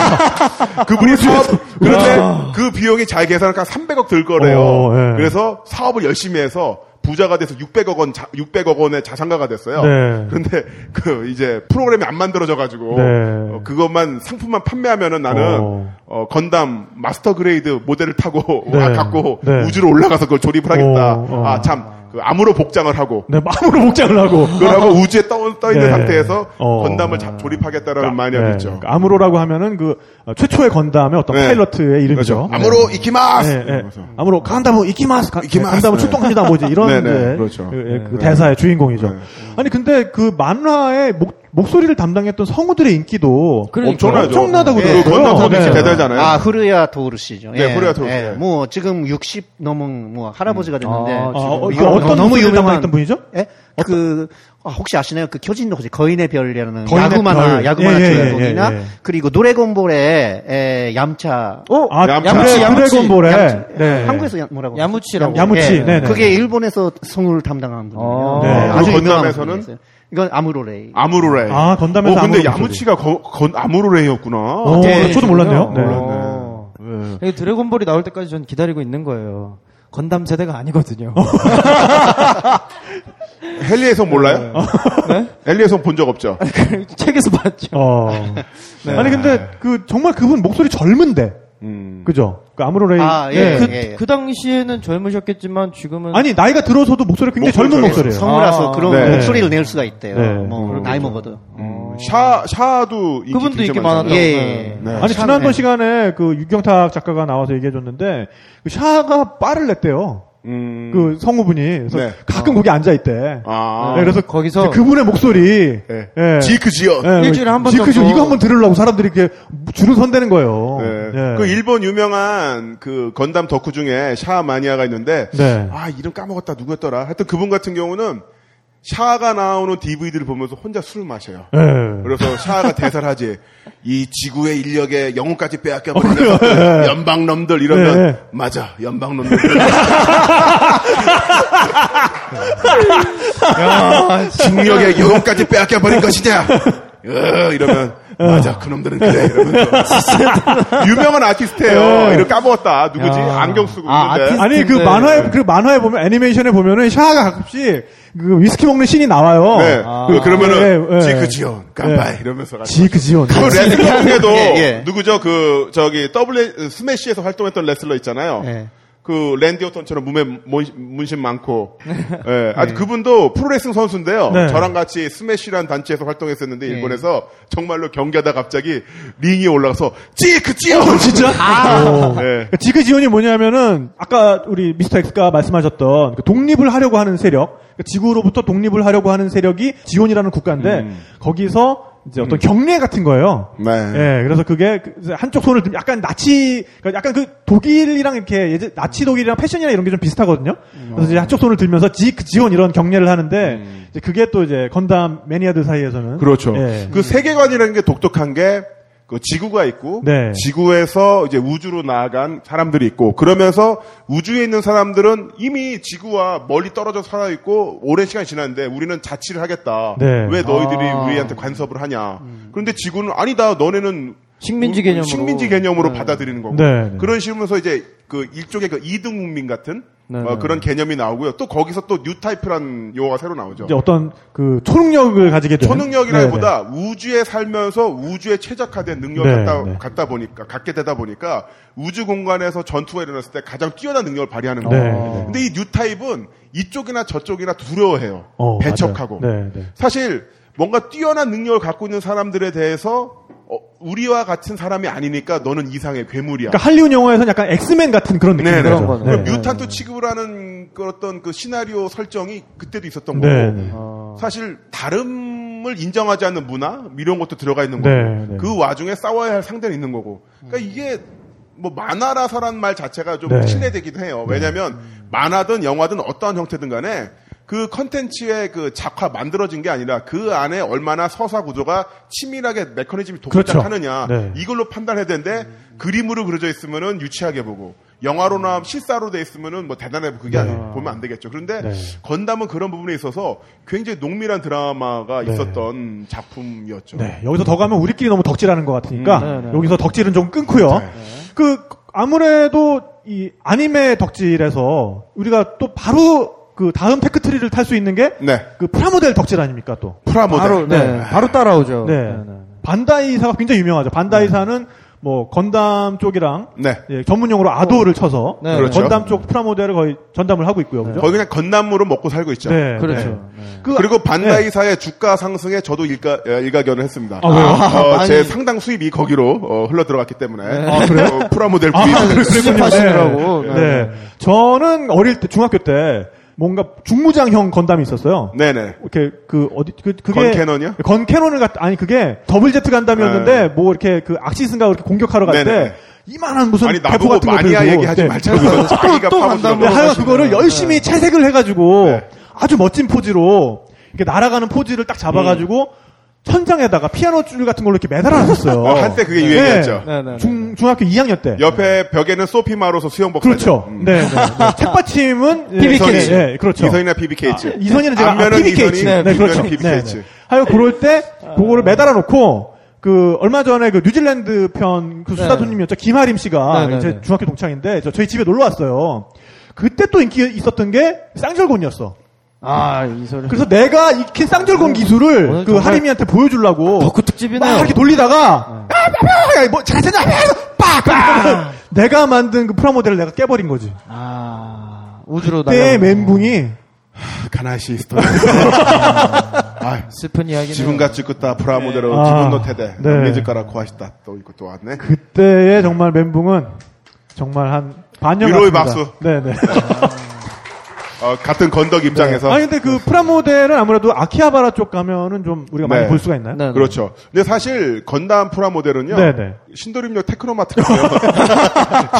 S5: 그분이 사업 그런데
S3: 와.
S5: 그 비용이 잘 계산하니까 300억 들 거래요.
S3: 어, 예.
S5: 그래서 사업을 열심히 해서 부자가 돼서 600억 원, 자, 600억 원의 자산가가 됐어요.
S3: 네.
S5: 그런데 그 이제 프로그램이 안 만들어져 가지고
S3: 네.
S5: 그것만 상품만 판매하면은 나는
S3: 어.
S5: 어, 건담 마스터 그레이드 모델을 타고
S3: 네.
S5: 아, 갖고
S3: 네.
S5: 우주로 올라가서 그걸 조립을 하겠다.
S3: 어, 어.
S5: 아 참. 그 암으로 복장을 하고
S3: 네, 마음으로 복장을 하고.
S5: 그러고 우주에 떠, 떠 있는
S3: 네.
S5: 상태에서
S3: 어.
S5: 건담을 자- 조립하겠다라는 마니아가
S3: 네,
S5: 있죠.
S3: 그러니까 아무로라고 하면은 그 어, 최초의 건담의 어떤
S5: 네.
S3: 파일럿의 이름이죠.
S5: 그렇죠. 암으로 이키마스.
S3: 네, 네.
S5: 이러면서.
S3: 아무로 간다면 이키마스, 간-
S5: 이키마스.
S3: 간다면
S5: 네.
S3: 출동합니다 뭐지 이런
S5: 네, 네,
S3: 이제
S5: 그렇죠.
S3: 그, 예, 그 대사의 주인공이죠.
S5: 네.
S3: 아니 근데 그 만화의 목, 목소리를 담당했던 성우들의 인기도
S4: 그러니까.
S5: 엄청나죠.
S3: 엄청나다고
S5: 예,
S3: 들어요.
S5: 그 건담 코믹스
S3: 네.
S5: 대단하잖아요.
S6: 아, 후르야 도우루 씨죠.
S5: 네, 후르야 도우루.
S6: 예,
S5: 네.
S6: 뭐 지금 60 넘은 뭐 할아버지가 됐는데
S4: 아,
S3: 아,
S4: 지금
S3: 어,
S6: 이거
S3: 이거 어떤
S6: 너무
S3: 너무
S6: 유명한-
S3: 유명했던 분이죠?
S6: 예? 그 아, 혹시 아시나요? 그 켜진도 혹시 거인의 별이라는
S3: 거인의
S6: 야구 만화
S3: 별.
S6: 야구 만화
S3: 예, 예,
S6: 주인공이나
S3: 예, 예, 예.
S6: 그리고 노래곤볼의 에, 얌차
S4: 어?
S3: 아,
S5: 얌차.
S3: 드래-
S4: 얌치.
S3: 드래곤볼에
S6: 얌-
S3: 네.
S6: 한국에서 야, 뭐라고
S4: 야무치라고.
S6: 그러죠?
S3: 야무치,
S6: 예.
S3: 네네.
S6: 그게 일본에서 성우를 담당한 분이에요.
S4: 아.
S6: 네,
S3: 네.
S6: 아주
S5: 그리고
S6: 유명한
S5: 건담에서는?
S6: 분이었어요. 이건 아무로레이.
S5: 아무로레이.
S3: 아, 건담에서
S5: 어, 근데
S3: 아무로
S5: 야무치가 거- 건 아무로레이였구나.
S3: 어,
S4: 예,
S3: 저도 몰랐네요. 네.
S4: 어. 이게 드래곤볼이 나올 때까지 전 기다리고 있는 거예요. 건담 세대가 아니거든요.
S5: 헨리에서 몰라요?
S3: 네.
S5: 헨리에서 본 적 없죠.
S3: 그
S4: 책에서 봤죠.
S3: 어. 아니
S5: 네.
S3: 근데 그 정말 그분 목소리 젊은데
S5: 음.
S3: 그죠? 그 아무로레이.
S6: 아, 예,
S3: 예.
S4: 그,
S6: 예, 예.
S4: 그 당시에는 젊으셨겠지만 지금은
S3: 아니 나이가 들어서도 목소리 굉장히
S5: 목소리
S3: 젊은
S5: 젊어요.
S3: 목소리예요.
S6: 성우라서
S4: 아.
S6: 그런
S5: 네.
S6: 목소리를 낼 수가 있대요.
S3: 네.
S6: 뭐 나이 먹어도.
S5: 샤 샤도 인기
S4: 그분도
S5: 굉장히
S4: 인기
S5: 많잖아요.
S4: 많았다고.
S6: 예, 예.
S5: 네.
S3: 아니 지난번 시간에 그 유경탁 작가가 나와서 얘기해 줬는데 그 샤가 빠를 냈대요.
S5: 음.
S3: 그 성우분이 그래서
S5: 네.
S3: 가끔 거기 앉아 있대.
S5: 아.
S3: 네, 그래서
S4: 거기서-
S3: 그분의 목소리
S5: 네.
S3: 예.
S5: 지크 지어.
S3: 예,
S4: 일주일에 한번
S3: 지크 좀
S4: 정도.
S3: 이거 한번 들으려고 사람들이 이렇게 줄을 선대는 거예요.
S5: 네.
S3: 예.
S5: 그 일본 유명한 그 건담 덕후 중에 샤 마니아가 있는데
S3: 네.
S5: 아 이름 까먹었다 누구였더라. 하여튼 그분 같은 경우는 샤가 나오는 DVD를 보면서 혼자 술을 마셔요.
S3: 예.
S5: 그래서 샤가 대사를 하지. 이 지구의 인력에 영혼까지
S4: 어,
S5: 빼앗겨
S4: 네.
S5: 버린 연방놈들 이러면
S3: 네.
S5: 맞아 연방놈들 중력에 영혼까지 빼앗겨 버린 것이냐. 으, 이러면
S4: 네.
S5: 맞아 그놈들은 그래 이러면서 유명한 아티스트예요. 이거 까먹었다 누구지
S4: 네. 야.
S5: 안경 쓰고
S4: 아,
S5: 있는데
S4: 아티스트.
S3: 아니 그
S4: 네.
S3: 만화에 그 만화에 보면 애니메이션에 보면은 샤아가 가끔씩 그 위스키 먹는 씬이 나와요.
S5: 네.
S4: 아.
S5: 그- 그러면은
S4: 네,
S3: 예, 예.
S5: 지크지온 깜빠이 이러면서 같이
S3: 지크지온. 네.
S5: 그 레슬링에도
S6: 예, 예.
S5: 누구죠? 그 저기 W 스매시에서 활동했던 레슬러 있잖아요.
S6: 예.
S5: 그 랜디 오턴처럼 몸에 문- 문신 많고, 예, 아주 그분도 프로레슬링 선수인데요.
S3: 네.
S5: 저랑 같이 스매시란 단체에서 활동했었는데 일본에서 정말로 경기하다 갑자기 링이 올라가서 찌크찌요.
S3: 진짜? 오.
S5: 네.
S3: 그러니까 지그지온이 뭐냐면은 아까 우리 미스터 엑스가 말씀하셨던 그 독립을 하려고 하는 세력, 그러니까 지구로부터 독립을 하려고 하는 세력이 지온이라는 국가인데 거기서 이제 어떤 경례 같은 거예요.
S5: 음. 네.
S3: 예, 그래서 그게 그 이제 한쪽 손을 들- 약간 나치, 그러니까 약간 그 독일이랑 이렇게 예전 나치 독일이랑 패션이랑 이런 게 좀 비슷하거든요. 그래서
S5: 어.
S3: 이제 한쪽 손을 들면서 지, 지온 이런 경례를 하는데 이제 그게 또 이제 건담 매니아들 사이에서는
S5: 음. 그렇죠.
S3: 예.
S5: 그 세계관이라는 게 독특한 게, 그 지구가 있고,
S3: 네.
S5: 지구에서 이제 우주로 나아간 사람들이 있고, 그러면서 우주에 있는 사람들은 이미 지구와 멀리 떨어져 살아있고, 오랜 시간이 지났는데, 우리는 자치를 하겠다.
S3: 네.
S5: 왜 너희들이
S4: 아. 음.
S5: 우리한테 관섭을 하냐. 그런데 지구는, 아니다, 너네는.
S4: 식민지
S5: 우-
S4: 개념으로.
S5: 음, 식민지 개념으로
S4: 네.
S5: 받아들이는 거고.
S3: 네, 네.
S5: 그런 식으로서 이제 그 일종의 그 2등 문민 같은
S4: 네,
S5: 어,
S4: 네.
S5: 그런 개념이 나오고요. 또 거기서 또 뉴타이프라는 용어가 새로 나오죠.
S3: 이제 어떤 그 초능력을 가지게 되는
S5: 초능력이라기보다 우주에 살면서 우주에 최적화된 능력을
S3: 네,
S5: 갖다,
S3: 네.
S5: 갖다 보니까 갖게 되다 보니까 우주 공간에서 전투가 일어났을 때 가장 뛰어난 능력을 발휘하는
S3: 네,
S5: 거예요.
S3: 네.
S5: 근데 이 뉴타입은 이쪽이나 저쪽이나 두려워해요.
S3: 어,
S5: 배척하고
S3: 맞아요. 네, 네.
S5: 사실 뭔가 뛰어난 능력을 갖고 있는 사람들에 대해서 어, 우리와 같은 사람이 아니니까 너는 이상해 괴물이야.
S3: 그러니까 할리우드 영화에서는 약간 엑스맨 같은 그런 느낌
S5: 네, 네.
S3: 그런
S4: 그런
S3: 거죠.
S4: 거네.
S5: 그럼
S3: 네.
S5: 뮤탄트 취급을 하는 그 어떤 그 시나리오 설정이 그때도 있었던 거고 아,
S3: 네, 네.
S4: 어.
S5: 사실 다름을 인정하지 않는 문화 이런 것도 들어가 있는 거고
S3: 네, 네.
S5: 그 와중에 싸워야 할 상대는 있는 거고 그러니까 이게 뭐 만화라서란 말 자체가 좀
S3: 네. 음.
S5: 친해되기도 해요 왜냐하면 만화든 영화든 어떠한 형태든 간에 그 컨텐츠의 그 작화 만들어진 게 아니라 그 안에 얼마나 서사 구조가 치밀하게 메커니즘이
S3: 그렇죠.
S5: 독립하느냐
S3: 네. 음.
S5: 이걸로 판단해야 되는데 그림으로 그려져 있으면은 유치하게 보고 영화로나 실사로 돼 있으면은 뭐 대단해 보고 그게 아니- 보면 안 되겠죠. 그런데
S3: 네.
S5: 건담은 그런 부분에 있어서 굉장히 농밀한 드라마가
S3: 네.
S5: 있었던 작품이었죠.
S3: 네, 여기서 더 가면 우리끼리 너무 덕질하는 것 같으니까
S4: 음, 네, 네.
S3: 여기서 덕질은 좀 끊고요.
S5: 네.
S3: 그 아무래도 이 아님의 덕질에서 우리가 또 바로 그 다음 테크트리를 탈 수 있는 게 그
S5: 네.
S3: 프라모델 덕질 아닙니까 또.
S5: 프라모델.
S4: 바로 네. 바로
S5: 어,
S4: 따라오죠.
S3: 네. 반다이사가 굉장히 유명하죠. 반다이사는 뭐 건담 쪽이랑
S5: 네.
S3: 예, 전문 용어로 아도를 쳐서
S4: 네,
S5: 그렇죠.
S3: 건담 쪽 프라모델을 거의 전담을 하고 있고요. 그죠?
S5: 거의 그냥 건담으로 먹고 살고 있죠.
S3: 네, 네.
S4: 그렇죠. 네.
S3: 그-
S5: 그리고 반다이사의 주가 상승에 저도 일가, 에, 일가견을 했습니다.
S3: 아, 왜요?
S5: 어,
S4: 아니.
S5: 제 상당 수입이 거기로 어, 흘러 들어갔기 때문에
S3: 아, 그래요?
S5: 어, 프라모델 구입.
S4: 수입하시느라고.
S3: 네.
S4: 네.
S3: 네. 저는 어릴 때 중학교 때 뭔가 중무장형 건담이 있었어요.
S5: 네네.
S3: 이렇게 그 어디 그 그게
S5: 건캐논이요?
S3: 건캐논을 갖 아니 그게 더블 제트 간담이었는데
S5: 네.
S3: 뭐 이렇게 그 악시스인가 그렇게 공격하러 갈
S5: 네네.
S3: 때 이만한 무슨
S5: 아니
S3: 배포
S5: 나보고
S3: 같은 거
S5: 마니아
S3: 들고
S5: 얘기하지
S3: 네.
S5: 말자고 자기가
S4: 또
S5: 파고들어.
S3: 근데 하여간 그거를 열심히 채색을 해가지고
S5: 네.
S3: 아주 멋진 포즈로 이렇게 날아가는 포즈를 딱 잡아가지고 천장에다가 피아노 줄 같은 걸로 이렇게 매달아놨었어요.
S5: 음. 어, 한때 그게
S3: 네.
S5: 유행이었죠.
S4: 네, 네.
S3: 중 중학교 2학년 때.
S5: 옆에 벽에는 소피 마로서 수영복.
S3: 그렇죠.
S5: 사진. 음.
S3: 네. 네, 네. 책받침은
S4: PBK.
S3: 이선희. 네, 그렇죠.
S5: 이선이나 BBKH.
S3: 이선희는 제가 아,
S5: 앞면은
S3: PBKH.
S5: 이선희,
S3: 네, 그렇죠.
S5: 뒷면은 BBKH.
S3: 네, 네. 하여 그럴 때 그거를 매달아 놓고 그 얼마 전에 그 뉴질랜드 편그
S4: 네.
S3: 수다도님이었죠 김하림 씨가
S4: 네, 네,
S3: 제
S4: 네.
S3: 중학교 동창인데 저 저희 집에 놀러 왔어요. 그때 또 인기 있었던 게 쌍절곤이었어.
S4: 아, 이 소리.
S3: 그래서 내가 익힌 쌍절곤
S4: 오늘
S3: 기술을 그
S4: 어, 정말 아,
S3: 하림이한테 보여주려고
S4: 덕후 어, 그 특집이네요.
S3: 막 이렇게
S4: 어.
S3: 돌리다가 아, 야, 야, 야, 야, 뭐 잘했냐? 빡! 빡! 내가 만든 그 프라모델을 내가 깨버린 거지.
S4: 아, 우주로
S3: 그때
S4: 날아.
S3: 멘붕이
S5: 가나시 스토리. 아,
S4: 슬픈 이야기네.
S5: 지분같이 끄다 프라모델로
S3: 네.
S5: 지분
S3: 아,
S5: 노태대.
S3: 네.
S5: 남겨질까라 구하시다. 또 이거 또 왔네.
S3: 그때의 정말 멘붕은 정말 한 반년
S5: 위로의
S3: 같습니다.
S5: 박수.
S3: 네네.
S5: 어, 같은 건덕 입장에서.
S3: 아니 근데 그 프라모델은 아무래도 아키하바라 쪽 가면은 좀 우리가
S5: 네.
S3: 많이 볼 수가 있나요?
S4: 네.
S5: 그렇죠. 근데 사실 건담 프라모델은요.
S3: 네네.
S5: 신도림역 테크노마트가 있어요.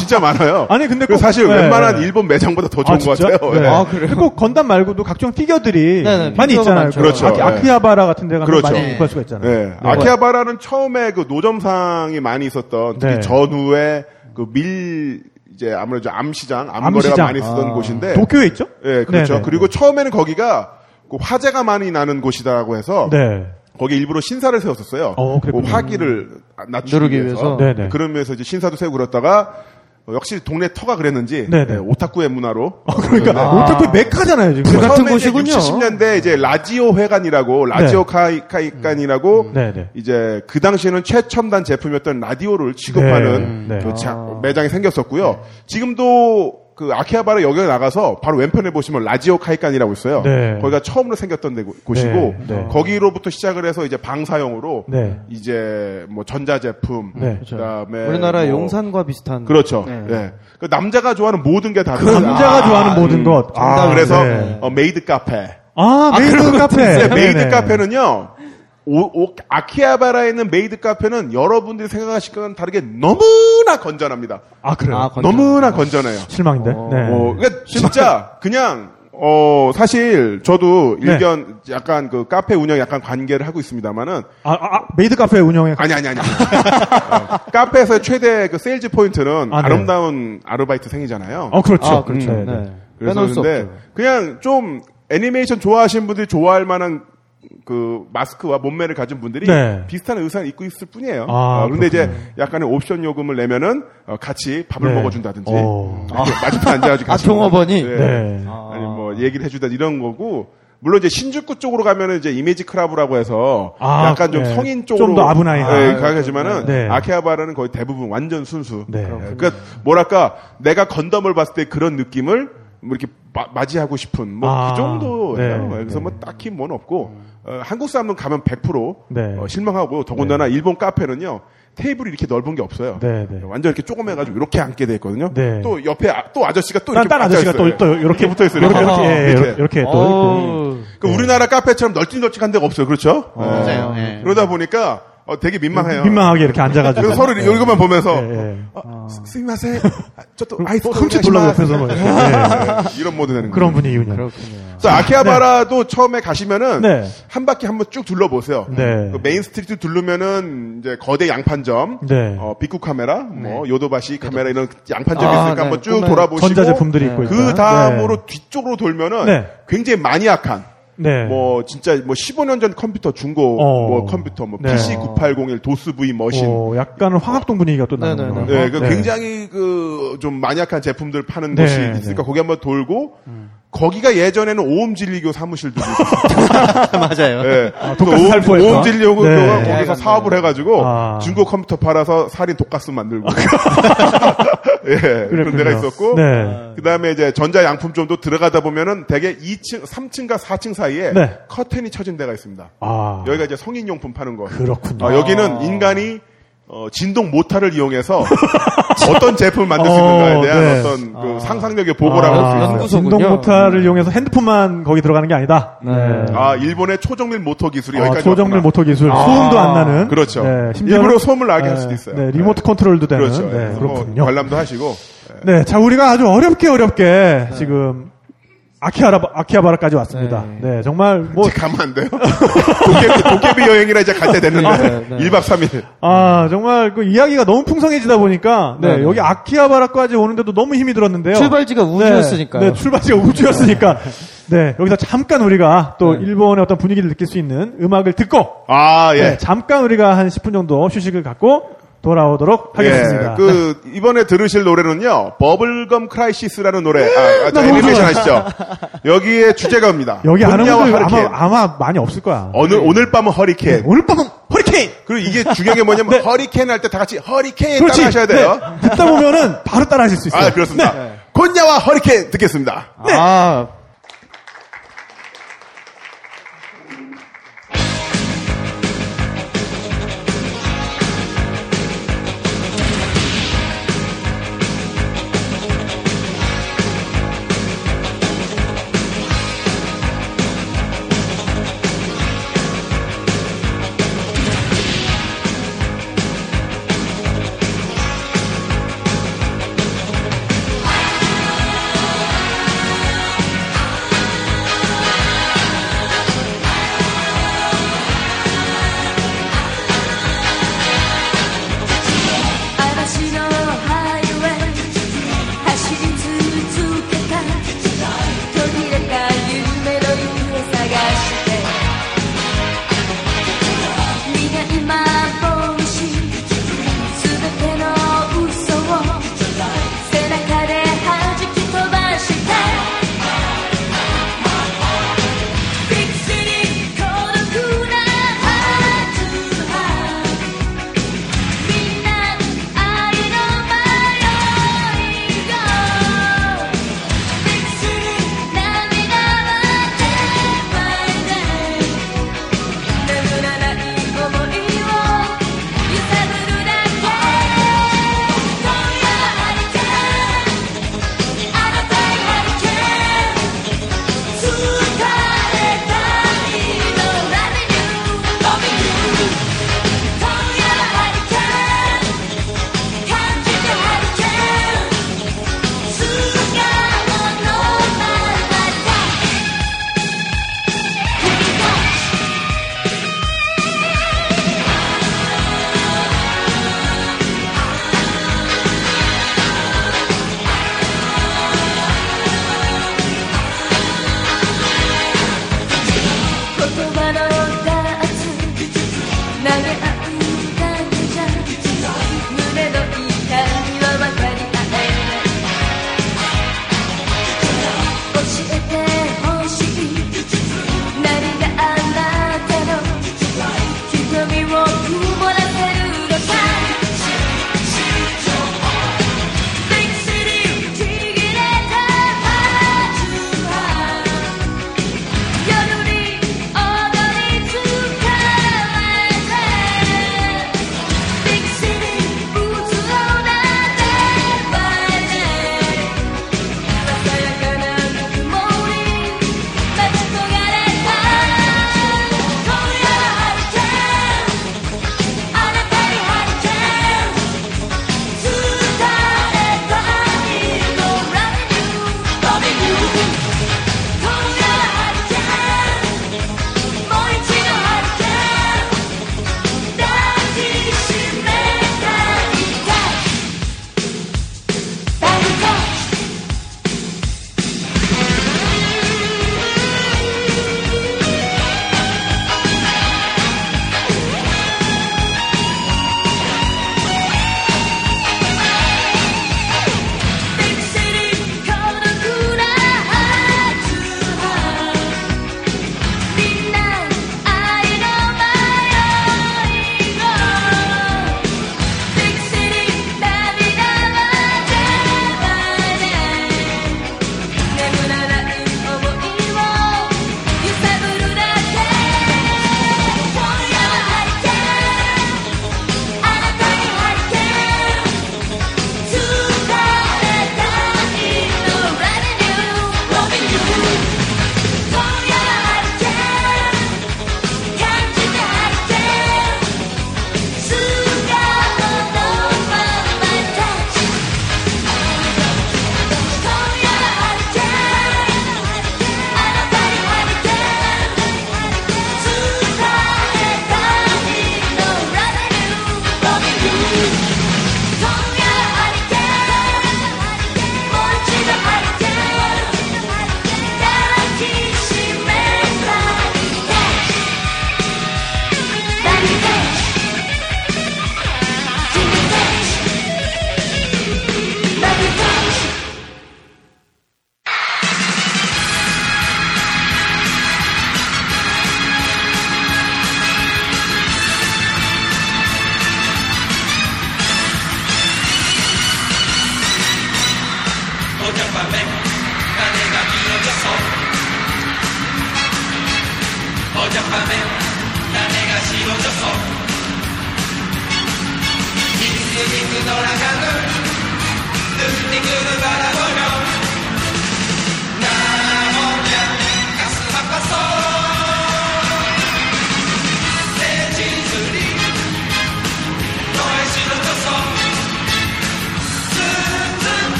S5: 진짜 많아요.
S3: 아니, 근데
S5: 그래서
S3: 꼭-
S5: 사실
S3: 네.
S5: 웬만한 일본 매장보다 더 좋은 것 같아요.
S3: 네.
S5: 예.
S4: 아, 그래요?
S3: 그리고 건담 말고도 각종 피규어들이
S4: 네, 네,
S3: 많이
S4: 피규어가
S3: 있잖아요.
S4: 많죠.
S5: 그렇죠.
S3: 아키,
S5: 네.
S3: 아키하바라 같은 데 가면
S5: 그렇죠.
S3: 많이
S5: 네.
S3: 구할 수가 있잖아요.
S5: 예. 아키하바라는 처음에 그 노점상이 많이 있었던 특히
S3: 네.
S5: 전후에 그 밀 이제 아무래도 암시장, 암거래가
S3: 암시장.
S5: 많이 쓰던
S4: 아.
S5: 곳인데
S3: 네. 도쿄에 있죠?
S5: 예, 그렇죠.
S3: 네네.
S5: 그리고 처음에는 거기가 그 화재가 많이 나는 곳이라고 해서
S3: 네.
S5: 거기 일부러 신사를 세웠었어요.
S3: 어,
S5: 그
S3: 그랬군요.
S5: 화기를 낮추기
S4: 누르기
S5: 위해서.
S4: 위해서.
S3: 네네.
S5: 그런 면에서 이제 신사도 세우고 그랬다가 어, 역시 동네 터가 그랬는지
S3: 네네.
S5: 예, 오타쿠의 문화로
S3: 그러니까 오타쿠 메카잖아요 지금.
S4: 그러니까- 같은
S5: 아. 처음에
S4: 곳이군요.
S5: 60, 70년대 이제 라디오 회관이라고 라디오 카이, 카이관이라고
S3: 음. 네네.
S5: 이제 그 당시에는 최첨단 제품이었던 라디오를 취급하는
S3: 네, 네.
S5: 그 자- 매장이 생겼었고요. 지금도 그 아키하바라 역에 나가서 바로 왼편에 보시면 라디오 카이칸이라고 있어요.
S3: 네.
S5: 거기가 처음으로 생겼던 데 곳- 곳이고
S3: 네, 네.
S5: 거기로부터 시작을 해서 이제 방사용으로
S3: 네.
S5: 이제 뭐 전자제품
S3: 네.
S5: 그다음에
S4: 우리나라
S5: 뭐-
S4: 용산과 네. 비슷한.
S5: 그렇죠. 예. 그 남자가 좋아하는 모든 게 다
S3: 그 남자가 좋아하는 모든 것.
S5: 아, 그래서
S3: 네.
S5: 어, 메이드 카페.
S3: 아, 메이드 카페.
S5: 근데 메이드
S3: 네네.
S5: 카페는요. 오- 오- 아키하바라에 있는 메이드 카페는 여러분들이 생각하실 거랑 다르게 너무나 건전합니다.
S3: 아, 그래요?
S4: 아, 건전.
S5: 너무나 건전해요.
S3: 실망인데? 네.
S5: 어, 그러니까 진짜 그냥 어 사실 저도
S3: 네.
S5: 일견 약간 그 카페 운영 약간 관계를 하고 있습니다만은
S3: 아, 아, 아, 메이드 카페 운영에.
S5: 아니 아니 아니 어, 카페에서 최대 그 세일즈 포인트는
S3: 아, 네.
S5: 아, 름다운 아르바이트생이잖아요.
S3: 어, 그렇죠.
S4: 아, 그렇죠.
S3: 음,
S4: 네.
S3: 네.
S5: 그래서
S4: 빼놓을 수
S5: 근데
S4: 없죠.
S5: 그냥 좀 애니메이션 좋아하시는 분들이 좋아할 만한 그 마스크와 몸매를 가진 분들이
S3: 네.
S5: 비슷한 의상을 입고 있을 뿐이에요.
S3: 아,
S5: 어, 근데 이제
S3: 그렇군요.
S5: 약간의 옵션 요금을 내면은 어, 같이 밥을
S3: 네.
S5: 먹어준다든지
S3: 어.
S5: 이렇게 마주편 앉아가지고
S4: 아,
S5: 같이
S4: 종업원이?
S5: 먹어요. 예.
S3: 네.
S5: 아니 뭐 얘기를 해주다 이런 거고 물론 이제 신주쿠 쪽으로 가면은 이제 이미지 크라브라고 해서
S3: 아,
S5: 약간 좀
S3: 네.
S5: 성인 쪽으로
S3: 좀더 아브나이한.
S5: 예, 가지만은
S3: 네.
S5: 아키하바라는 거의 대부분 완전 순수.
S3: 네.
S5: 예, 그러니까 뭐랄까 내가 건담을 봤을 때 그런 느낌을 뭐 이렇게 마- 맞이하고 싶은 뭐 그
S3: 아,
S5: 정도예요.
S3: 네.
S5: 그래서 뭐 딱히 뭔 없고 어, 한국 사람은 가면 100%
S3: 네.
S5: 어, 실망하고 더군다나 일본 카페는요 테이블이 이렇게 넓은 게 없어요.
S3: 네, 네.
S5: 완전 이렇게 조그매가지고 이렇게 앉게 돼 있거든요.
S3: 네.
S5: 또 옆에 아, 또 아저씨가 또
S3: 딴,
S5: 이렇게
S3: 딴 아저씨가 또, 또, 이렇게
S5: 붙어 있어요.
S3: 이렇게,
S5: 이렇게.
S3: 이렇게, 예,
S5: 이렇게.
S3: 이렇게, 이렇게 또 있고.
S4: 어우.
S5: 그 우리나라 카페처럼 널찍널찍한 데가 없어요. 그렇죠?
S6: 맞아요.
S5: 어.
S6: 예.
S5: 그러다 보니까 어, 되게 민망해요.
S3: 네. 민망하게 네. 이렇게 앉아가지고.
S5: 그래서 서로 이것만 보면서
S3: 예, 예.
S5: 아, 스- 스미마세 아, 저또 아이스
S3: 네. 그 흠칫 돌라고 옆에서 뭐. 이렇게. 예.
S5: 네, 이런 모드 되는
S3: 그런
S5: 거예요.
S3: 분위기군요.
S4: 그렇군요.
S5: 그래서 아키하바라도 처음에 가시면은
S3: 네.
S5: 한 바퀴 한번 쭉 둘러보세요.
S3: 네.
S5: 그 메인 스트리트 둘르면은 이제 거대 양판점,
S3: 네.
S5: 어, 비쿠 카메라, 뭐 요도바시 카메라 이런 양판점이
S4: 아,
S5: 있으니까
S4: 네.
S5: 한번 쭉
S4: 정말
S5: 돌아보시고
S3: 전자제품들이 있고.
S5: 그
S3: 일단.
S5: 다음으로 뒤쪽으로 돌면은
S3: 네.
S5: 굉장히 마니악한
S3: 네. 네.
S5: 뭐 진짜 뭐 15년 전 컴퓨터 중고
S3: 어.
S5: 뭐 컴퓨터 뭐
S3: 네.
S5: PC 981 도스 V 머신
S3: 어, 약간은 화학동 분위기가 또 나는
S4: 네,
S3: 거예요.
S4: 네,
S5: 네, 그 굉장히 그 좀 마니악한 제품들 파는
S3: 네,
S5: 곳이 있으니까
S3: 네.
S5: 거기 한번 돌고 거기가 예전에는 오음 진리교 사무실도 있었어요.
S6: 맞아요.
S5: 예.
S3: 독가스
S5: 오음-
S3: 살포했다?
S5: 오음 진리교가
S3: 네.
S5: 거기서
S4: 네.
S5: 사업을 해가지고
S3: 아.
S5: 중고 컴퓨터 팔아서 살인 독가스 만들고 예, 그런 데가 있었고
S3: 네.
S5: 그다음에 이제 전자 양품점도 들어가다 보면은 대개 2층, 3층과 4층 사이에
S3: 네.
S5: 커튼이 쳐진 데가 있습니다.
S3: 아.
S5: 여기가 이제 성인 용품 파는 거.
S3: 그렇군요.
S5: 어, 여기는 인간이 어, 진동 모터를 이용해서 어떤 제품을 만들 수 있는가에
S3: 어,
S5: 대한
S3: 네.
S5: 어떤 그 상상력의 보고라고 할 수 있어요.
S4: 연구소.
S3: 아,
S4: 연구소군요.
S3: 진동 모터를 이용해서 핸드폰만 거기 들어가는 게 아니다.
S4: 네.
S5: 아, 일본의 초정밀 모터 기술이
S3: 어,
S5: 여기까지
S3: 초정밀
S5: 왔구나. 아,
S3: 모터 기술 소음도 안 나는
S5: 그렇죠.
S3: 네,
S5: 일부러 소음을 나게 할 수도
S3: 네,
S5: 있어요.
S3: 네, 리모트 컨트롤도 되는
S5: 그렇죠.
S3: 네,
S5: 그래서 뭐
S3: 그렇군요.
S5: 관람도 하시고.
S3: 네, 자 우리가 아주 어렵게 어렵게
S5: 네.
S3: 지금 아키하라 아키하바라까지 왔습니다. 네, 정말 뭐
S5: 이제 가면 안 돼요? 도깨비, 도깨비 여행이라 이제 갈 때 됐는데.
S4: 네, 네.
S5: 1박 3일. 네.
S3: 아, 정말 그 이야기가 너무 풍성해지다 보니까 네,
S4: 네, 네.
S3: 여기 아키하바라까지 오는데도 너무 힘이 들었는데요.
S4: 출발지가
S3: 네,
S4: 우주였으니까요.
S3: 네, 출발지가 우주였으니까. 네, 여기서 잠깐 우리가 또
S4: 네.
S3: 일본의 어떤 분위기를 느낄 수 있는 음악을 듣고
S5: 아, 예.
S3: 네, 잠깐 우리가 한 10분 정도 휴식을 갖고 돌아오도록 하겠습니다. 네.
S5: 예, 그 이번에 들으실 노래는요. 버블검 크라이시스라는 노래. 아, 아, 저
S3: 나 너무
S5: 애니메이션
S3: 좋아요.
S5: 아시죠? 여기에 주제가입니다.
S3: 여기 아는
S5: 혼야와
S3: 분들
S5: 허리케인. 어, 예.
S3: 아마, 아마 많이 없을 거야.
S5: 오늘 오늘 밤은 허리케인.
S3: 오늘 밤은 허리케인!
S5: 그리고 이게 중요한 게 뭐냐면
S3: 네.
S5: 허리케인 할 때 다 같이 허리케인 따라 하셔야 돼요.
S3: 네, 듣다 보면은 바로 따라 하실 수 있어요.
S5: 아 그렇습니다. 곤야와 허리케인 듣겠습니다.
S4: 아,
S7: 「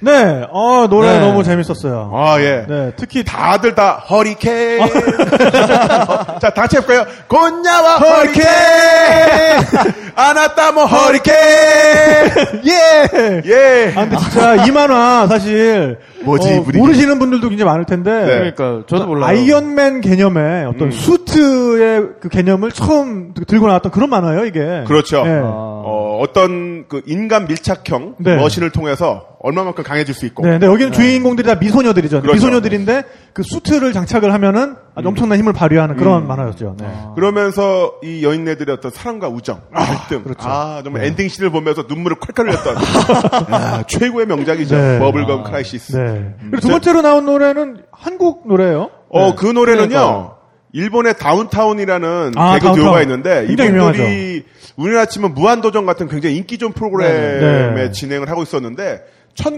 S3: 네, 아 노래
S4: 네.
S3: 너무 재밌었어요.
S5: 아, 예.
S3: 네, 특히
S5: 다들 다 허리케인.
S3: 아.
S5: 자, 다 같이 해볼까요? 곤야와 허리케인! 아나타모 허리케인!
S3: 예.
S5: 예!
S3: 아, 근데 진짜 이만화 사실
S5: 뭐지,
S3: 어,
S5: 분위기? 네.
S3: 모르시는 분들도 굉장히 많을 텐데
S4: 그러니까 저도 몰라요.
S3: 아이언맨 개념의
S5: 음.
S3: 어떤 수트의 그 개념을 처음 들고 나왔던 그런 만화예요 이게.
S5: 그렇죠.
S3: 예.
S4: 아.
S5: 어, 어떤 그 인간 밀착형
S3: 네.
S5: 머신을 통해서 얼마만큼 강해질 수 있고.
S3: 네, 근데 여기는 주인공들이 다 미소녀들이죠.
S5: 그렇죠.
S3: 미소녀들인데 그 수트를 장착을 하면은 아주 엄청난 힘을 발휘하는 그런 만화였죠. 네.
S5: 아. 그러면서 이 여인네들의 어떤 사랑과 우정, 갈등.
S3: 그렇죠.
S5: 아, 정말
S3: 네.
S5: 엔딩 씬을 보면서 눈물을 콸콸 흘렸던 아, 최고의 명작이죠.
S3: 네.
S5: 버블검 크라이시스.
S3: 네. 그리고 두 번째로 나온 노래는 한국 노래예요.
S5: 어,
S4: 그러니까요.
S5: 그 노래는요. 일본의 다운타운이라는
S3: 아,
S5: 개그
S3: 다운타운.
S5: 듀오가 있는데
S3: 굉장히
S5: 이분들이 우리나라 치면 무한도전 같은 굉장히 인기 좋은 프로그램에
S3: 네, 네.
S5: 진행을 하고 있었는데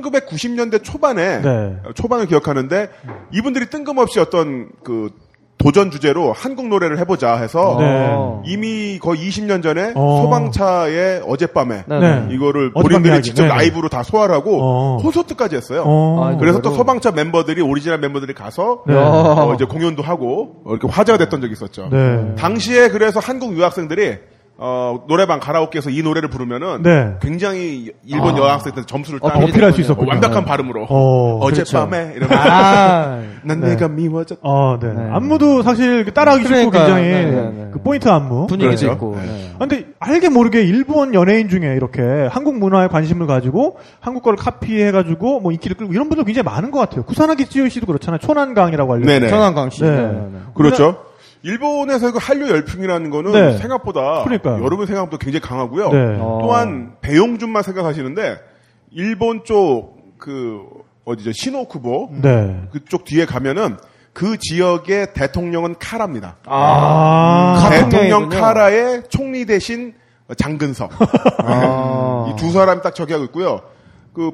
S5: 1990년대 초반에
S3: 네.
S5: 어, 초반을 기억하는데 이분들이 뜬금없이 어떤 그 도전 주제로 한국 노래를 해보자 해서
S3: 네.
S5: 이미 거의 20년 전에
S3: 어.
S5: 소방차의 어젯밤에
S4: 네.
S3: 네.
S5: 이거를
S3: 어젯밤
S5: 본인들이
S3: 이야기.
S5: 직접
S3: 네, 네.
S5: 라이브로 다 소화하고
S3: 어.
S5: 콘서트까지 했어요.
S3: 어.
S4: 아이고.
S5: 그래서 또
S4: 그래요?
S5: 소방차 멤버들이 오리지널 멤버들이 가서
S3: 네.
S5: 어, 이제 공연도 하고 어, 이렇게 화제가 됐던 적이 있었죠.
S3: 네.
S5: 당시에 그래서 한국 유학생들이 어, 노래방 가라오케에서 이 노래를 부르면은
S3: 네.
S5: 굉장히 일본 여학생들한테 점수를
S4: 어,
S5: 따
S3: 아. 어필할 수 있었군요.
S5: 완벽한 발음으로
S3: 어.
S5: 어젯밤에 이러면
S4: 아,
S5: 난
S3: 네.
S5: 내가 미워졌
S3: 어, 네.
S4: 네.
S3: 안무도 사실 그 따라하기 쉽고
S4: 그러니까요.
S3: 굉장히
S4: 네, 네, 네.
S3: 그 포인트 안무.
S4: 분위기도
S5: 그렇죠.
S4: 있고.
S5: 네.
S4: 네.
S3: 아, 근데 알게 모르게 일본 연예인 중에 이렇게 한국 문화에 관심을 가지고 한국 거를 카피해가지고 뭐 인기를 끌고 이런 분들 굉장히 많은 것 같아요. 구사나기 찌요 씨도 그렇잖아요. 초난강이라고 알려.
S5: 네네
S4: 천안강 씨.
S3: 네.
S5: 그렇죠. 일본에서 그 한류 열풍이라는 거는
S3: 네.
S5: 생각보다
S3: 그러니까요.
S5: 여러분 생각보다 굉장히 강하고요.
S3: 네.
S4: 어.
S5: 또한 배용준만 생각하시는데 일본 쪽 그 어디죠 시노쿠보
S3: 네.
S5: 그쪽 뒤에 가면은 그 지역의 대통령은 카라입니다.
S3: 아.
S4: 가-
S5: 대통령
S4: 카라군요.
S5: 카라의 총리 대신 장근석
S3: 어.
S4: 아.
S5: 이 두 사람이 딱 저기하고 있고요. 그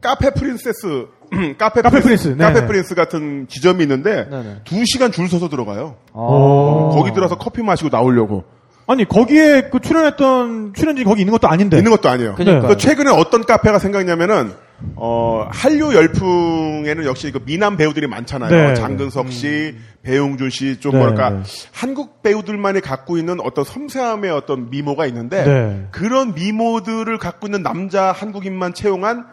S5: 카페 프린세스 카페,
S3: 카페 프린스, 네.
S5: 카페 프린스 같은 지점이 있는데
S4: 네네.
S5: 두 시간 줄 서서 들어가요.
S4: 아.
S3: 어.
S5: 거기 들어서 커피 마시고 나오려고
S3: 아니 거기에 그 출연했던 출연진이 거기 있는 것도 아닌데.
S5: 있는 것도 아니에요.
S4: 그러니까.
S5: 그래서 최근에 어떤 카페가 생각나면은 어 한류 열풍에는 역시 그 미남 배우들이 많잖아요.
S3: 네.
S5: 장근석 씨, 배용준 씨, 좀
S3: 네,
S5: 뭐랄까
S3: 네.
S5: 한국 배우들만이 갖고 있는 어떤 섬세함의 어떤 미모가 있는데
S3: 네.
S5: 그런 미모들을 갖고 있는 남자 한국인만 채용한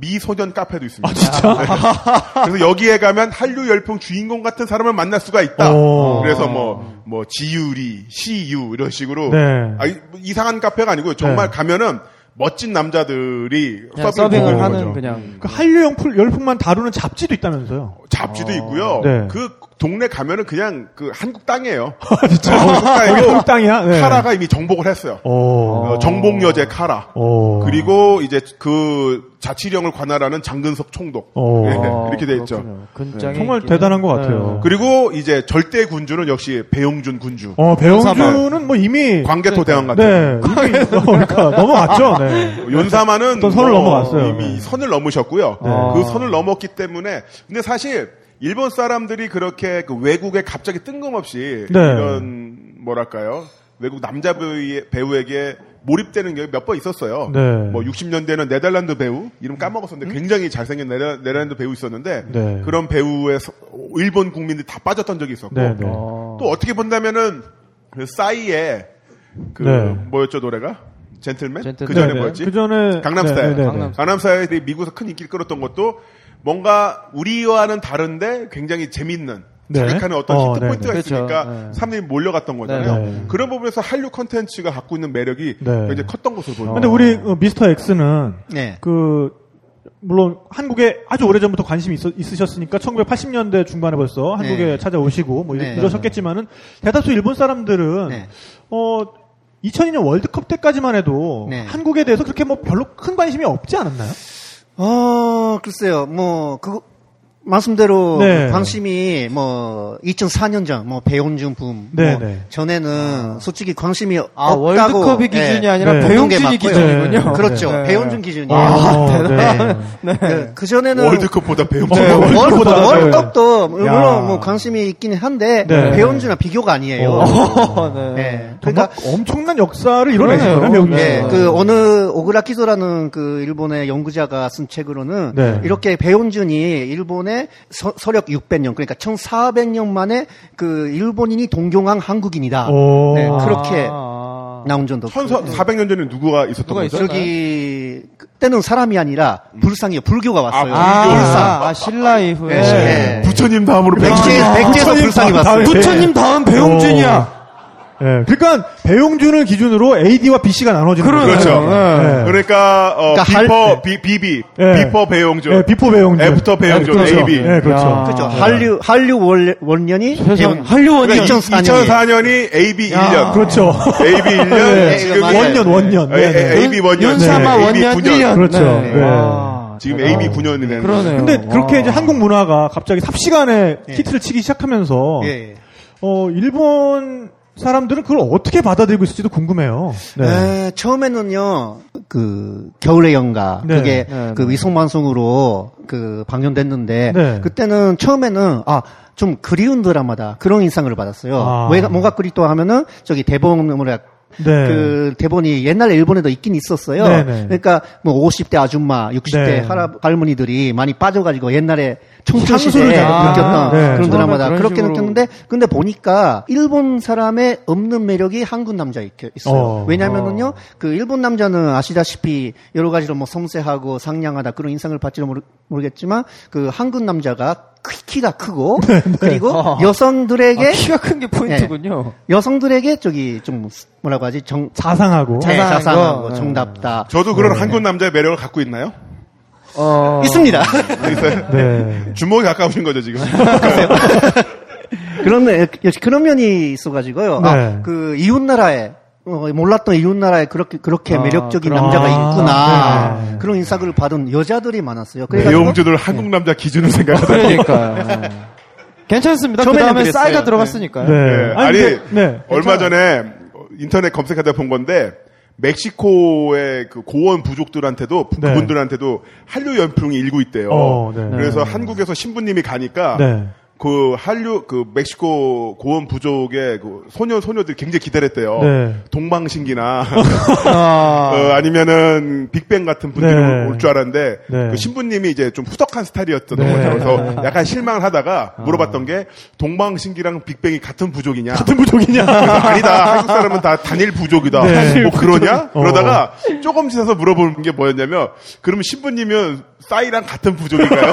S5: 미소년 카페도
S3: 아,
S5: 있습니다. 네. 그래서 여기에 가면 한류 열풍 주인공 같은 사람을 만날 수가 있다.
S3: 오.
S5: 그래서 뭐, 뭐, 지유리, 시유, 이런 식으로.
S3: 네.
S5: 아, 이- 뭐 이상한 카페가 아니고 정말 가면은 멋진 남자들이
S4: 그냥
S5: 보고
S4: 서빙을
S5: 오는
S4: 하는
S5: 거죠.
S4: 그냥
S3: 그 한류 영풀 열풍만 다루는 잡지도 있다면서요.
S5: 잡지도 있고요.
S3: 네.
S5: 그 동네 가면은 그냥 그 한국 땅이에요.
S3: 진짜.
S5: 한국 땅이고
S3: 땅이야? 네.
S5: 카라가 이미 정복을 했어요.
S3: 오.
S5: 어, 정복여제 카라.
S3: 오.
S5: 그리고 이제 그 자치령을 관할하는 장근석 총독.
S3: 오.
S5: 예, 네, 이렇게 돼 있죠.
S4: 어, 그렇군요. 근장의 네.
S3: 정말
S4: 인기는-
S3: 대단한 것
S4: 어.
S3: 같아요.
S5: 그리고 이제 절대 군주는 역시 배용준 군주.
S3: 어, 배영준은 뭐 이미
S5: 광개토 대왕 같은.
S3: 네, 이미 어, 그러니까 넘어왔죠. 네.
S5: 윤사만은 뭐
S3: 또 선을 넘어갔어요.
S5: 이미
S3: 네. 아.
S5: 선을 넘으셨고요.
S4: 네.
S5: 그 선을 넘었기 때문에 근데 사실 일본 사람들이 그렇게 그 외국에 갑자기 뜬금없이
S3: 네.
S5: 이런 뭐랄까요 외국 남자 배우의- 배우에게 몰입되는 게 몇 번 있었어요.
S3: 네. 음.
S5: 뭐 60년대는 네덜란드 배우 이름 까먹었었는데 굉장히 잘생긴 네덜- 네덜란드 배우 있었는데
S3: 네.
S5: 그런 배우에 서- 일본 국민들이 다 빠졌던 적이 있었고
S3: 네, 네.
S5: 또 어떻게 본다면은 그 싸이의 그
S3: 네.
S5: 뭐였죠 노래가 젠틀맨?
S4: 젠틀맨.
S5: 그 전에
S3: 네, 네.
S5: 뭐였지?
S3: 그 전에
S5: 강남스타일.
S3: 네,
S4: 강남
S5: 강남사이들이 미국에서 큰 인기를 끌었던 것도 뭔가 우리와는 다른데 굉장히 재밌는
S3: 네.
S5: 자극하는 어떤
S3: 어,
S5: 히트
S3: 네,
S5: 포인트가
S4: 네.
S5: 있으니까
S4: 그렇죠. 네.
S5: 사람들이 몰려갔던 거잖아요.
S3: 네.
S5: 그런 부분에서 한류 컨텐츠가 갖고 있는 매력이
S3: 네.
S5: 굉장히 컸던 것으로 보입니다.
S3: 근데 우리 어, 미스터 X는
S6: 네.
S3: 그 물론 한국에 아주 오래전부터 관심이 있, 있으셨으니까 1980년대 중반에 벌써 한국에
S6: 네.
S3: 찾아오시고 뭐
S6: 네.
S3: 이러셨겠지만은 대다수 일본 사람들은
S6: 네.
S3: 어 2002년 월드컵 때까지만 해도
S6: 네.
S3: 한국에 대해서 그렇게 뭐 별로 큰 관심이 없지 않았나요?
S6: 어, 글쎄요. 뭐, 그거, 말씀대로
S3: 네.
S6: 관심이 뭐 2004년 전, 뭐 배용준 붐,
S3: 네,
S6: 뭐
S3: 네.
S6: 전에는 솔직히 관심이
S4: 아,
S6: 없다고.
S4: 월드컵이
S6: 예.
S4: 기준이 아니라
S3: 네.
S4: 배용준이
S6: 맞고요.
S4: 기준이군요.
S6: 그렇죠.
S4: 네.
S6: 배용준 기준이에요.
S3: 아,
S4: 대단하네.
S6: 그, 그 전에는
S5: 어, 월드컵보다 배우
S3: 네, 월드컵. 월드컵보다,
S6: 월드컵보다 월드컵도
S3: 네. 야.
S6: 물론 뭐 관심이 있긴 한데
S3: 네.
S6: 배용준이랑 비교가 아니에요.
S4: 어, 네.
S6: 네.
S3: 정말
S6: 그러니까
S3: 엄청난 역사를 이뤄냈어요.
S4: 그러네요.
S3: 배운
S6: 예,
S4: 네.
S6: 그 어느 오그라키소라는 그 일본의 연구자가 쓴 책으로는
S3: 네.
S6: 이렇게 배용준이 일본의 서, 력 600년 그러니까 1400년 만에 그 일본인이 동경한 한국인이다.
S3: 오.
S6: 네, 그렇게
S4: 아.
S6: 나온 정도.
S5: 1400년 전에 누구가 있었던
S4: 누가
S5: 거죠?
S4: 있었나요?
S6: 저기 그때는 사람이 아니라 불상이요 불교가 왔어요.
S5: 아, 네. 불교.
S6: 불상.
S4: 아, 신라 이후에.
S6: 예, 예.
S5: 부처님 다음으로
S6: 백제
S3: 네.
S5: 배우준.
S6: 백제에서
S3: 부처님
S6: 불상이
S3: 다음-
S6: 왔어요. 예.
S3: 다음에
S4: 아, 부처님 다음 배용준이야.
S3: 예, 그러니까 배용준을 기준으로 AD와 BC가 나눠지는 거죠.
S5: 그렇죠.
S3: 네.
S5: 그러니까 어,
S6: 그러니까 할-
S5: 비퍼 비, 비비
S3: 네.
S5: 비퍼 배용준
S3: 예, 비포 배용준,
S5: 애프터 배용준,
S3: 예, 그렇죠.
S5: AB.
S3: 예,
S4: 아.
S3: 그렇죠.
S6: 그렇죠. 한류 한류 월, 원년이
S4: 세상
S6: 배용준.
S4: 한류 원년.
S5: 그러니까
S6: 2004 년이에요.
S5: 2004년이 AB 1년
S3: 그렇죠.
S5: AB 1년
S3: 네.
S5: 예, 지금
S6: 맞아요.
S3: 원년, 원년. 네, 네.
S4: 예.
S5: 에, 에, AB 원년
S4: 윤사마
S5: 네.
S4: 원년
S5: AB 9년.
S4: 1년.
S3: 그렇죠.
S4: 네.
S3: 네.
S4: 와,
S5: 지금
S4: 대단하네.
S5: AB 9년이 되는
S4: 그러네요.
S3: 근데 어, 그렇게
S4: 어, 와.
S3: 이제 한국 문화가 갑자기 삽시간에 히트를 치기 시작하면서
S6: 예, 예.
S3: 어 일본 사람들은 그걸 어떻게 받아들이고 있을지도 궁금해요. 네.
S6: 에, 처음에는요, 그, 겨울의 연가.
S3: 네,
S6: 그게
S4: 네,
S6: 그
S4: 네.
S6: 위성방송으로 그 방영됐는데,
S3: 네.
S6: 그때는 처음에는, 아, 좀 그리운 드라마다. 그런 인상을 받았어요.
S3: 아.
S6: 왜, 뭔가 그립다 하면은, 저기 대본으로 약-
S3: 네.
S6: 그 대본이 옛날에 일본에도 있긴 있었어요.
S3: 네, 네.
S6: 그러니까 뭐 50대 아줌마, 60대
S3: 네.
S6: 할아, 할머니들이 많이 빠져가지고 옛날에 청춘
S3: 향수를
S6: 시대에
S3: 잡는.
S6: 느꼈던
S3: 아, 네.
S6: 그런 드라마다
S4: 처음에 그런
S6: 그렇게
S4: 식으로.
S6: 느꼈는데 근데 보니까 일본 사람의 없는 매력이 한국 남자에 있- 있어요.
S3: 어.
S6: 왜냐면은요 그 일본 남자는 아시다시피 여러 가지로 뭐 섬세하고 상냥하다 그런 인상을 받지는 모르, 겠지만그 한국 남자가 키- 키가 크고
S3: 네,
S6: 그리고
S4: 어.
S6: 여성들에게
S4: 아, 키가 큰 게 포인트군요.
S6: 여성들에게 저기 좀 뭐라고 하지 정
S3: 자상하고
S6: 네,
S4: 자상한
S6: 자상하고
S4: 거.
S6: 정답다
S5: 저도 그런
S3: 네.
S5: 한국 남자의 매력을 갖고 있나요?
S4: 어.
S6: 있습니다.
S3: 네.
S5: 주먹이 가까우신 거죠 지금? 그러니까
S6: 그런 면- 역시 그런 면이 있어가지고요.
S3: 네.
S6: 아, 그 이웃 나라에 어, 몰랐던 이웃 나라에 그렇게 그렇게
S4: 아,
S6: 매력적인
S3: 그런-
S6: 남자가
S3: 아,
S6: 있구나
S3: 네.
S6: 그런 인상을 받은 여자들이 많았어요. 그러니까 뭐- 그래가지고-
S5: 네. 배용준을 한국 남자 기준으로 생각하다.
S4: 그러니까. 괜찮습니다. 그
S6: 처음에는
S4: 다음에
S6: 그랬어요.
S4: 쌀가 들어갔으니까요.
S3: 네.
S5: 네.
S3: 아니,
S5: 아니
S3: 근데- 네.
S5: 얼마 전에 인터넷 검색하다 본 건데 멕시코의 그 고원 부족들한테도
S3: 네.
S5: 그분들한테도 한류 연풍이 일고 있대요.
S3: 어, 네.
S5: 그래서 한국에서 신부님이 가니까
S3: 네.
S5: 그 한류 그 멕시코 고원 부족의 그 소녀 소녀들이 굉장히 기다렸대요.
S3: 네.
S5: 동방신기나
S4: 아.
S5: 어, 아니면은 빅뱅 같은 분들이
S3: 네.
S5: 올 줄 알았는데
S3: 네.
S5: 그 신부님이 이제 좀 후덕한 스타일이었던
S3: 네. 아.
S5: 것 같아요. 그래서 약간 실망을 하다가 물어봤던 게 동방신기랑 빅뱅이 같은 부족이냐?
S3: 같은 부족이냐?
S5: 그래서 아니다. 한국 사람은 다 단일 부족이다.
S3: 네.
S5: 뭐 그러냐?
S3: 어.
S5: 그러다가 조금 지나서 물어보는 게 뭐였냐면 그러면 신부님은 싸이랑 같은 부족인가요?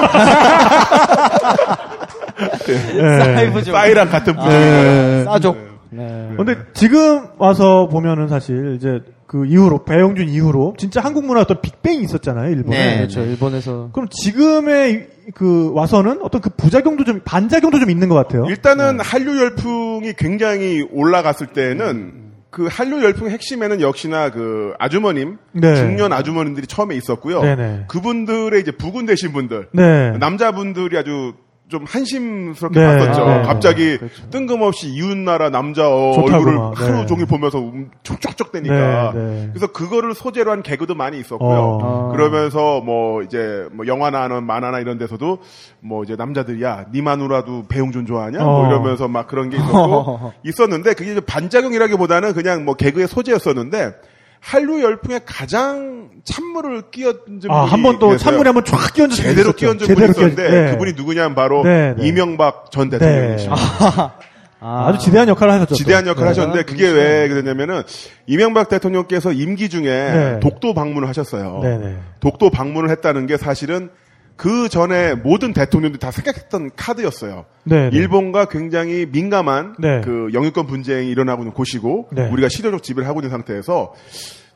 S3: 네.
S4: 쌀부족.
S5: 싸이랑 같은 부족인가요?
S4: 싸족. 네.
S3: 근데 지금 와서 보면은 사실 이제 그 이후로 배영준 이후로 진짜 한국 문화 어떤 빅뱅이 있었잖아요 일본에.
S4: 네, 그렇죠. 일본에서
S3: 그럼 지금의 이- 그 와서는 어떤 그 부작용도 좀 반작용도 좀 있는 것 같아요.
S5: 일단은 한류 열풍이 굉장히 올라갔을 때는 그 한류 열풍의 핵심에는 역시나 그 아주머님,
S3: 네.
S5: 중년 아주머님들이 처음에 있었고요.
S3: 네네.
S5: 그분들의 이제 부군 되신 분들,
S3: 네.
S5: 남자분들이 아주 좀 한심스럽게
S3: 네,
S5: 봤었죠.
S3: 네, 네.
S5: 갑자기
S4: 그렇죠.
S5: 뜬금없이 이웃나라 남자 어,
S3: 좋다구나.
S5: 얼굴을
S3: 네.
S5: 하루 종일 보면서 음, 쪽쪽쪽대니까.
S3: 네, 네.
S5: 그래서 그거를 소재로 한 개그도 많이 있었고요.
S3: 어.
S5: 그러면서 뭐 이제 뭐 영화나 하는 만화나 이런 데서도 뭐 이제 남자들이야 니 마누라도 배용준 좋아하냐 뭐
S3: 어.
S5: 이러면서 막 그런 게 있었고 있었는데 그게 이제 반작용이라기보다는 그냥 뭐 개그의 소재였었는데 한류 열풍에 가장 찬물을 끼얹은 분이
S3: 아, 한 번 또
S5: 계세요.
S3: 찬물에 한번 쫙 끼얹은 분이
S5: 제대로
S3: 있었죠.
S5: 끼얹은 분이
S3: 제대로
S5: 있었는데
S3: 끼얹- 네.
S5: 그분이 누구냐면 바로
S3: 네, 네.
S5: 이명박 전
S3: 네.
S5: 대통령이시죠.
S4: 아,
S3: 아, 주 지대한 역할을 하셨죠. 또.
S5: 지대한 역할을
S3: 네.
S5: 하셨는데 그게 왜 그랬냐면은 이명박 대통령께서 임기 중에
S3: 네.
S5: 독도 방문을 하셨어요.
S3: 네네.
S5: 독도 방문을 했다는 게 사실은 그 전에 모든 대통령들이 다 생각했던 카드였어요.
S3: 네.
S5: 일본과 굉장히 민감한
S3: 네.
S5: 그 영유권 분쟁이 일어나고 있는 곳이고
S3: 네.
S5: 우리가 실효적 지배를 하고 있는 상태에서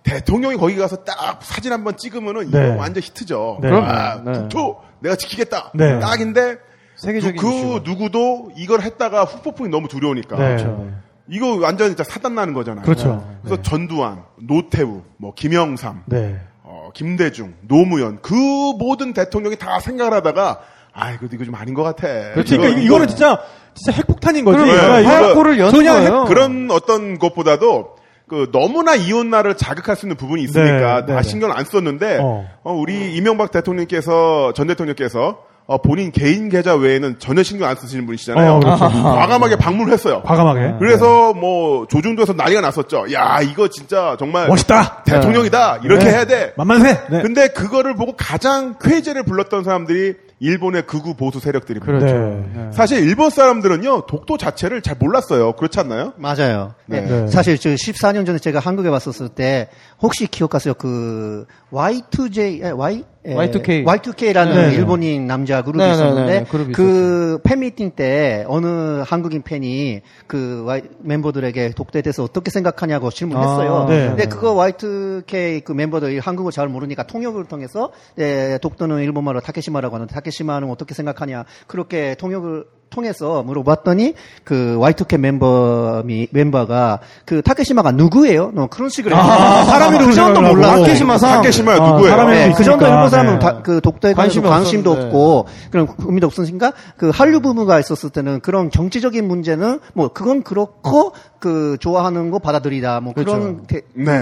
S5: 대통령이 거기 가서 딱 사진 한번 찍으면은
S3: 네.
S5: 이거 완전 히트죠.
S3: 네.
S5: 아,
S4: 그럼요. 네.
S5: 국토 내가 지키겠다.
S3: 네.
S5: 딱인데 누-
S4: 세계적인
S5: 그
S4: 이슈가.
S5: 누구도 이걸 했다가 후폭풍이 너무 두려우니까
S3: 네.
S4: 그렇죠.
S5: 이거 완전 진짜 사단 나는 거잖아요.
S3: 그렇죠.
S5: 그래서 전두환, 노태우, 뭐 김영삼,
S3: 네.
S5: 어, 김대중, 노무현 그 모든 대통령이 다 생각을 하다가 아 이거 이거 좀 아닌 것 같아.
S3: 그러니까
S5: 이거-
S3: 이거, 는 진짜 진짜 핵폭탄인 거지.
S5: 그러니까요.
S3: 그러니까 이거-
S4: 화약고를 여는
S3: 그냥
S4: 거예요.
S5: 그런 어떤 것보다도 그 너무나 이혼나를 자극할 수 있는 부분이 있으니까
S3: 네, 네, 네.
S5: 다 신경 을안 썼는데
S3: 어.
S5: 어, 우리 이명박 대통령께서 전 대통령께서 어, 본인 개인 계좌 외에는 전혀 신경 안 쓰시는 분이시잖아요.
S3: 어, 그렇죠.
S5: 과감하게 방문을 했어요.
S3: 과감하게.
S4: 네.
S3: 네.
S5: 그래서 뭐 조중도에서 난리가 났었죠. 야 이거 진짜 정말
S3: 멋있다.
S5: 네. 대통령이다 이렇게
S3: 네.
S5: 해야 돼.
S3: 만만세. 네.
S5: 근데 그거를 보고 가장 쾌재를 불렀던 사람들이 일본의 극우 보수 세력들입니다.
S3: 네.
S5: 사실 일본 사람들은요 독도 자체를 잘 몰랐어요. 그렇지 않나요?
S6: 맞아요.
S5: 네.
S6: 네. 사실 저 14년 전에 제가 한국에 왔었을 때 혹시 기억하세요? 그 Y2J, 에, Y? 에,
S4: Y2K.
S6: Y2K라는
S3: 네.
S6: 일본인 남자 그룹이
S4: 네, 네, 네,
S6: 있었는데
S4: 네. 그룹이
S6: 그 팬미팅 때 어느 한국인 팬이 그 Y 멤버들에게 독도에 대해서 어떻게 생각하냐고 질문했어요.
S4: 아,
S3: 네.
S6: 근데 그거 Y2K 그 멤버들이 한국어 잘 모르니까 통역을 통해서 예, 독도는 일본말로 타케시마라고 하는데 타케시마는 어떻게 생각하냐 그렇게 통역을 통해서 물어봤더니 그 Y2K 멤버 미- 멤버가 그 타케시마가 누구예요? 뭐 그런 식으로
S3: 아, 사람 이름을
S6: 그 정도
S3: 생각을
S6: 몰라.
S3: 하고.
S4: 타케시마상.
S5: 타케시마
S3: 아,
S5: 누구예요?
S3: 사람의
S6: 네, 그 정도
S3: 있으니까,
S6: 일본 사람은
S3: 네.
S6: 다- 그 독도에 관해서
S4: 관심이
S6: 관심도
S4: 없었는데.
S6: 없고 그런 의미도 없으니까 그 한류 부부가 있었을 때는 그런 정치적인 문제는 뭐 그건 그렇고 그 좋아하는 거 받아들이다 뭐 그런 대-
S5: 네.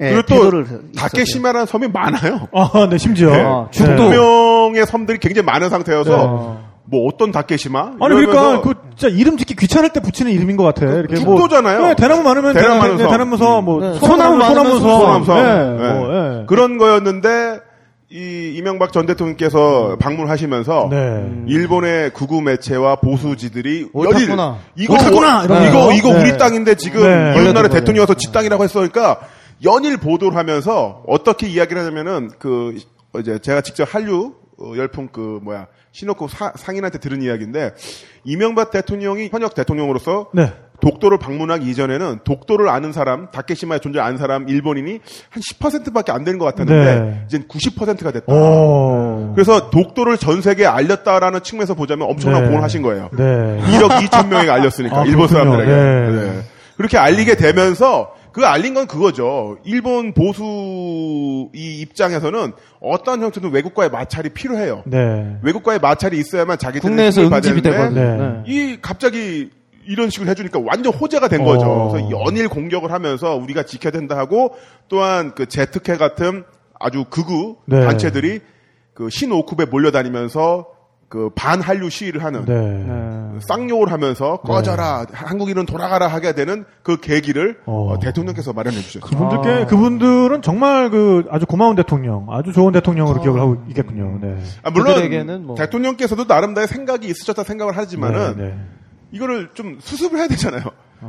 S6: 예,
S5: 그리고
S6: 태도를
S5: 또 다케시마라는 섬이 많아요.
S3: 아, 네, 심지어.
S5: 네.
S3: 아,
S5: 두 명의 섬들이 굉장히 많은 상태여서 뭐 어떤 다케시마?
S3: 네. 아니 그러니까
S5: 이러면서
S3: 그 진짜 이름 짓기 귀찮을 때 붙이는 이름인 것 같아. 이렇게 뭐-
S5: 죽도잖아요.
S3: 네, 대나무 많으면
S5: 대나무
S3: 대나무
S5: 많은
S3: 네, 대나무
S5: 섬.
S3: 섬, 뭐
S4: 네.
S3: 소나무
S4: 소나무
S3: 소나무
S4: 많으면
S3: 섬,
S5: 소나무 섬.
S3: 네,
S5: 네.
S3: 뭐, 예.
S5: 그런 거였는데 이 이명박 전 대통령께서 방문하시면서
S3: 네.
S5: 음. 일본의 구구 매체와 보수지들이
S4: 옳다구나.
S5: 연일 이거
S3: 옳다구나!
S5: 오-
S3: 이러면서.
S5: 이거 이거
S3: 네.
S5: 우리 땅인데 지금
S3: 네.
S5: 이웃 나라
S4: 원래대로,
S5: 대통령 와서 지 땅이라고 했으니까 연일 보도를 하면서 어떻게 이야기를 하냐면은 그 이제 제가 직접 한류 어, 열풍 그 뭐야 신호코 사- 상인한테 들은 이야기인데 이명박 대통령이 현역 대통령으로서
S3: 네.
S5: 독도를 방문하기 이전에는 독도를 아는 사람, 다케시마의 존재를 아는 사람 일본인이 한 10%밖에 안 되는 것 같았는데
S3: 네.
S5: 이제 90%가 됐다.
S3: 오.
S5: 그래서 독도를 전 세계에 알렸다라는 측면에서 보자면 엄청난
S3: 네.
S5: 공헌을 하신 거예요.
S3: 네.
S5: 1억 2천 명이 알렸으니까
S3: 아,
S5: 일본
S3: 그렇군요.
S5: 사람들에게
S3: 네.
S5: 네. 그렇게 알리게 되면서 그 알린 건 그거죠. 일본 보수 이 입장에서는 어떤 형태든 외국과의 마찰이 필요해요.
S3: 네.
S5: 외국과의 마찰이 있어야만 자기들
S4: 국내에서 응집이 되거든.
S3: 네.
S5: 이 갑자기 이런 식으로 해주니까 완전 호재가 된 거죠.
S3: 어.
S5: 그래서 연일 공격을 하면서 우리가 지켜야 된다 하고 또한 그 제트캐 같은 아주 극우
S3: 네.
S5: 단체들이 그 신오쿱에 몰려다니면서 그 반한류 시위를 하는 그
S3: 네.
S5: 쌍욕을 하면서 꺼져라 한국인은 돌아가라 하게 되는 그 계기를
S3: 어.
S5: 어, 대통령께서 마련해 주셨죠.
S3: 그분들께
S5: 아.
S3: 그분들은 정말 그 아주 고마운 대통령, 아주 좋은 대통령으로 기억을 하고 있겠군요. 네.
S5: 아, 물론
S4: 그들에게는 뭐-
S5: 대통령께서도 나름의 생각이 있으셨다 생각을 하지만은
S3: 네, 어, 네.
S5: 이거를 좀 수습을 해야 되잖아요.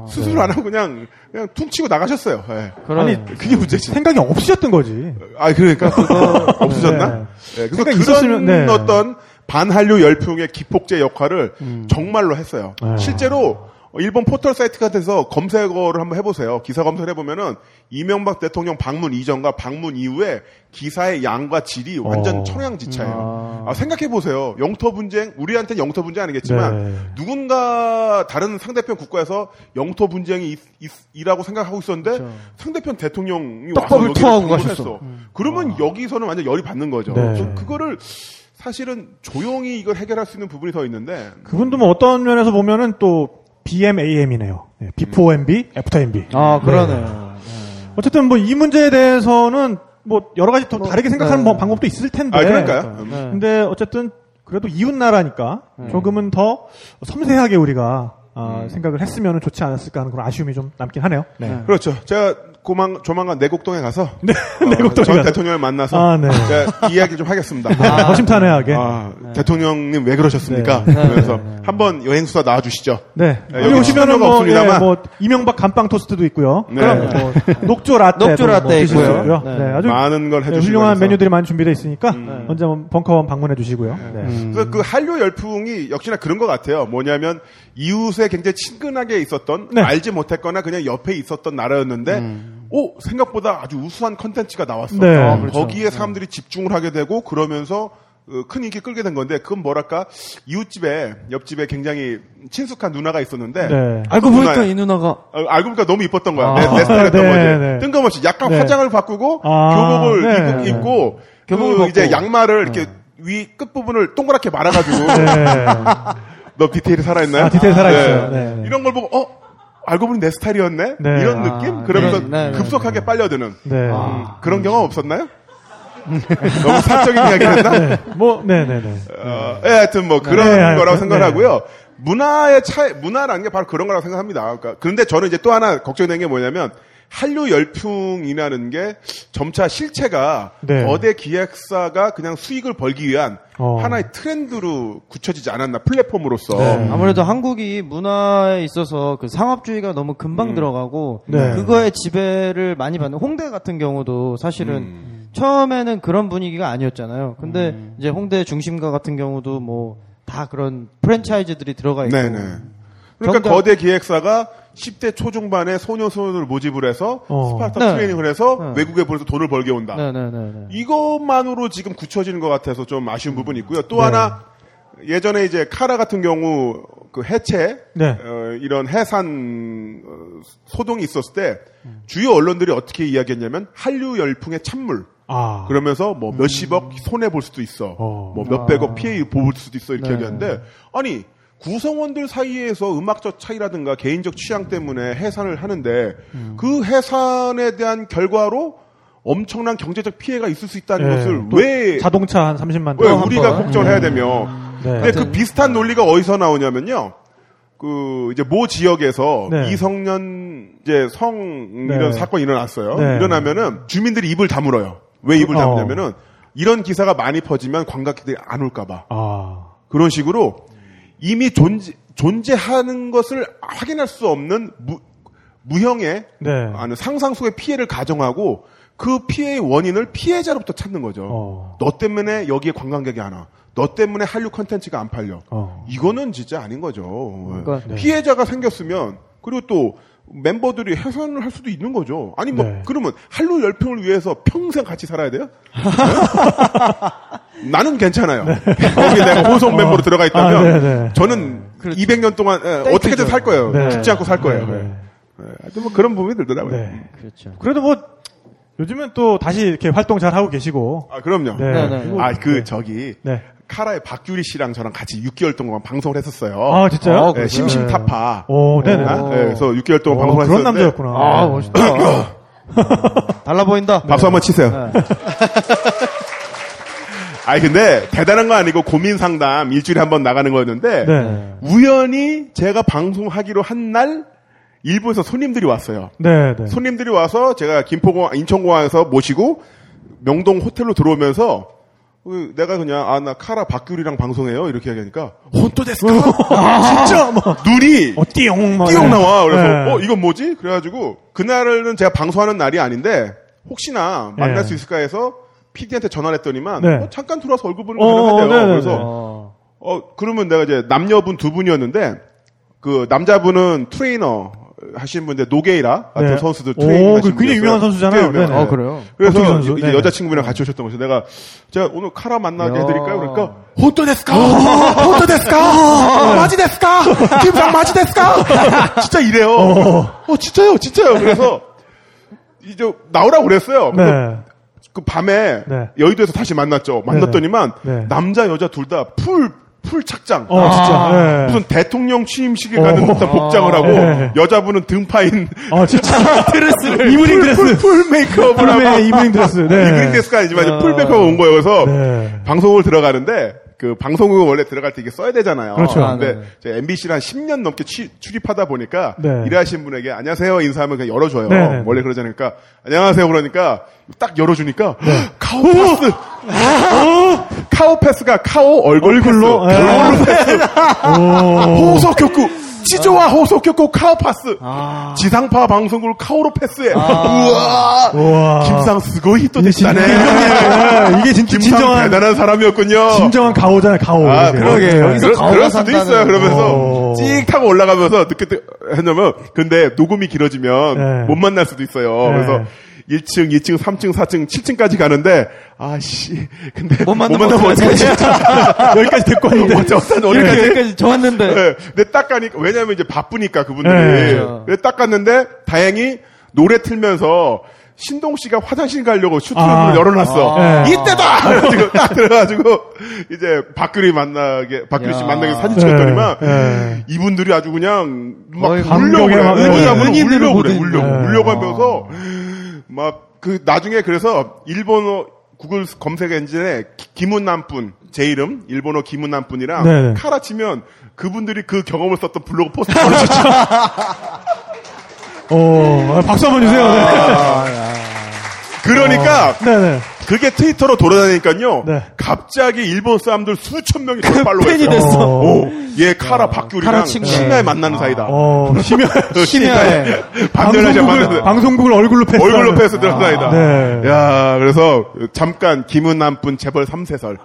S5: 수습을 안 하고 그냥 그냥 퉁치고 나가셨어요. 예.
S4: 그런-
S3: 아니,
S5: 그게 문제지.
S3: 생각이 없으셨던 거지.
S5: 아 그러니까 없으셨나? 네, 그래서
S3: 생각
S5: 그런
S3: 있었으면, 네.
S5: 어떤 반한류 열풍의 기폭제 역할을 정말로 했어요.
S3: 음. 네.
S5: 실제로 일본 포털 사이트 같아서 검색어를 한번 해보세요. 기사 검색을 해보면은 이명박 대통령 방문 이전과 방문 이후에 기사의 양과 질이 완전
S3: 어. 음,
S5: 천양지차예요. 아, 생각해보세요. 영토 분쟁, 우리한테 영토 분쟁 아니겠지만
S3: 네.
S5: 누군가 다른 상대편 국가에서 영토 분쟁이 있, 라고 생각하고 있었는데 상대편 대통령이 와서
S4: 떡밥을
S5: 여기를
S4: 토하고
S5: 방문했어.
S4: 가셨어.
S5: 그러면 여기서는 완전 열이 받는 거죠.
S3: 음. 네.
S5: 그래서 그거를 사실은 조용히 이걸 해결할 수 있는 부분이 더 있는데
S3: 그분도 뭐 어떤 면에서 보면은 또 BMAM이네요. before MB, after MB.
S4: 아, 그러네요.
S3: 어쨌든 뭐 이 문제에 대해서는 뭐 여러 가지 또 다르게 생각하는 뭐
S4: 네.
S3: 방법도 있을 텐데.
S5: 아 그러니까요. 음.
S4: 네.
S3: 근데 어쨌든 그래도 이웃 나라니까
S5: 네.
S3: 조금은 더 섬세하게 우리가 아,
S5: 음.
S3: 생각을 했으면 좋지 않았을까 하는 그런 아쉬움이 좀 남긴 하네요. 네.
S5: 그렇죠. 제가 고만, 조만간 내곡동에 가서 어,
S3: 내곡동에
S5: 전
S3: 가서.
S5: 대통령을 만나서
S3: 아, 네.
S5: 제가 이야기 좀 하겠습니다.
S3: 아, 네. 허심탄회하게.
S5: 아, 대통령님 왜 그러셨습니까? 그래서 한번 여행 수사 나와 주시죠.
S3: 네.
S5: 네,
S3: 여기
S5: 여기
S3: 오시면은
S5: 출연료가
S3: 뭐,
S5: 없습니다만.
S3: 예, 뭐 이명박 감빵 토스트도 있고요.
S5: 네.
S3: 그럼 뭐 녹조 라떼,
S4: 녹조 라떼 있고요.
S3: 네.
S4: 네.
S3: 아주
S5: 많은 음. 걸
S3: 네,
S5: 해주시고
S3: 훌륭한 메뉴들이 많이 준비되어 있으니까 네. 언제 한번 벙커원 방문해 주시고요. 네.
S5: 그래서 그 한류 열풍이 역시나 그런 것 같아요. 뭐냐면 이웃에 굉장히 친근하게 있었던
S3: 네. 음.
S5: 알지 못했거나 그냥 옆에 있었던 나라였는데 오 생각보다 아주 우수한 컨텐츠가 나왔어.
S3: 네. 아,
S4: 그렇죠.
S5: 거기에 사람들이 집중을 하게 되고 그러면서 어, 큰 인기 끌게 된 건데 그건 뭐랄까 이웃집에 옆집에 굉장히 친숙한 누나가 있었는데
S3: 네.
S4: 알고
S5: 누나야.
S4: 보니까 이 누나가
S5: 어, 알고 보니까 너무 이뻤던 거야.
S4: 아.
S5: 내, 내 스타일이었던
S3: 네,
S5: 거지.
S3: 네.
S5: 뜬금없이 약간
S3: 네.
S5: 화장을 바꾸고
S3: 아,
S5: 교복을
S3: 네,
S5: 입고, 입고
S4: 교복을
S5: 그
S4: 벗고.
S5: 이제 양말을 이렇게 위 끝부분을 동그랗게 말아가지고
S3: 네.
S5: 너 디테일이 살아있나요?
S3: 아, 디테일 살아있어요. 네, 네.
S5: 이런 걸 보고 어 알고 보니 내 스타일이었네.
S3: 네.
S5: 이런
S4: 아,
S5: 느낌? 그러면서
S4: 그런, 네, 네,
S5: 급속하게 빨려드는
S3: 네.
S5: 음, 그런 경험 없었나요?
S3: 음.
S5: 너무 사적인 이야기였나?
S3: 뭐, 네네네.
S5: 어, 예, 하여튼 뭐 그런
S3: 네, 하여튼,
S5: 거라고
S3: 네.
S5: 생각하고요. 문화의 차이, 문화라는 게 바로 그런 거라고 생각합니다. 그러니까 그런데 저는 이제 또 하나 걱정되는 게 뭐냐면 한류 열풍이라는 게 점차 실체가
S3: 네.
S5: 거대 기획사가 그냥 수익을 벌기 위한
S3: 어.
S5: 하나의 트렌드로 굳혀지지 않았나 플랫폼으로서
S3: 네.
S4: 아무래도 한국이 문화에 있어서 그 상업주의가 너무
S5: 음.
S4: 금방 들어가고
S3: 네.
S4: 그거에 지배를 많이 받는 홍대 같은 경우도 사실은
S5: 음.
S4: 처음에는 그런 분위기가 아니었잖아요. 근데 이제 홍대 중심가 같은 경우도 뭐 다 그런 프랜차이즈들이 들어가 있고
S5: 네네. 그러니까
S4: 정작-
S5: 거대 기획사가 10대 초중반에 소녀 소녀를 모집을 해서
S3: 어.
S5: 스파르타
S4: 네.
S5: 트레이닝을 해서
S4: 네.
S5: 외국에 보내서 돈을 벌게 온다.
S4: 네네네네.
S5: 이것만으로 지금 굳혀지는 것 같아서 좀
S4: 음.
S5: 아쉬운 부분이 있고요.
S4: 네.
S5: 또 하나 예전에 이제 카라 같은 경우 그 해체
S3: 네.
S5: 어, 이런 해산 어, 소동이 있었을 때 주요 언론들이 어떻게 이야기했냐면 한류 열풍의 찬물
S3: 아.
S5: 그러면서 뭐 몇십억 손해 볼 수도 있어
S3: 어. 네.
S5: 뭐 몇백억 피해 볼 수도 있어 이렇게 얘기하는데 아니 구성원들 사이에서 음악적 차이라든가 개인적 취향 때문에 해산을 하는데
S3: 음.
S5: 그 해산에 대한 결과로 엄청난 경제적 피해가 있을 수 있다는
S3: 네.
S5: 것을
S3: 또
S5: 왜,
S3: 자동차 한 30만
S5: 왜
S3: 대. 예.
S5: 우리가 걱정해야 되며
S3: 네.
S5: 근데 그 비슷한 논리가 어디서 나오냐면요 그 이제 모 지역에서
S3: 네.
S5: 이성년 이제 성
S3: 네.
S5: 이런 사건이 일어났어요
S3: 네.
S5: 일어나면은 주민들이 입을 다물어요 왜 입을
S3: 어.
S5: 다물냐면은 이런 기사가 많이 퍼지면 관광객들이 안 올까봐
S3: 아.
S5: 그런 식으로 이미 존재, 존재하는 것을 확인할 수 없는 무, 무형의
S3: 네.
S5: 아니, 상상 속의 피해를 가정하고 그 피해의 원인을 피해자로부터 찾는 거죠.
S3: 어.
S5: 너 때문에 여기에 관광객이 안 와. 너 때문에 한류 컨텐츠가 안 팔려.
S3: 어. 네.
S5: 이거는 진짜 아닌 거죠.
S4: 그러니까-
S5: 피해자가 생겼으면 그리고 또 멤버들이 해산을 할 수도 있는 거죠. 아니 뭐
S3: 네.
S5: 그러면 한류 열풍을 위해서 평생 같이 살아야 돼요? 네? 나는 괜찮아요. 거기 내가 호성 멤버로 들어가
S3: 네. 아,
S5: 있다면
S3: 네네.
S5: 저는 200년 동안 예, 어떻게든 살 거예요.
S3: 네.
S5: 죽지 않고 살 거예요.
S3: 네.
S5: 예. 예, 하여튼 뭐 그런 부분이 들더라고요.
S3: 네.
S4: 그렇죠.
S3: 그래도 뭐, 요즘은 또 다시 이렇게 활동 잘 하고 계시고.
S5: 아 그럼요.
S3: 네.
S4: 네, 네.
S3: 그리고-
S5: 아 그
S3: 네.
S5: 저기
S3: 네.
S5: 카라의 박규리 씨랑 저랑 같이 6개월 동안 방송을 했었어요.
S3: 아, 진짜요?
S4: 어,
S5: 예,
S4: 그래요?
S5: 심심타파.
S3: 오, 네네.
S5: 아, 예, 그래서 6개월 동안
S3: 오, 그런
S5: 방송을 했었는데
S3: 남자였구나.
S4: 아 멋있다. 달라 보인다.
S3: 네.
S5: 박수 한번 치세요. 아니 근데 대단한 거 아니고 고민 상담 일주일에 한 번 나가는 거였는데
S3: 네.
S5: 우연히 제가 방송하기로 한 날 일부에서 손님들이 왔어요.
S3: 네, 네.
S5: 손님들이 와서 제가 김포공항 인천공항에서 모시고 명동 호텔로 들어오면서 그 내가 그냥 아 나 카라 박규리랑 방송해요 이렇게 얘기하니까 혼또데스까 진짜 막 눈이
S3: 어, 띠용. 막.
S5: 띠용 나와. 그래서
S3: 네.
S5: 어 이건 뭐지? 그래가지고 그날은 제가 방송하는 날이 아닌데 혹시나 만날
S3: 네.
S5: 수 있을까 해서 PD한테 전화를 했더니만
S3: 네.
S5: 어, 잠깐 들어와서 얼굴 보는
S3: 어,
S5: 거 가능하대요.
S3: 네네네.
S5: 그래서 어 그러면 내가 이제 남녀분 두 분이었는데 그 남자분은 트레이너 하신 분인데 노게이라 같은
S3: 네.
S5: 선수들
S3: 오,
S5: 트레이닝
S3: 그
S5: 하신
S3: 굉장히
S5: 분이었어요.
S3: 유명한 선수잖아요.
S5: 굉장히 유명한
S3: 네네.
S4: 아, 그래요?
S5: 그래서
S3: 어떤 선수?
S5: 이제
S3: 네네.
S5: 여자친구분이랑 같이 오셨던 거죠. 내가 제가 오늘 카라 만나게
S4: 야.
S5: 해드릴까요? 그러니까
S3: 어.
S5: 호토데스까? 호토데스까? 어,
S3: 네.
S5: 마지데스까? 김상 마지데스까? 진짜 이래요. 어 진짜요, 진짜요. 그래서 이제 나오라고 그랬어요. 그래서
S3: 네.
S5: 그 밤에
S3: 네.
S5: 여의도에서 다시 만났죠. 만났더니만
S3: 네.
S5: 남자 여자 둘 다 풀 풀 착장.
S3: 어, 진짜. 네.
S5: 아,
S3: 어.
S5: 무슨 대통령 취임식에 가는 듯한 복장을 하고
S3: 네.
S5: 여자분은 등파인
S3: 어, 진짜. 드레스를. 이브닝
S5: 풀, 풀,
S3: 드레스.
S5: 풀 메이크업을 하고
S3: 풀메 이브닝 드레스. 네.
S5: 이브닝 데스가 아니지만 이제 풀 메이크업 온 거예요. 그래서
S3: 네.
S5: 방송을 들어가는데 그 방송국 원래 들어갈 때 이게 써야 되잖아요.
S3: 그렇죠.
S4: 아,
S5: 근데
S4: 네네.
S5: MBC를 한 10년 넘게 취, 출입하다 보니까
S3: 네.
S5: 일하신 분에게 안녕하세요 인사하면 그냥 열어줘요.
S3: 네네.
S5: 원래 그러잖아요. 그러니까 안녕하세요 그러니까 딱 열어주니까
S3: 네. 어?
S5: 카오패스 카오패스가 카오 얼굴
S3: 얼굴로?
S5: 패스,
S3: 예. 어.
S5: 얼굴 패스 호소격구
S3: 아.
S5: 지조와 호소격구 카오파스 지상파 방송국 카오로 패스해
S3: 아.
S5: 우와
S3: 우와.
S5: 김상 스고히 또 됐다네
S3: 네, 아. 이게 진짜
S5: 김상
S3: 진정한
S5: 대단한 사람이었군요.
S3: 진정한 가오잖아요, 가오.
S5: 아,
S3: 이게. 예.
S5: 그러게.
S4: 어, 여기서
S5: 그럴,
S4: 가오가
S5: 그럴 수도
S4: 산다는
S5: 있어요.
S3: 오.
S5: 그러면서 찍 타고 올라가면서 늦게 했냐면, 근데 녹음이 길어지면
S3: 네.
S5: 못 만날 수도 있어요.
S4: 네.
S5: 그래서 1층, 2층, 3층, 4층, 7층까지 가는데, 아, 씨. 근데
S4: 못 만나면
S5: 어떡하지?
S3: 여기까지 듣고 왔는데.
S5: 어째, 어째,
S4: 이렇게
S5: 어디까지?
S4: 네. 여기까지 좋았는데.
S5: 네. 근데 딱 가니까, 왜냐면 이제 바쁘니까 그분들이.
S3: 네.
S4: 그렇죠.
S5: 근데 딱 갔는데, 다행히 노래 틀면서, 신동 씨가 화장실 가려고 슈트를
S3: 아.
S5: 열어놨어.
S3: 아. 네.
S5: 이때다! 그래가지고 딱 들어가지고, 이제 박규리 만나게, 박규리 씨
S4: 야.
S5: 만나게 사진
S3: 네.
S5: 찍었더니만,
S3: 네.
S5: 이분들이 아주 그냥 막
S4: 거의
S5: 울려고
S3: 감동에
S5: 그래.
S3: 막
S5: 은
S3: 울려.
S5: 은
S4: 은인들을
S5: 울려고 그래.
S4: 보듯이.
S5: 울려고.
S3: 네.
S5: 울려고 하면서, 막 그 나중에 그래서 일본어 구글 검색 엔진에 기- 김은남뿐 제 이름 일본어 김은남뿐이랑
S3: 네네.
S5: 카라 치면 그분들이 그 경험을 썼던 블로그 포스트 걸어줬죠.
S3: 어, 아, 박수 한번 주세요.
S5: 그러니까
S3: 네. 네네.
S5: 그게 트위터로 돌아다니니까요.
S3: 네.
S5: 갑자기 일본 사람들 수천 명이 저를 팔로우했어요.
S4: 팬이 됐어.
S5: 오, 얘 카라 박규리랑
S4: 카라 친구.
S5: 심야에 만나는 사이다.
S3: 어, 심야.
S4: 심야에.
S5: 반대하지
S3: 방송국을,
S5: 만나는
S3: 방송국을 얼굴로 패스.
S5: 얼굴로 패스 들어간 사이다.
S3: 네.
S5: 야, 그래서 잠깐 김은남뿐 재벌 3세설.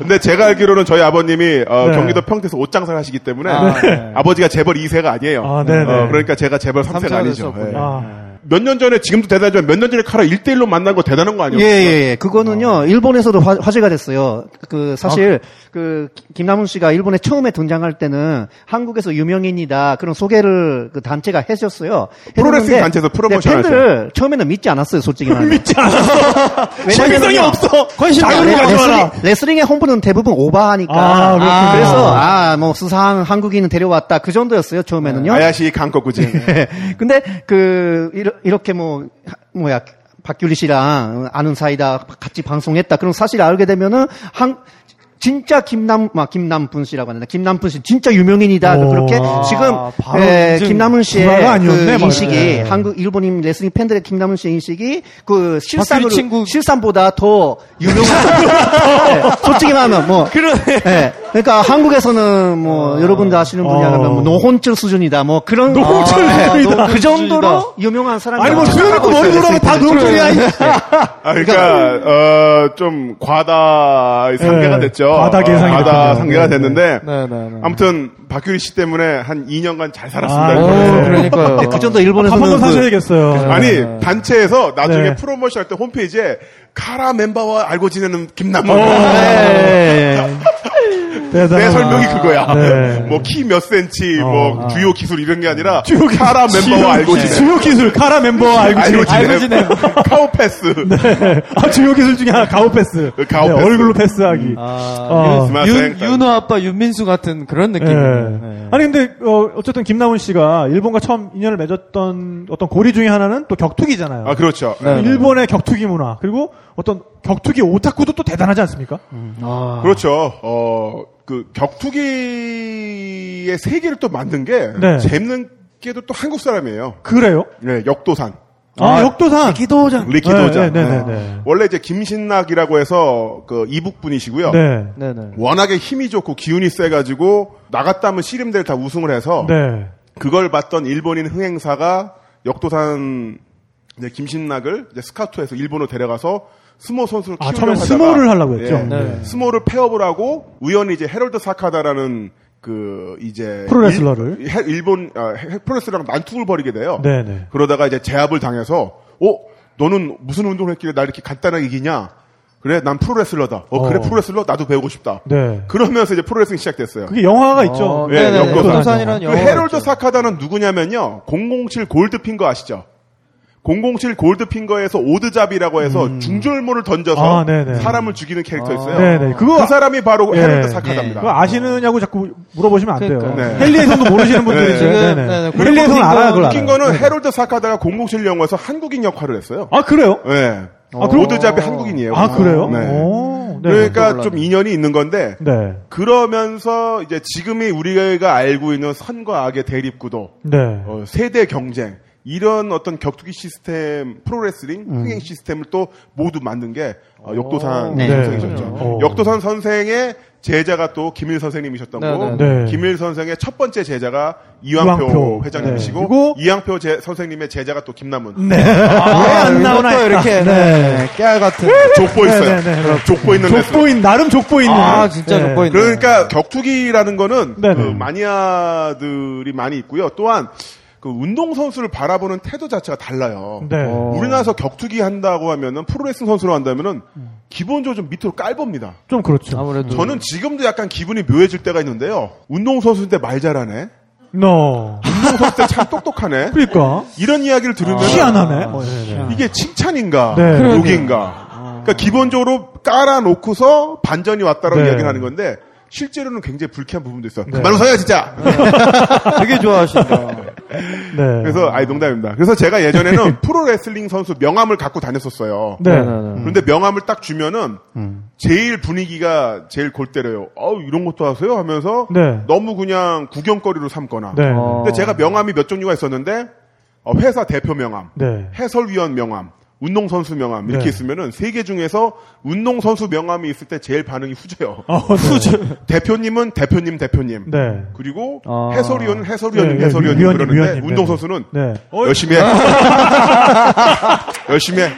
S5: 근데 제가 알기로는 저희 아버님이 어,
S3: 네.
S5: 경기도 평택에서 옷 장사를 하시기 때문에
S4: 아, 네.
S5: 아, 버지가 재벌 2세가 아니에요.
S3: 아, 네네.
S5: 어, 그러니까 제가 재벌 3세가
S4: 삼세가
S5: 아니죠. 네.
S4: 됐었군요.
S3: 아,
S5: 몇 년 전에 지금도 대단하지만 몇 년 전에 카라 1대1로 만난 거 대단한 거 아니에요?
S6: 예, 예, 예. 그거는요, 일본에서도 화, 화제가 됐어요. 그, 사실, 그, 김남훈 씨가 일본에 처음에 등장할 때는 한국에서 유명인이다. 그런 소개를 그 단체가 해줬어요.
S5: 프로레슬링
S6: 해줬는데,
S5: 단체에서 프로모션
S6: 네, 팬들 처음에는 믿지 않았어요, 솔직히 말하면. 믿지 않았어!
S3: 신빙성이 없어.
S6: 관심이
S3: 자유를 가져와라.
S6: 아, 레슬링, 의 홍보는 대부분 오바하니까.
S3: 아, 그렇군요.
S6: 그래서, 아, 뭐, 수상 한국인은 데려왔다. 그 정도였어요, 처음에는요.
S3: 네.
S6: 네.
S5: 아야시 강거 굳이.
S6: 근데 그 이러- 이렇게 뭐 하- 뭐야 박규리 씨랑 아는 사이다 같이 방송했다 그런 사실을 알게 되면은 한 진짜 김남 막 김남푼 씨라고 하는데 김남푼 씨 진짜 유명인이다
S3: 오.
S6: 그렇게
S3: 아,
S6: 지금
S4: 바로
S6: 예,
S4: 인증
S6: 김남훈 씨의
S3: 구라가 아니었네,
S6: 그
S3: 뭐.
S6: 인식이
S3: 네.
S6: 한국 일본인 레슬링 팬들의 김남훈 씨의 인식이 그 실상으로
S4: 친구-
S6: 실상보다 더 유명한 네, 솔직히 말하면 뭐
S4: 그러네.
S6: 예. 그러니까 한국에서는 뭐 여러분도 아시는 분야라면 뭐 노혼철 수준이다. 뭐 그런
S3: 노홍철
S6: 아,
S3: 수준이다.
S6: 노- 그 정도로 유명한 사람이
S3: 아니, 뭐, 조용히 머리 돌아가 다 노홍철이야,
S6: 네,
S3: 이
S5: 아, 그러니까 어, 좀 과다 상계가
S3: 예,
S5: 됐죠.
S3: 과다 계상이
S5: 어, 과다
S3: 됐군요.
S5: 상계가
S3: 네,
S5: 됐는데
S4: 네, 네, 네.
S5: 아무튼 박규리 씨 때문에 한 2년간 잘
S3: 아,
S5: 살았습니다.
S4: 어,
S5: 이번에.
S4: 그러니까요.
S6: 그 정도
S3: 밥한번
S6: 일본에서는 그,
S3: 사셔야겠어요.
S5: 아니 단체에서 나중에
S3: 네.
S5: 프로모션 할 때 홈페이지에 카라 멤버와 알고 지내는 김남문
S3: 어. 네. 대단하다.
S5: 내 설명이 그거야
S3: 네. 어. 아.
S5: 뭐 키 몇 센치 뭐 주요 기술 이런 게 아니라
S3: 주요 기술.
S5: 카라 멤버와 알고 지내
S3: 주요 기술, 카라 멤버와 알고 지내.
S5: 알고 지내
S4: 알고 지내.
S5: 카오 패스
S3: 네. 아, 주요 기술 중에 하나, 가오 패스. 네,
S5: 그 가오 패스.
S3: 얼굴로 패스하기.
S4: 아,
S3: 어.
S4: 윤- 윤, 윤호 아빠 윤민수 같은 그런
S3: 예.
S4: 느낌. 네.
S3: 아니 근데 어, 어쨌든 김남훈 씨가 일본과 처음 인연을 맺었던 어떤 고리 중에 하나는 또 격투기잖아요.
S5: 아 그렇죠
S4: 네.
S3: 일본의 격투기 문화 그리고 어떤 격투기 오타쿠도 또 대단하지 않습니까?
S5: 음. 그렇죠 어 그 격투기의 세계를 또 만든 게
S3: 네.
S5: 재밌는 게도 또 한국 사람이에요
S3: 그래요?
S5: 네 역도산
S3: 아,
S4: 네.
S3: 역도산.
S4: 기도장.
S5: 리키도자
S3: 네, 네, 네, 네.
S5: 원래 이제 김신락이라고 해서 그 이북 분이시고요
S3: 네.
S4: 네, 네.
S5: 워낙에 힘이 좋고 기운이 세가지고 나갔다면 씨름대를 다 우승을 해서
S3: 네.
S5: 그걸 봤던 일본인 흥행사가 역도산 이제 김신락을 이제 스카우트해서 일본으로 데려가서 스모 선수를
S3: 아,
S5: 키우려고
S3: 처음엔
S5: 하다가
S3: 네. 스모를 하려고 했죠.
S5: 예,
S3: 네.
S5: 스모를 폐업을 하고 우연히 이제 헤럴드 사카다라는 그 이제
S3: 프로레슬러를.
S5: 일, 해- 일본 아, 해- 프로레슬러랑 난투를 벌이게 돼요.
S3: 네네.
S5: 그러다가 이제 제압을 당해서 어 너는 무슨 운동을 했길래 날 이렇게 간단하게 이기냐? 그래 난 프로레슬러다. 어 그래
S3: 어.
S5: 프로레슬러 나도 배우고 싶다.
S3: 네.
S5: 그러면서 이제 프로레슬링 시작됐어요.
S3: 그게 그렇죠. 영화가 있죠.
S5: 예, 네,
S4: 네네.
S5: 엽기도
S4: 도산이라는
S5: 그
S4: 영화.
S5: 헤럴드 사카다는 누구냐면요. 007 골드핑거 아시죠? 007 골드핑거에서 오드잡이라고 해서 중절모를 던져서
S3: 음. 아, 네네. 아.
S5: 사람을 죽이는 캐릭터였어요.
S3: 네네. 그거
S5: 그 사람이 바로
S3: 예.
S5: 헤럴드
S3: 아-
S5: 네. 사카다입니다.
S3: 그거 아시느냐고 자꾸 물어보시면 안 돼요.
S4: 그러니까.
S5: 네.
S3: 헨리의 성도 모르시는 분들이
S5: 네.
S3: 있어요.
S4: 지금,
S3: 네네.
S4: 네네.
S3: 헨리의 성은 알아요. 그걸
S5: 웃긴
S3: 알아요. 네,
S5: 거는 헤럴드 사카다가 007 영화에서 한국인 역할을 했어요.
S3: 아 그래요?
S5: 네.
S3: 아, 그럼-
S5: 오드잡이 한국인이에요.
S3: 아 그래요?
S5: 네.
S3: 오, 네.
S5: 그러니까 좀 인연이 있는 건데
S3: 네.
S5: 그러면서 이제 지금이 우리가 알고 있는 선과 악의 대립구도
S3: 네.
S5: 어, 세대 경쟁 이런 어떤 격투기 시스템, 프로레슬링 흥행 시스템을 또 모두 만든 게 어, 역도산
S6: 네.
S5: 선생이셨죠.
S3: 음. 네. 어.
S5: 역도산 선생의 제자가 또 김일 선생님이셨던
S4: 네,
S5: 거고
S3: 네, 네.
S5: 김일 선생의 첫 번째 제자가 이왕표,
S3: 이왕표. 네.
S5: 회장님이시고
S3: 그리고 네.
S5: 이왕표 제- 선생님의 제자가 또 김남은
S3: 아, 왜안
S4: 이것도
S5: 아,
S4: 이렇게
S3: 네.
S4: 네, 깨알 같은.
S5: 족보 있어요.
S3: 네, 네, 네.
S5: 족보 있는 레슬러.
S3: 족보인 나름 족보인.
S4: 아 진짜 족보 있네.
S5: 그러니까 격투기라는 거는
S3: 네,
S5: 그
S3: 네.
S5: 마니아들이 많이 있고요. 또한 그 운동 선수를 바라보는 태도 자체가 달라요.
S3: 네.
S4: 어.
S5: 우리나라에서 격투기 한다고 하면은 프로레슬링 선수로 한다면은 기본적으로 좀 밑으로 깔봅니다.
S3: 좀 그렇죠.
S4: 아무래도
S5: 저는 지금도 약간 기분이 묘해질 때가 있는데요. 운동 선수인데 말 잘하네.
S3: 너.
S5: 운동 선수 때 참 똑똑하네.
S3: 그러니까
S5: 이런 이야기를 들으면
S3: 희한하네.
S5: 아,
S3: 어, 네, 네.
S5: 이게 칭찬인가
S3: 네. 아.
S5: 욕인가. 그러니까 기본적으로 깔아놓고서 반전이 왔다라고
S3: 네.
S5: 이야기를 하는 건데 실제로는 굉장히 불쾌한 부분도 있어요.
S3: 네.
S5: 그만 웃어요 진짜.
S4: 되게 좋아하신다.
S3: 네.
S5: 그래서 아이 농담입니다. 그래서 제가 예전에는 프로레슬링 선수 명함을 갖고 다녔었어요.
S3: 네.
S5: 그런데 명함을 딱 주면은
S3: 음.
S5: 제일 분위기가 제일 골 때려요. 아우 이런 것도 하세요 하면서
S3: 네.
S5: 너무 그냥 구경거리로 삼거나.
S3: 네.
S4: 어.
S5: 근데 제가 명함이 몇 종류가 있었는데 어, 회사 대표 명함,
S3: 네.
S5: 해설위원 명함, 운동선수 명함 이렇게
S3: 네.
S5: 있으면은 세 개 중에서 운동선수 명함이 있을 때 제일 반응이 후져요.
S3: 어, 수지.
S5: 대표님은 대표님 대표님.
S3: 네.
S5: 그리고
S4: 아.
S5: 해설위원은 해설위원님
S3: 네,
S5: 해설위원님
S3: 위원님,
S5: 그러는데
S3: 위원님, 네.
S5: 운동선수는
S3: 네.
S5: 열심히 해. 열심히 해.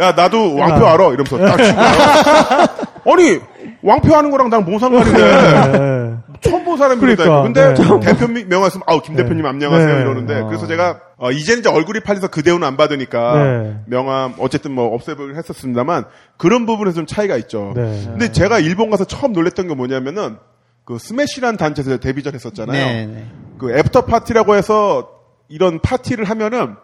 S5: 야, 나도 왕표 알아. 이러면서 딱 치고. 나가. 아니, 왕표 하는 거랑 난 뭔 상관인데.
S3: 네.
S5: 처음 본 사람입니다.
S3: 그러니까, 네.
S5: 근데 대표님 명하시면 아우 김 대표님
S3: 네.
S5: 안녕하세요
S3: 네.
S5: 이러는데 그래서 제가 어, 이제는 이제 얼굴이 팔려서 그 대우는 안 받으니까
S3: 네.
S5: 명함 어쨌든 뭐 없애보긴 했었습니다만 그런 부분에서 좀 차이가 있죠.
S3: 네.
S5: 근데 제가 일본 가서 처음 놀랬던 게 뭐냐면은 그 스매시라는 단체에서 데뷔전 했었잖아요.
S6: 네, 네.
S5: 그 애프터 파티라고 해서 이런 파티를 하면은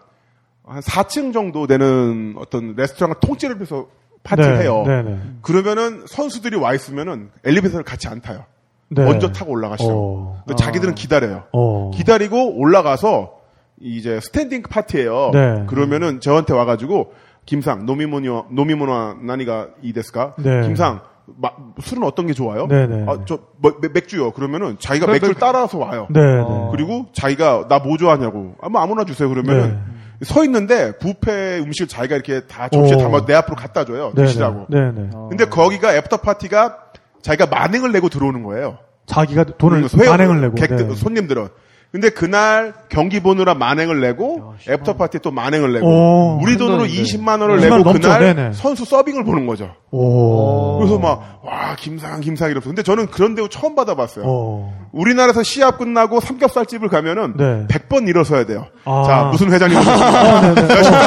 S5: 한 4층 정도 되는 어떤 레스토랑을 통째로 해서 파티를
S3: 네.
S5: 해요.
S3: 네, 네.
S5: 그러면은 선수들이 와 있으면은 엘리베이터를 같이 안 타요.
S3: 네.
S5: 먼저 타고 올라가시죠.
S3: 어.
S5: 근데 자기들은 기다려요.
S3: 어.
S5: 기다리고 올라가서 이제 스탠딩 파티예요.
S3: 네.
S5: 그러면은 저한테 와가지고 김상 노미모니와 노미모나 나니가 이데스까?
S3: 네.
S5: 김상 마- 술은 어떤 게 좋아요?
S3: 네네.
S5: 아저 뭐, 맥주요. 그러면은 자기가 맥주를 따라서 와요.
S3: 네. 네.
S5: 어. 그리고 자기가 나 뭐 좋아하냐고 아무 아무나 주세요 그러면은 서 있는데 부페 음식을 자기가 이렇게 다 접시에
S3: 네. 오.
S5: 담아 내 앞으로 갖다 줘요
S3: 네.
S5: 드시라고 어.
S3: 네. 네.
S5: 근데 거기가 애프터 파티가 자기가 만행을 내고 들어오는 거예요
S3: 자기가 돈을
S5: 음, 회원,
S3: 만행을 내고.
S5: 객들,
S3: 네.
S5: 손님들은 근데 그날 경기 보느라 만행을 내고 애프터 파티 또 만행을 내고
S3: 오,
S5: 우리 돈으로
S4: 돈인데.
S5: 20만 원을
S3: 20만
S5: 내고
S3: 넘죠.
S5: 그날
S3: 네네. 어.
S5: 선수 서빙을 보는 거죠
S3: 오.
S5: 그래서 막 와 김상 김상 이러면서 근데 저는 그런 대우 처음 받아봤어요
S3: 어.
S5: 우리나라에서 시합 끝나고 삼겹살집을 가면은
S3: 네.
S5: 100번 일어서야 돼요.
S3: 아. 어, 네,
S5: 자, 무슨 회장님 오셨습니까? 안녕하십니까?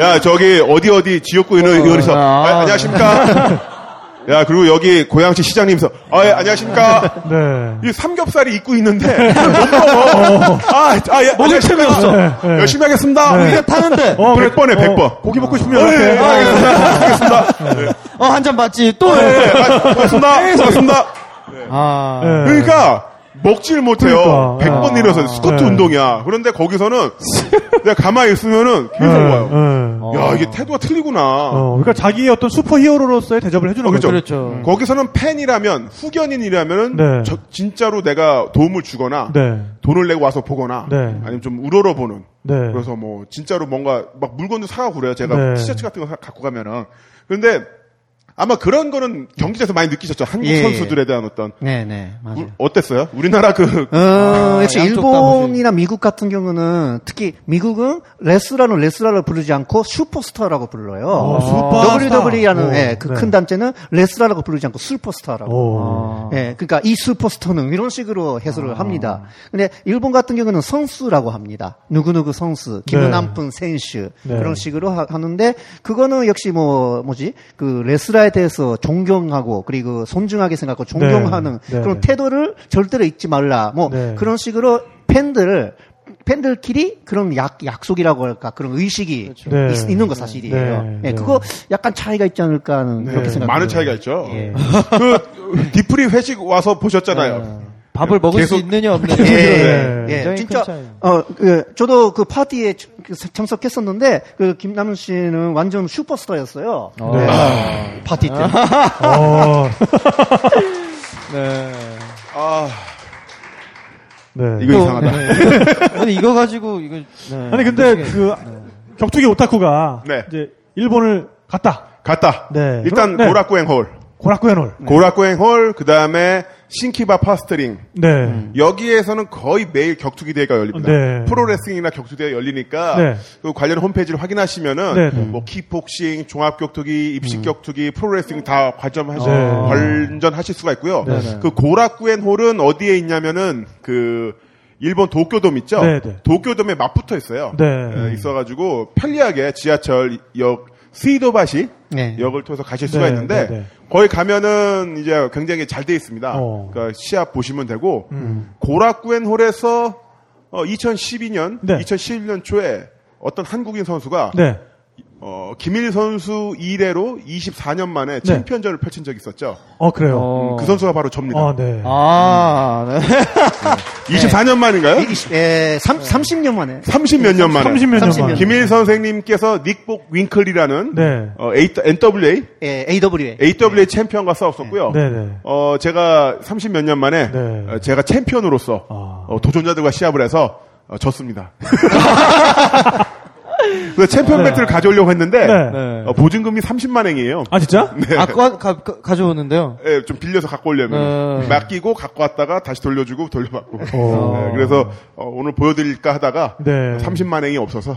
S5: 야, 저기 어디 어디 지역구 의원 의원에서
S4: 아. 네.
S5: 아, 안녕하십니까? 야, 그리고 여기 고양시 시장님서 아, 예, 안녕하십니까?
S3: 네.
S5: 이 삼겹살이 입고 있는데 못 먹어. 아, 아, 예, 먹을 재미 없어. 열심히 하겠습니다. 네.
S3: 네.
S4: 타는데
S3: 어, 그래.
S5: 100번에 100번.
S3: 어, 고기 먹고 싶으면
S5: 예, 예,
S3: 이렇게.
S5: 알겠습니다. 알겠습니다. 예,
S4: 어 한 잔 받지 또.
S5: 예, 아, 고맙습니다. 고맙습니다.
S4: 아
S3: 네.
S5: 그러니까 먹질 못해요.
S3: 그러니까.
S5: 100번 일어서 스쿼트
S3: 네.
S5: 운동이야. 그런데 거기서는 내가 가만히 있으면은 계속
S3: 네,
S5: 와요.
S3: 네.
S5: 야 이게 태도가 틀리구나.
S3: 어, 그러니까 자기의 어떤 슈퍼히어로로서의 대접을 해주는
S5: 어,
S3: 거죠.
S5: 그렇죠.
S4: 그렇죠.
S5: 음. 거기서는 팬이라면 후견인이라면은
S3: 네.
S5: 저- 진짜로 내가 도움을 주거나
S3: 네,
S5: 돈을 내고 와서 보거나
S3: 네.
S5: 아니면 좀 우러러보는
S3: 네.
S5: 그래서 뭐 진짜로 뭔가 막 물건도 사가고 그래요. 제가
S3: 네.
S5: 티셔츠 같은 거 사- 갖고 가면은. 근데 아마 그런 거는 경기에서 많이 느끼셨죠. 한국
S6: 예,
S5: 선수들에 대한 어떤
S6: 네, 네, 맞아요.
S5: 우- 어땠어요? 우리나라 그
S6: 어, 역시
S4: 양쪽 다 보지.
S6: 일본이나 미국 같은 경우는 특히 미국은 레스라는 레스라를 부르지 않고 슈퍼스타라고 불러요.
S3: 어, 슈퍼스타.
S6: WWE라는
S3: 오,
S6: 그
S3: 네.
S6: 큰 단체는 레스라라고 부르지 않고 슈퍼스타라고.
S3: 오.
S6: 예, 그러니까 이 슈퍼스타는 이런 식으로 해설을
S3: 아.
S6: 합니다. 근데 일본 같은 경우는 선수라고 합니다. 누구누구 선수, 김남푼 선수
S3: 네.
S6: 그런 식으로 하, 는데 그거는 역시 뭐 뭐지 그 레슬러에 대해서 존경하고 그리고 존중하게 생각하고 존경하는
S3: 네.
S6: 그런
S3: 네.
S6: 태도를 절대로 잊지 말라. 뭐
S3: 네.
S6: 그런 식으로 팬들을 팬들끼리 그런 약, 약속이라고 할까 그런 의식이
S3: 네.
S6: 있, 는거 사실이에요.
S3: 네.
S6: 예,
S3: 네.
S6: 그거 약간 차이가 있지 않을까 하는 그렇게 생각합니다.
S5: 네. 많은 차이가 있죠.
S6: 예.
S5: 그 디프리 회식 와서 보셨잖아요.
S4: 밥을 먹을
S5: 계속-
S4: 수 있느냐 없느냐.
S6: 예,
S3: 네.
S6: 예,
S4: 굉장히
S6: 진짜
S4: 큰 차이예요.
S6: 어, 예, 저도 그 파티에 참- 그 참석했었는데 그 김남은 씨는 완전 슈퍼스타였어요.
S3: 네.
S6: 예, 파티 때.
S3: 어.
S4: 네.
S5: 아
S3: 네.
S5: 이거 이상하다.
S4: 아니 이거 가지고 이거 네.
S3: 아니 근데 그 격투기 오타쿠가
S5: 네.
S3: 이제 일본을 갔다.
S5: 갔다.
S3: 네.
S5: 일단
S3: 네.
S5: 고라쿠행 홀,
S3: 고라쿠에놀.
S5: 고라쿠행 홀, 그 다음에 신키바 파스트링.
S3: 네.
S5: 음. 여기에서는 거의 매일 격투기 대회가 열립니다.
S3: 네.
S5: 프로레슬링이나 격투 대회 열리니까
S3: 네.
S5: 그 관련 홈페이지를 확인하시면은
S3: 네, 네.
S5: 뭐 킥복싱, 종합 격투기, 입식 격투기, 프로레슬링 다 관전하실
S3: 네.
S5: 관전하실 수가 있고요.
S3: 네, 네.
S5: 그 고라쿠엔 홀은 어디에 있냐면은 그 일본 도쿄돔 있죠?
S3: 네, 네.
S5: 도쿄돔에 맞붙어 있어요.
S3: 네.
S5: 에, 있어가지고 편리하게 지하철역 스이도바시
S6: 네.
S5: 역을 통해서 가실 수가
S3: 네,
S5: 있는데
S3: 네, 네.
S5: 거기 가면은 이제 굉장히 잘 돼 있습니다.
S3: 어. 음.
S5: 그러니까 시합 보시면 되고 고라쿠엔 홀에서 2012년,
S3: 네.
S5: 2011년 초에 어떤 한국인 선수가
S3: 네.
S5: 어, 김일 선수 이래로 24년 만에
S3: 네.
S5: 챔피언전을 펼친 적이 있었죠.
S3: 어 그래요.
S5: 음,
S4: 어.
S5: 그 선수가 바로 접니다.
S3: 아 네.
S4: 아, 네.
S5: 24년 만인가요?
S6: 120, 예, 3, 30년 만에.
S5: 30 몇 년 만에.
S3: 30몇 년
S6: 30몇
S3: 만.
S5: 김일 선생님께서 닉복 윙클이라는
S3: 네.
S5: 어, A- NWA
S6: 예, AWA.
S5: AWA 챔피언과 싸웠었고요.
S3: 네, 네.
S5: 어, 제가 30 몇 년 만에
S3: 네.
S5: 어, 제가 챔피언으로서
S3: 아.
S5: 어, 도전자들과 시합을 해서 어, 졌습니다. 그래서 챔피언 벨트를 가져오려고 했는데
S3: 네.
S4: 네.
S5: 어, 보증금이 30만 행이에요. 네.
S3: 아 진짜?
S4: 아까 가, 가, 가져오는데요.
S5: 예, 좀 빌려서 갖고 오려면
S4: 네.
S5: 맡기고 갖고 왔다가 다시 돌려주고 돌려받고
S3: 오.
S5: 네, 그래서 어, 오늘 보여드릴까 하다가
S3: 네.
S5: 30만 행이 없어서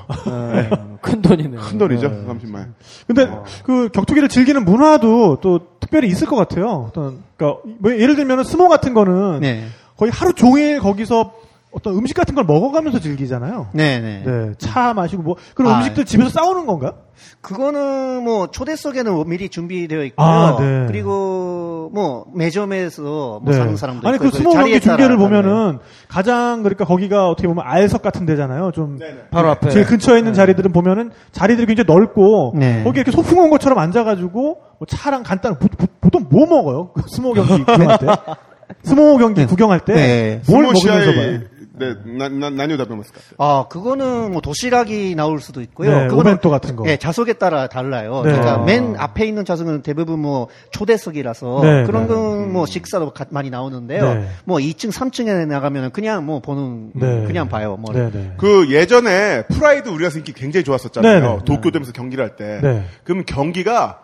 S4: 네. 큰 돈이네요.
S5: 큰 돈이죠 30만 행.
S3: 근데 그 격투기를 즐기는 문화도 또 특별히 있을 것 같아요. 어떤 그러니까 뭐 예를 들면 스모 같은 거는
S6: 네.
S3: 거의 하루 종일 거기서 어떤 음식 같은 걸 먹어가면서 즐기잖아요.
S6: 네, 네.
S3: 네, 차 마시고 뭐 그런
S6: 아,
S3: 음식들 집에서 싸우는 건가?
S6: 그거는 뭐 초대석에는 미리 준비되어 있고요.
S3: 아, 네.
S6: 그리고 뭐 매점에서 뭐
S3: 네.
S6: 사는 사람도
S3: 아니
S6: 있고.
S3: 그 스모 경기
S6: 자리에 따라
S3: 중계를
S6: 다르네요.
S3: 보면은 가장 그러니까 거기가 어떻게 보면 알석 같은 데잖아요. 좀
S4: 바로 앞에.
S3: 제일 근처에 있는 자리들은 보면은 자리들이 굉장히 넓고
S6: 네.
S3: 거기 이렇게 소풍 온 것처럼 앉아가지고 뭐 차랑 간단한 보, 통뭐 먹어요? 그 스모 경기 구경할 때 스모 경기 구경할 때 뭘
S6: 네.
S3: 먹으면서
S5: 스모시아의-
S3: 봐요?
S5: 네, 나, 나, 나뉘다 보면서
S6: 아, 그거는 뭐 도시락이 나올 수도 있고요.
S3: 네,
S6: 그거는
S3: 오벤토 같은 거.
S6: 예, 좌석에 따라 달라요.
S3: 네.
S6: 그러니까
S3: 아.
S6: 맨 앞에 있는 좌석은 대부분 뭐 초대석이라서
S3: 네, 네.
S6: 그런 건 뭐 식사도 가- 많이 나오는데요.
S3: 네.
S6: 뭐 2층, 3층에 나가면 그냥 뭐 보는
S3: 네.
S6: 그냥 봐요. 뭐
S3: 네, 네.
S5: 그 예전에 프라이드 우리나라에서 인기 굉장히 좋았었잖아요.
S3: 네네.
S5: 도쿄돔에서 경기를 할 때.
S3: 네.
S5: 그럼 경기가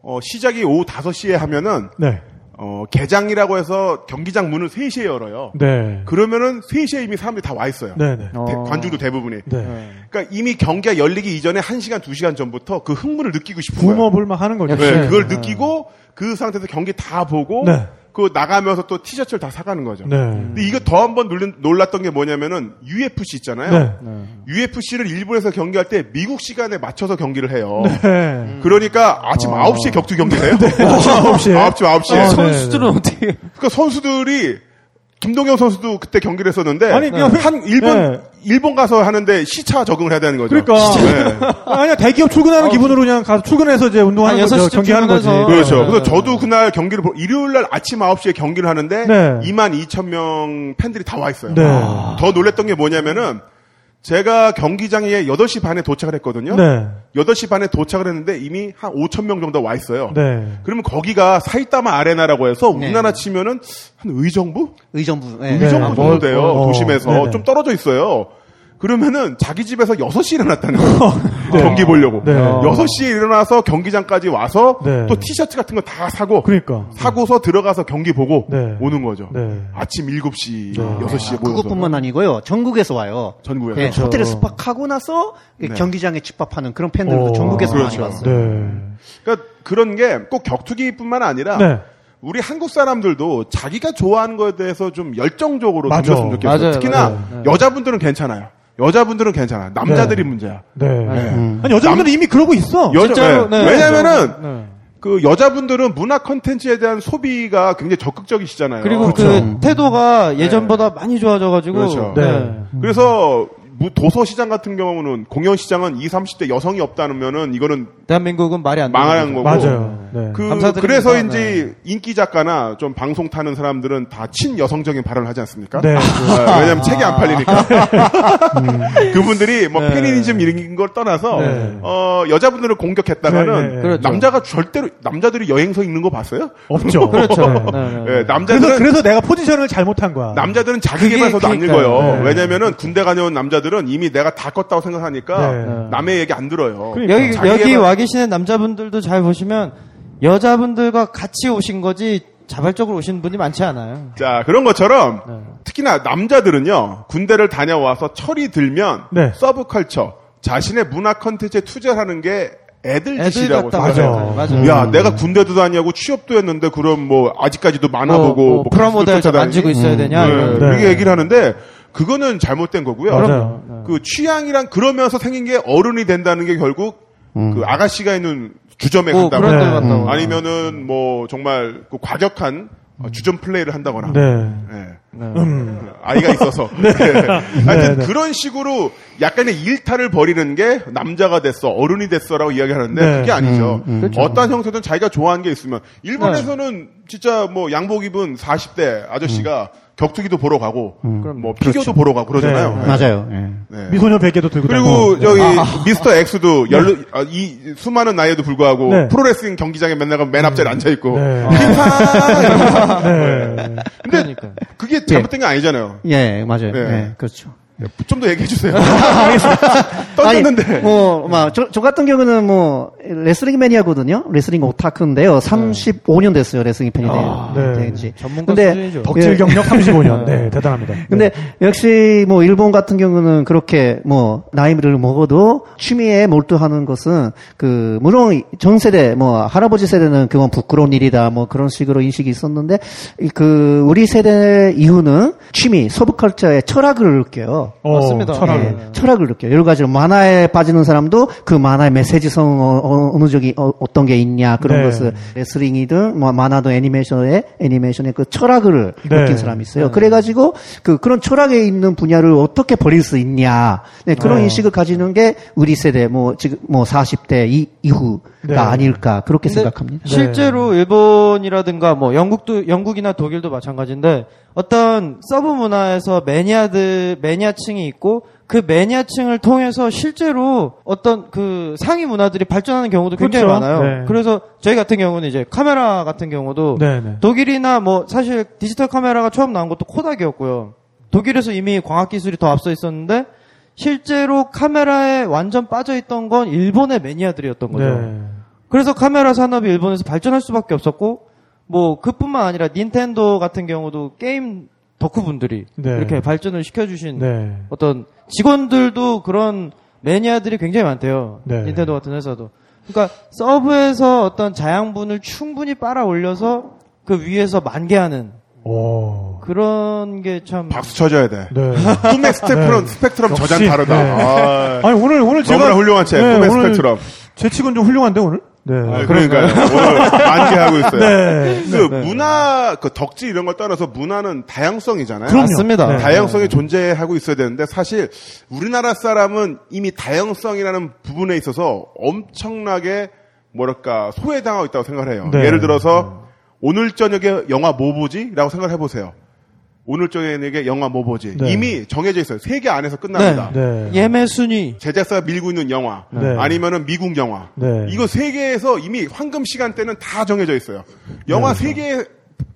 S5: 어, 시작이 오후 5시에 하면은
S3: 네,
S5: 어, 개장이라고 해서 경기장 문을 3시에 열어요.
S3: 네,
S5: 그러면은 3시에 이미 사람들이 다 와 있어요.
S3: 네, 네,
S5: 대- 관중도 대부분이.
S3: 네.
S5: 그러니까 이미 경기가 열리기 이전에 1시간, 2시간 전부터 그 흥분을 느끼고 싶은 거예요.
S3: 붐업을 막 하는 거죠.
S5: 네, 그걸 느끼고 그 상태에서 경기 다 보고
S3: 네.
S5: 그 나가면서 또 티셔츠를 다 사가는 거죠.
S3: 네.
S6: 음.
S5: 근데 이거 더 한번 놀란- 놀랐던 게 뭐냐면은 UFC 있잖아요.
S3: 네.
S5: UFC를 일본에서 경기할 때 미국 시간에 맞춰서 경기를 해요.
S6: 음.
S3: 네.
S5: 그러니까 아침 9시에 격투 경기를 해요.
S3: 아홉 시에.
S5: 9시에. 9시에.
S3: 아, 네.
S4: 선수들은 어떻게.
S5: 그러니까 선수들이 김동현 선수도 그때 경기를 했었는데
S3: 아니, 그냥 회-
S5: 한 일본
S3: 네.
S5: 일본 가서 하는데 시차 적응을 해야 되는 거죠.
S3: 그러니까
S5: 네.
S3: 아니야 대기업 출근하는 기분으로 그냥 가서 출근해서 이제 운동하는
S4: 아, 어. 여섯
S3: 거죠.
S4: 시쯤
S3: 경기하는 거지.
S4: 출근해서.
S5: 그렇죠.
S4: 네.
S5: 그래서 저도 그날 경기를 보- 일요일 날 아침 9시에 경기를 하는데
S3: 네.
S5: 2만 2천 명 팬들이 다 와 있어요.
S3: 네.
S5: 더 놀랬던 게 뭐냐면은 제가 경기장에 8시 반에 도착을 했거든요.
S3: 네.
S5: 8시 반에 도착을 했는데 이미 한 5천 명 정도 와 있어요.
S3: 네.
S5: 그러면 거기가 사이타마 아레나라고 해서
S6: 네.
S5: 우리나라 치면은 한 의정부?
S6: 의정부. 예.
S3: 네.
S5: 의정부
S3: 아,
S5: 정도
S3: 멀-
S5: 돼요.
S3: 어,
S5: 도심에서
S3: 네네.
S5: 좀 떨어져 있어요. 그러면은 자기 집에서 6시에 일어났다는 거예요.
S3: 네.
S5: 경기 보려고.
S3: 네.
S5: 6시에 일어나서 경기장까지 와서
S3: 네.
S5: 또 티셔츠 같은 거 다 사고
S3: 그러니까.
S5: 사고서 들어가서 경기 보고
S3: 네.
S5: 오는 거죠.
S3: 네.
S5: 아침 7시,
S3: 네.
S5: 6시에 모여서
S6: 그것뿐만 아니고요. 전국에서 와요.
S5: 전국에서.
S6: 예,
S5: 그렇죠.
S6: 호텔에 숙박하고 나서
S5: 네.
S6: 경기장에 집합하는 그런 팬들도
S3: 어,
S6: 전국에서
S5: 그렇죠.
S6: 많이 왔어요.
S3: 네.
S5: 그러니까 그런 게 꼭 격투기뿐만 아니라
S3: 네.
S5: 우리 한국 사람들도 자기가 좋아하는 거에 대해서 좀 열정적으로
S3: 맞아.
S5: 던졌으면 좋겠어요.
S4: 맞아요,
S5: 특히나
S4: 맞아요. 네.
S5: 여자분들은 괜찮아요. 여자분들은 괜찮아. 남자들이 문제야.
S3: 네.
S5: 네.
S3: 아니 여자분들은 이미 그러고 있어.
S5: 여자-
S4: 진짜로?
S5: 네.
S4: 네.
S5: 왜냐면은
S4: 네.
S5: 그 여자분들은 문화 컨텐츠에 대한 소비가 굉장히 적극적이시잖아요.
S4: 그리고 그 태도가 예전보다 많이 좋아져가지고.
S5: 네. 그렇죠.
S3: 네.
S5: 래서뭐 도서 시장 같은 경우는 공연 시장은 20, 30대 여성이 없다면은 이거는
S4: 대한민국은 말이 안
S5: 망하는
S4: 되는
S5: 거고.
S3: 맞아요. 네.
S5: 그
S4: 감사드립니다. 네.
S5: 그래서인지 인기 작가나 좀 방송 타는 사람들은 다 친 여성적인 발언을 하지 않습니까?
S3: 네.
S5: 아, 왜냐면 책이 안 팔리니까. 그분들이 뭐 페미니즘 이런 걸 떠나서
S3: 음. 네.
S5: 어, 여자분들을 공격했다가는
S3: 네, 네, 네.
S4: 그렇죠.
S5: 남자가 절대로 남자들이 여행서 읽는 거 봤어요?
S3: 없죠.
S4: 그렇죠.
S3: 네.
S4: 네,
S5: 예,
S4: 네.
S3: 그래서
S5: 남자들은
S3: 그래서 내가 포지션을 잘못한 거야.
S5: 남자들은 자기
S4: 그게
S5: 개발서도 안
S4: 그러니까요.
S5: 읽어요.
S3: 네.
S5: 왜냐면은 군대 다녀온 남자들은 이미 내가 다 컸다고 생각하니까
S3: 네.
S5: 남의 얘기 안 들어요.
S3: 그러니까.
S4: 여기
S5: 자기
S4: 여기
S5: 개발-
S4: 와 계시는 남자분들도 잘 보시면 여자분들과 같이 오신 거지 자발적으로 오신 분이 많지 않아요. 네.
S5: 자, 그런 것처럼 특히나 남자들은요, 군대를 다녀와서 철이 들면
S3: 네.
S5: 서브컬처, 자신의 문화 컨텐츠에 투자하는 게 애들
S4: 애들
S5: 짓이라고
S4: 같다
S3: 맞아.
S5: 생각해요.
S4: 맞아요.
S3: 음.
S4: 맞아요.
S5: 야, 내가 군대도 다니고 취업도 했는데 그럼 뭐 아직까지도 만화
S4: 뭐,
S5: 보고
S4: 뭐,
S5: 뭐
S4: 프라모델
S5: 가수들 쫓아다니니?
S4: 만지고 있어야 되냐?
S5: 네,
S4: 이런.
S3: 네.
S5: 그렇게 얘기를 하는데 그거는 잘못된 거고요.
S3: 맞아요.
S5: 그 취향이랑 그러면서 생긴 게 어른이 된다는 게 결국 그 아가씨가 있는
S4: 음.
S5: 주점에
S4: 뭐
S5: 간다거나
S4: 그런 데
S3: 네.
S4: 갔다 오고.
S5: 음. 아니면은 뭐 정말 그 과격한 어,
S4: 음.
S5: 주점 플레이를 한다거나
S3: 네.
S5: 예.
S3: 음.
S5: 아이가 있어서. 예. 하여튼
S3: 네, 네.
S5: 그런 식으로 약간의 일탈을 벌이는 게 남자가 됐어, 어른이 됐어라고 이야기하는데
S3: 네.
S5: 그게 아니죠. 어떤 형태든 자기가 좋아하는 게 있으면 일본에서는 진짜 뭐 양복 입은 40대 아저씨가 격투기도 보러 가고 뭐 피겨도 보러 가고 그러잖아요.
S3: 네.
S5: 예.
S6: 맞아요. 예.
S5: 네.
S3: 미소녀 어. 베개도 들고 다니고.
S5: 그리고
S3: 네.
S5: 저기 미스터 엑스도 열루 아, 이 수많은 나이에도 불구하고
S3: 네.
S5: 프로레슬링 경기장에 맨날 가면 맨 앞자리 에 앉아 있고
S3: 네.
S5: 아.
S3: 네.
S5: 근데 그게 잘못된 게 아니잖아요.
S6: 예, 맞아요.
S5: 네.
S6: 예, 그렇죠.
S5: 좀 더 얘기해 주세요.
S6: 아니,
S5: 던졌는데.
S6: 뭐, 막, 저, 저 같은 경우는 뭐, 레슬링 매니아거든요? 레슬링 오타크인데요. 35년 됐어요, 레슬링 팬이
S3: 네.
S6: 된 지.
S4: 전문가
S6: 근데
S4: 수준이죠.
S3: 덕질
S6: 예.
S3: 경력 35년. 네, 대단합니다.
S6: 근데 역시 뭐 일본 같은 경우는 그렇게 뭐 나이를 먹어도 취미에 몰두하는 것은 그 물론 전 세대 뭐 할아버지 세대는 그건 부끄러운 일이다 뭐 그런 식으로 인식이 있었는데 이그 우리 세대 이후는 취미 서브컬처의 철학을 느껴요.
S3: 어,
S4: 맞습니다.
S3: 철학.
S4: 예.
S6: 네, 철학을 느껴요. 여러 가지로 만화에 빠지는 사람도 그 만화의 메시지성 어, 어, 어느 쪽이 어, 어떤 게 있냐 그런
S3: 네.
S6: 것을 레슬링이든 뭐 만화도 애니메이션의 애니메이션의 그 철학을
S3: 네.
S6: 느낀 사람이 있어요. 그래가지고 그 그런 철학에 있는 분야를 어떻게 버릴 수 있냐 네, 그런
S3: 네.
S6: 인식을 가지는 게 우리 세대 뭐 지금 뭐 40대 이, 이후가
S3: 네.
S6: 아닐까 그렇게
S4: 근데
S6: 생각합니다.
S4: 네. 실제로 일본이라든가 뭐 영국도 영국이나 독일도 마찬가지인데 어떤 서브 문화에서 매니아들 매니아층이 있고 그 매니아층을 통해서 실제로 어떤 그 상위 문화들이 발전하는 경우도 굉장히
S3: 그렇죠.
S4: 많아요.
S3: 네.
S4: 그래서 저희 같은 경우는 이제 카메라 같은 경우도
S3: 네, 네.
S4: 독일이나 뭐 사실 디지털 카메라가 처음 나온 것도 코닥이었고요. 독일에서 이미 광학 기술이 더 앞서 있었는데 실제로 카메라에 완전 빠져 있던 건 일본의 매니아들이었던 거죠.
S3: 네.
S4: 그래서 카메라 산업이 일본에서 발전할 수밖에 없었고 뭐 그뿐만 아니라 닌텐도 같은 경우도 게임 덕후분들이
S3: 네.
S4: 이렇게 발전을 시켜주신
S3: 네.
S4: 어떤 직원들도 그런 매니아들이 굉장히 많대요.
S3: 네.
S4: 닌텐도 같은 회사도. 그러니까 서브에서 어떤 자양분을 충분히 빨아 올려서 그 위에서 만개하는
S3: 오.
S4: 그런 게 참.
S5: 박수 쳐줘야 돼.
S3: 네.
S5: 꿈의 스펙트럼,
S3: 네.
S5: 스펙트럼 저장
S3: 역시,
S5: 다르다.
S3: 네.
S5: 아,
S3: 아니 오늘 오늘 제가 네,
S5: 너무나 훌륭한 책, 꿈의 스펙트럼.
S3: 제 치곤 좀 훌륭한데 오늘. 네.
S5: 아, 그러니까요. 오늘 만개하고 있어요.
S3: 네.
S5: 그 문화, 그 덕질 이런 걸 떠나서 문화는 다양성이잖아요.
S3: 그럼요.
S4: 맞습니다.
S3: 네.
S5: 다양성이 존재하고 있어야 되는데 사실 우리나라 사람은 이미 다양성이라는 부분에 있어서 엄청나게 뭐랄까 소외당하고 있다고 생각해요.
S3: 네.
S5: 예를 들어서 오늘 저녁에 영화 뭐 보지?라고 생각해 보세요. 오늘 저녁에 영화 뭐 보지?
S3: 네.
S5: 이미 정해져 있어요. 세계 안에서 끝납니다.
S3: 네.
S4: 예매 순위.
S5: 제작사가 밀고 있는 영화
S3: 네.
S5: 아니면은 미국 영화
S3: 네.
S4: 네.
S5: 이거 세 개에서 이미 황금 시간대는 다 정해져 있어요. 영화 세 개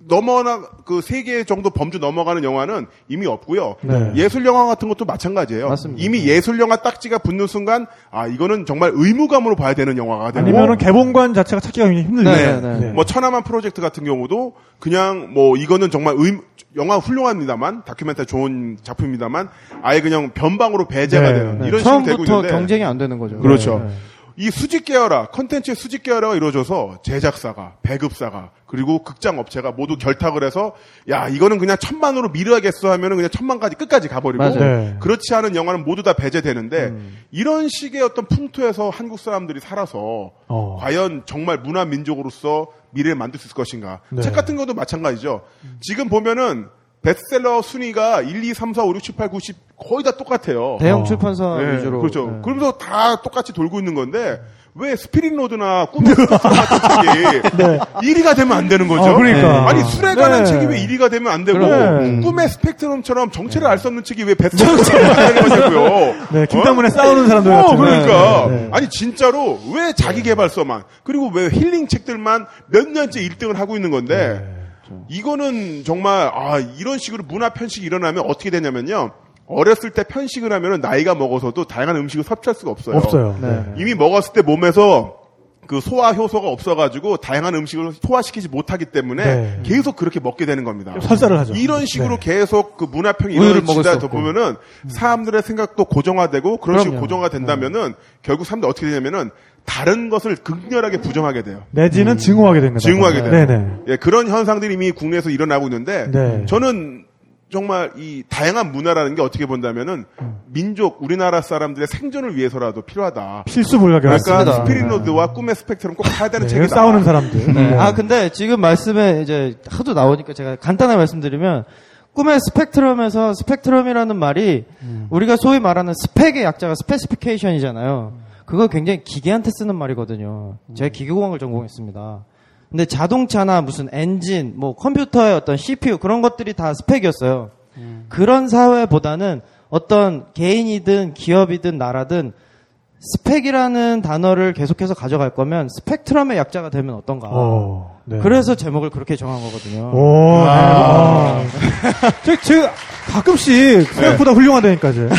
S5: 넘어나 그 세 개 정도 범주 넘어가는 영화는 이미 없고요. 예술 영화 같은 것도 마찬가지예요.
S4: 네. 맞습니다.
S5: 이미 예술 영화 딱지가 붙는 순간 아 이거는 정말 의무감으로 봐야 되는 영화가 되고
S3: 아니면은 개봉관 자체가 찾기가 굉장히 힘들죠.
S4: 네, 네, 네.
S5: 뭐 천하만 프로젝트 같은 경우도 그냥 뭐 이거는 정말 의 영화 훌륭합니다만 다큐멘터리 좋은 작품입니다만 아예 그냥 변방으로 배제가
S3: 네,
S5: 되는
S3: 네.
S5: 이런 식으로 되고
S4: 처음부터
S5: 있는데
S4: 경쟁이 안 되는 거죠.
S5: 그렇죠.
S3: 네.
S5: 이 수직 계열화, 컨텐츠의 수직 계열화가 이루어져서 제작사가, 배급사가, 그리고 극장 업체가 모두 결탁을 해서 야, 이거는 그냥 천만으로 밀어야겠어 하면은 그냥 천만까지 끝까지 가버리고
S4: 맞아요. 음.
S3: 네.
S5: 그렇지 않은 영화는 모두 다 배제되는데 이런 식의 어떤 풍토에서 한국 사람들이 살아서
S3: 어.
S5: 과연 정말 문화 민족으로서 미래를 만들 수 있을 것인가.
S3: 네.
S5: 책 같은 것도 마찬가지죠. 지금 보면은 베스트셀러 순위가 1, 2, 3, 4, 5, 6, 7, 8, 9, 10 거의 다 똑같아요.
S4: 네. 대형
S3: 어.
S4: 출판사
S5: 예,
S4: 위주로.
S5: 그렇죠.
S4: 네.
S5: 그러면서 다 똑같이 돌고 있는 건데 왜 스피릿 로드나 꿈의 스피릿 같은 책이 1위가 되면 안 되는 거죠?
S3: 네. 아, 그러니까.
S5: 아니 술에 관한
S3: 네.
S5: 책이 왜 1위가 되면 안 되고
S3: 그럼.
S5: 꿈의 스펙트럼처럼 정체를 알 수 없는 책이 왜 베스트셀러가 되는 거냐고요?
S3: 네,
S5: 어?
S3: 김다문에 싸우는 사람들
S5: 어,
S3: 같은.
S5: 그러니까.
S3: 네, 네.
S5: 아니, 진짜로 왜 자기 개발서만, 그리고 왜 힐링 책들만 몇 년째 1등을 하고 있는 건데,
S3: 네.
S5: 이거는 정말, 아, 이런 식으로 문화 편식이 일어나면 어떻게 되냐면요. 어렸을 때 편식을 하면 나이가 먹어서도 다양한 음식을 섭취할 수가 없어요.
S3: 없어요.
S4: 네.
S3: 네.
S5: 이미 먹었을 때 몸에서 그 소화 효소가 없어가지고 다양한 음식을 소화시키지 못하기 때문에
S3: 네.
S5: 계속 그렇게 먹게 되는 겁니다.
S3: 설사를 하죠.
S5: 이런 식으로
S3: 네.
S5: 계속 그 문화평이
S4: 우유를 먹을 수
S5: 이루어지다
S4: 없고. 음.
S5: 보면은 사람들의 생각도 고정화되고 그런 식으로
S4: 그럼요.
S5: 고정화 된다면은 결국 사람들 이 어떻게 되냐면은 다른 것을 극렬하게 부정하게 돼요.
S3: 내지는 증오하게 된 거죠.
S5: 음. 증오하게 돼요.
S3: 네네.
S5: 예, 그런 현상들이 이미 국내에서 일어나고 있는데
S3: 네.
S5: 저는 정말 이 다양한 문화라는 게 어떻게 본다면은
S3: 음.
S5: 민족 우리나라 사람들의 생존을 위해서라도 필요하다.
S3: 필수 네. 불가결.
S5: 그러니까
S4: 맞습니다.
S5: 스피릿로드와 꿈의 스펙트럼 꼭 봐야 되는
S3: 네,
S5: 책이다.
S3: 싸우는 사람들. 네.
S4: 아 근데 지금 말씀에 이제 하도 나오니까 제가 간단하게 말씀드리면 꿈의 스펙트럼에서 스펙트럼이라는 말이 우리가 소위 말하는 스펙의 약자가 스페시피케이션이잖아요. 그거 굉장히 기계한테 쓰는 말이거든요. 제가 기계공학을 전공했습니다. 근데 자동차나 무슨 엔진, 뭐 컴퓨터의 어떤 CPU 그런 것들이 다 스펙이었어요. 그런 사회보다는 어떤 개인이든 기업이든 나라든 스펙이라는 단어를 계속해서 가져갈 거면 스펙트럼의 약자가 되면 어떤가.
S3: 어, 네.
S4: 그래서 제목을 그렇게 정한 거거든요.
S3: 오, 네. 아. 제, 제
S5: 네.
S3: 가끔씩 생각보다 훌륭하다니까, 제. 네.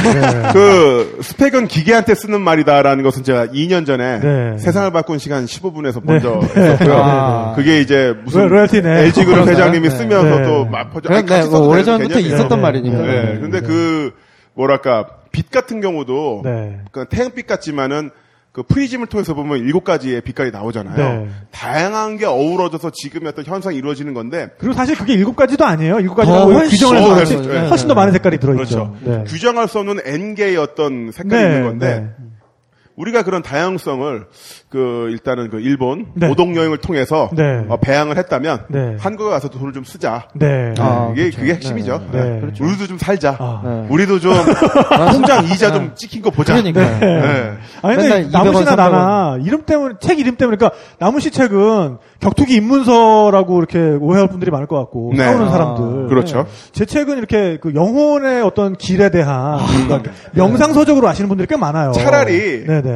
S5: 그 스펙은 기계한테 쓰는 말이다라는 것은 제가 2년 전에
S3: 네.
S5: 세상을 바꾼 시간 15분에서 먼저
S3: 네.
S5: 했었고요.
S4: 아.
S5: 그게 이제
S3: 로얄-
S5: 무슨
S3: 로얄티네.
S5: LG 그룹
S4: 그런가요?
S5: 회장님이
S4: 네.
S5: 쓰면서
S3: 네.
S5: 또막 퍼져.
S4: 그냥
S5: 아니, 같이
S4: 네, 뭐
S5: 써도 되는
S4: 오래전부터
S5: 개념이에요.
S4: 있었던
S3: 네.
S4: 말이니까.
S5: 네.
S3: 네.
S5: 근데 그 뭐랄까 빛 같은 경우도
S3: 네.
S5: 그 태양빛 같지만은 그 프리즘을 통해서 보면 일곱 가지의 빛깔이 나오잖아요.
S3: 네.
S5: 다양한 게 어우러져서 지금의 어떤 현상이 이루어지는 건데
S3: 그리고 사실 그게 일곱 가지도 아니에요. 일곱
S4: 더
S3: 가지라고
S4: 훨씬
S3: 규정을 해서
S5: 더
S3: 그렇지
S5: 훨씬- 네.
S3: 훨씬 더 많은 색깔이 들어있죠.
S5: 그렇죠.
S3: 네.
S5: 규정할 수 없는 n 개의 어떤 색깔이
S3: 네,
S5: 있는 건데
S3: 네.
S5: 우리가 그런 다양성을 그 일단은 그 일본
S3: 네.
S5: 노동 여행을 통해서
S3: 네.
S5: 어, 배양을 했다면
S3: 네.
S5: 한국에 와서 돈을 좀 쓰자.
S3: 네.
S4: 아,
S5: 이게
S4: 그렇죠.
S5: 그게 핵심이죠.
S3: 네, 네. 네. 그렇죠.
S5: 우리도 좀 살자.
S3: 아.
S4: 네.
S5: 우리도 좀 통장 이자 좀 찍힌 거 보자.
S4: 그러니까요.
S5: 네.
S3: 아니
S4: 맨날
S3: 근데
S4: 200원,
S3: 나무씨나
S4: 300원.
S3: 나나 이름 때문에 책 이름 때문에 그러니까 나무씨 책은 격투기 입문서라고 이렇게 오해할 분들이 많을 것 같고
S5: 네.
S3: 싸우는
S5: 아,
S3: 사람들 네.
S5: 그렇죠.
S3: 제 책은 이렇게 그 영혼의 어떤 길에 대한 그러니까 명상서적으로 아시는 분들이 꽤 많아요.
S5: 차라리
S3: 네네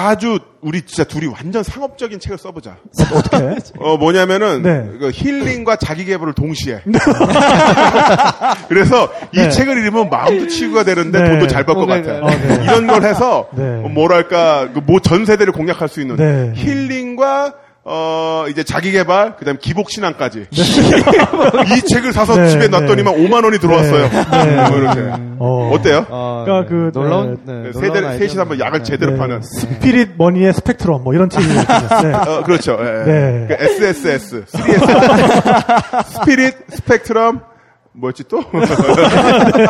S5: 아주 우리 진짜 둘이 완전 상업적인 책을 써보자.
S3: 어떻게
S5: 어 뭐냐면은
S3: 네.
S5: 그 힐링과 자기 개발을 동시에. 그래서 이
S3: 네.
S5: 책을 읽으면 마음도 치유가 되는데
S3: 네.
S5: 돈도 잘 벌 것
S4: 어, 네,
S5: 같아요.
S4: 네.
S3: 어, 네.
S5: 이런 걸 해서
S3: 네.
S5: 뭐랄까 그뭐전 세대를 공략할 수 있는
S3: 네.
S5: 힐링과 어 이제 자기 개발 그다음 기복 신앙까지 이 책을 사서
S3: 네,
S5: 집에 놨더니만 5만 원이 들어왔어요.
S3: 네. 네.
S5: 뭐 이렇게.
S3: 어.
S5: 어때요?
S4: 아,
S3: 그러니까 그,
S4: 놀라운 네, 놀라운
S5: 세대 셋이
S4: 아이디어네요.
S5: 한번 약을
S4: 네.
S5: 제대로 파는.
S3: 스피릿 머니의 스펙트럼 뭐 이런 책이 있거든요.
S5: 어, 그렇죠. 예, 예.
S3: 네.
S5: 그 SSS, 3SS, 스피릿, 스펙트럼, 뭐였지 또?
S3: 네.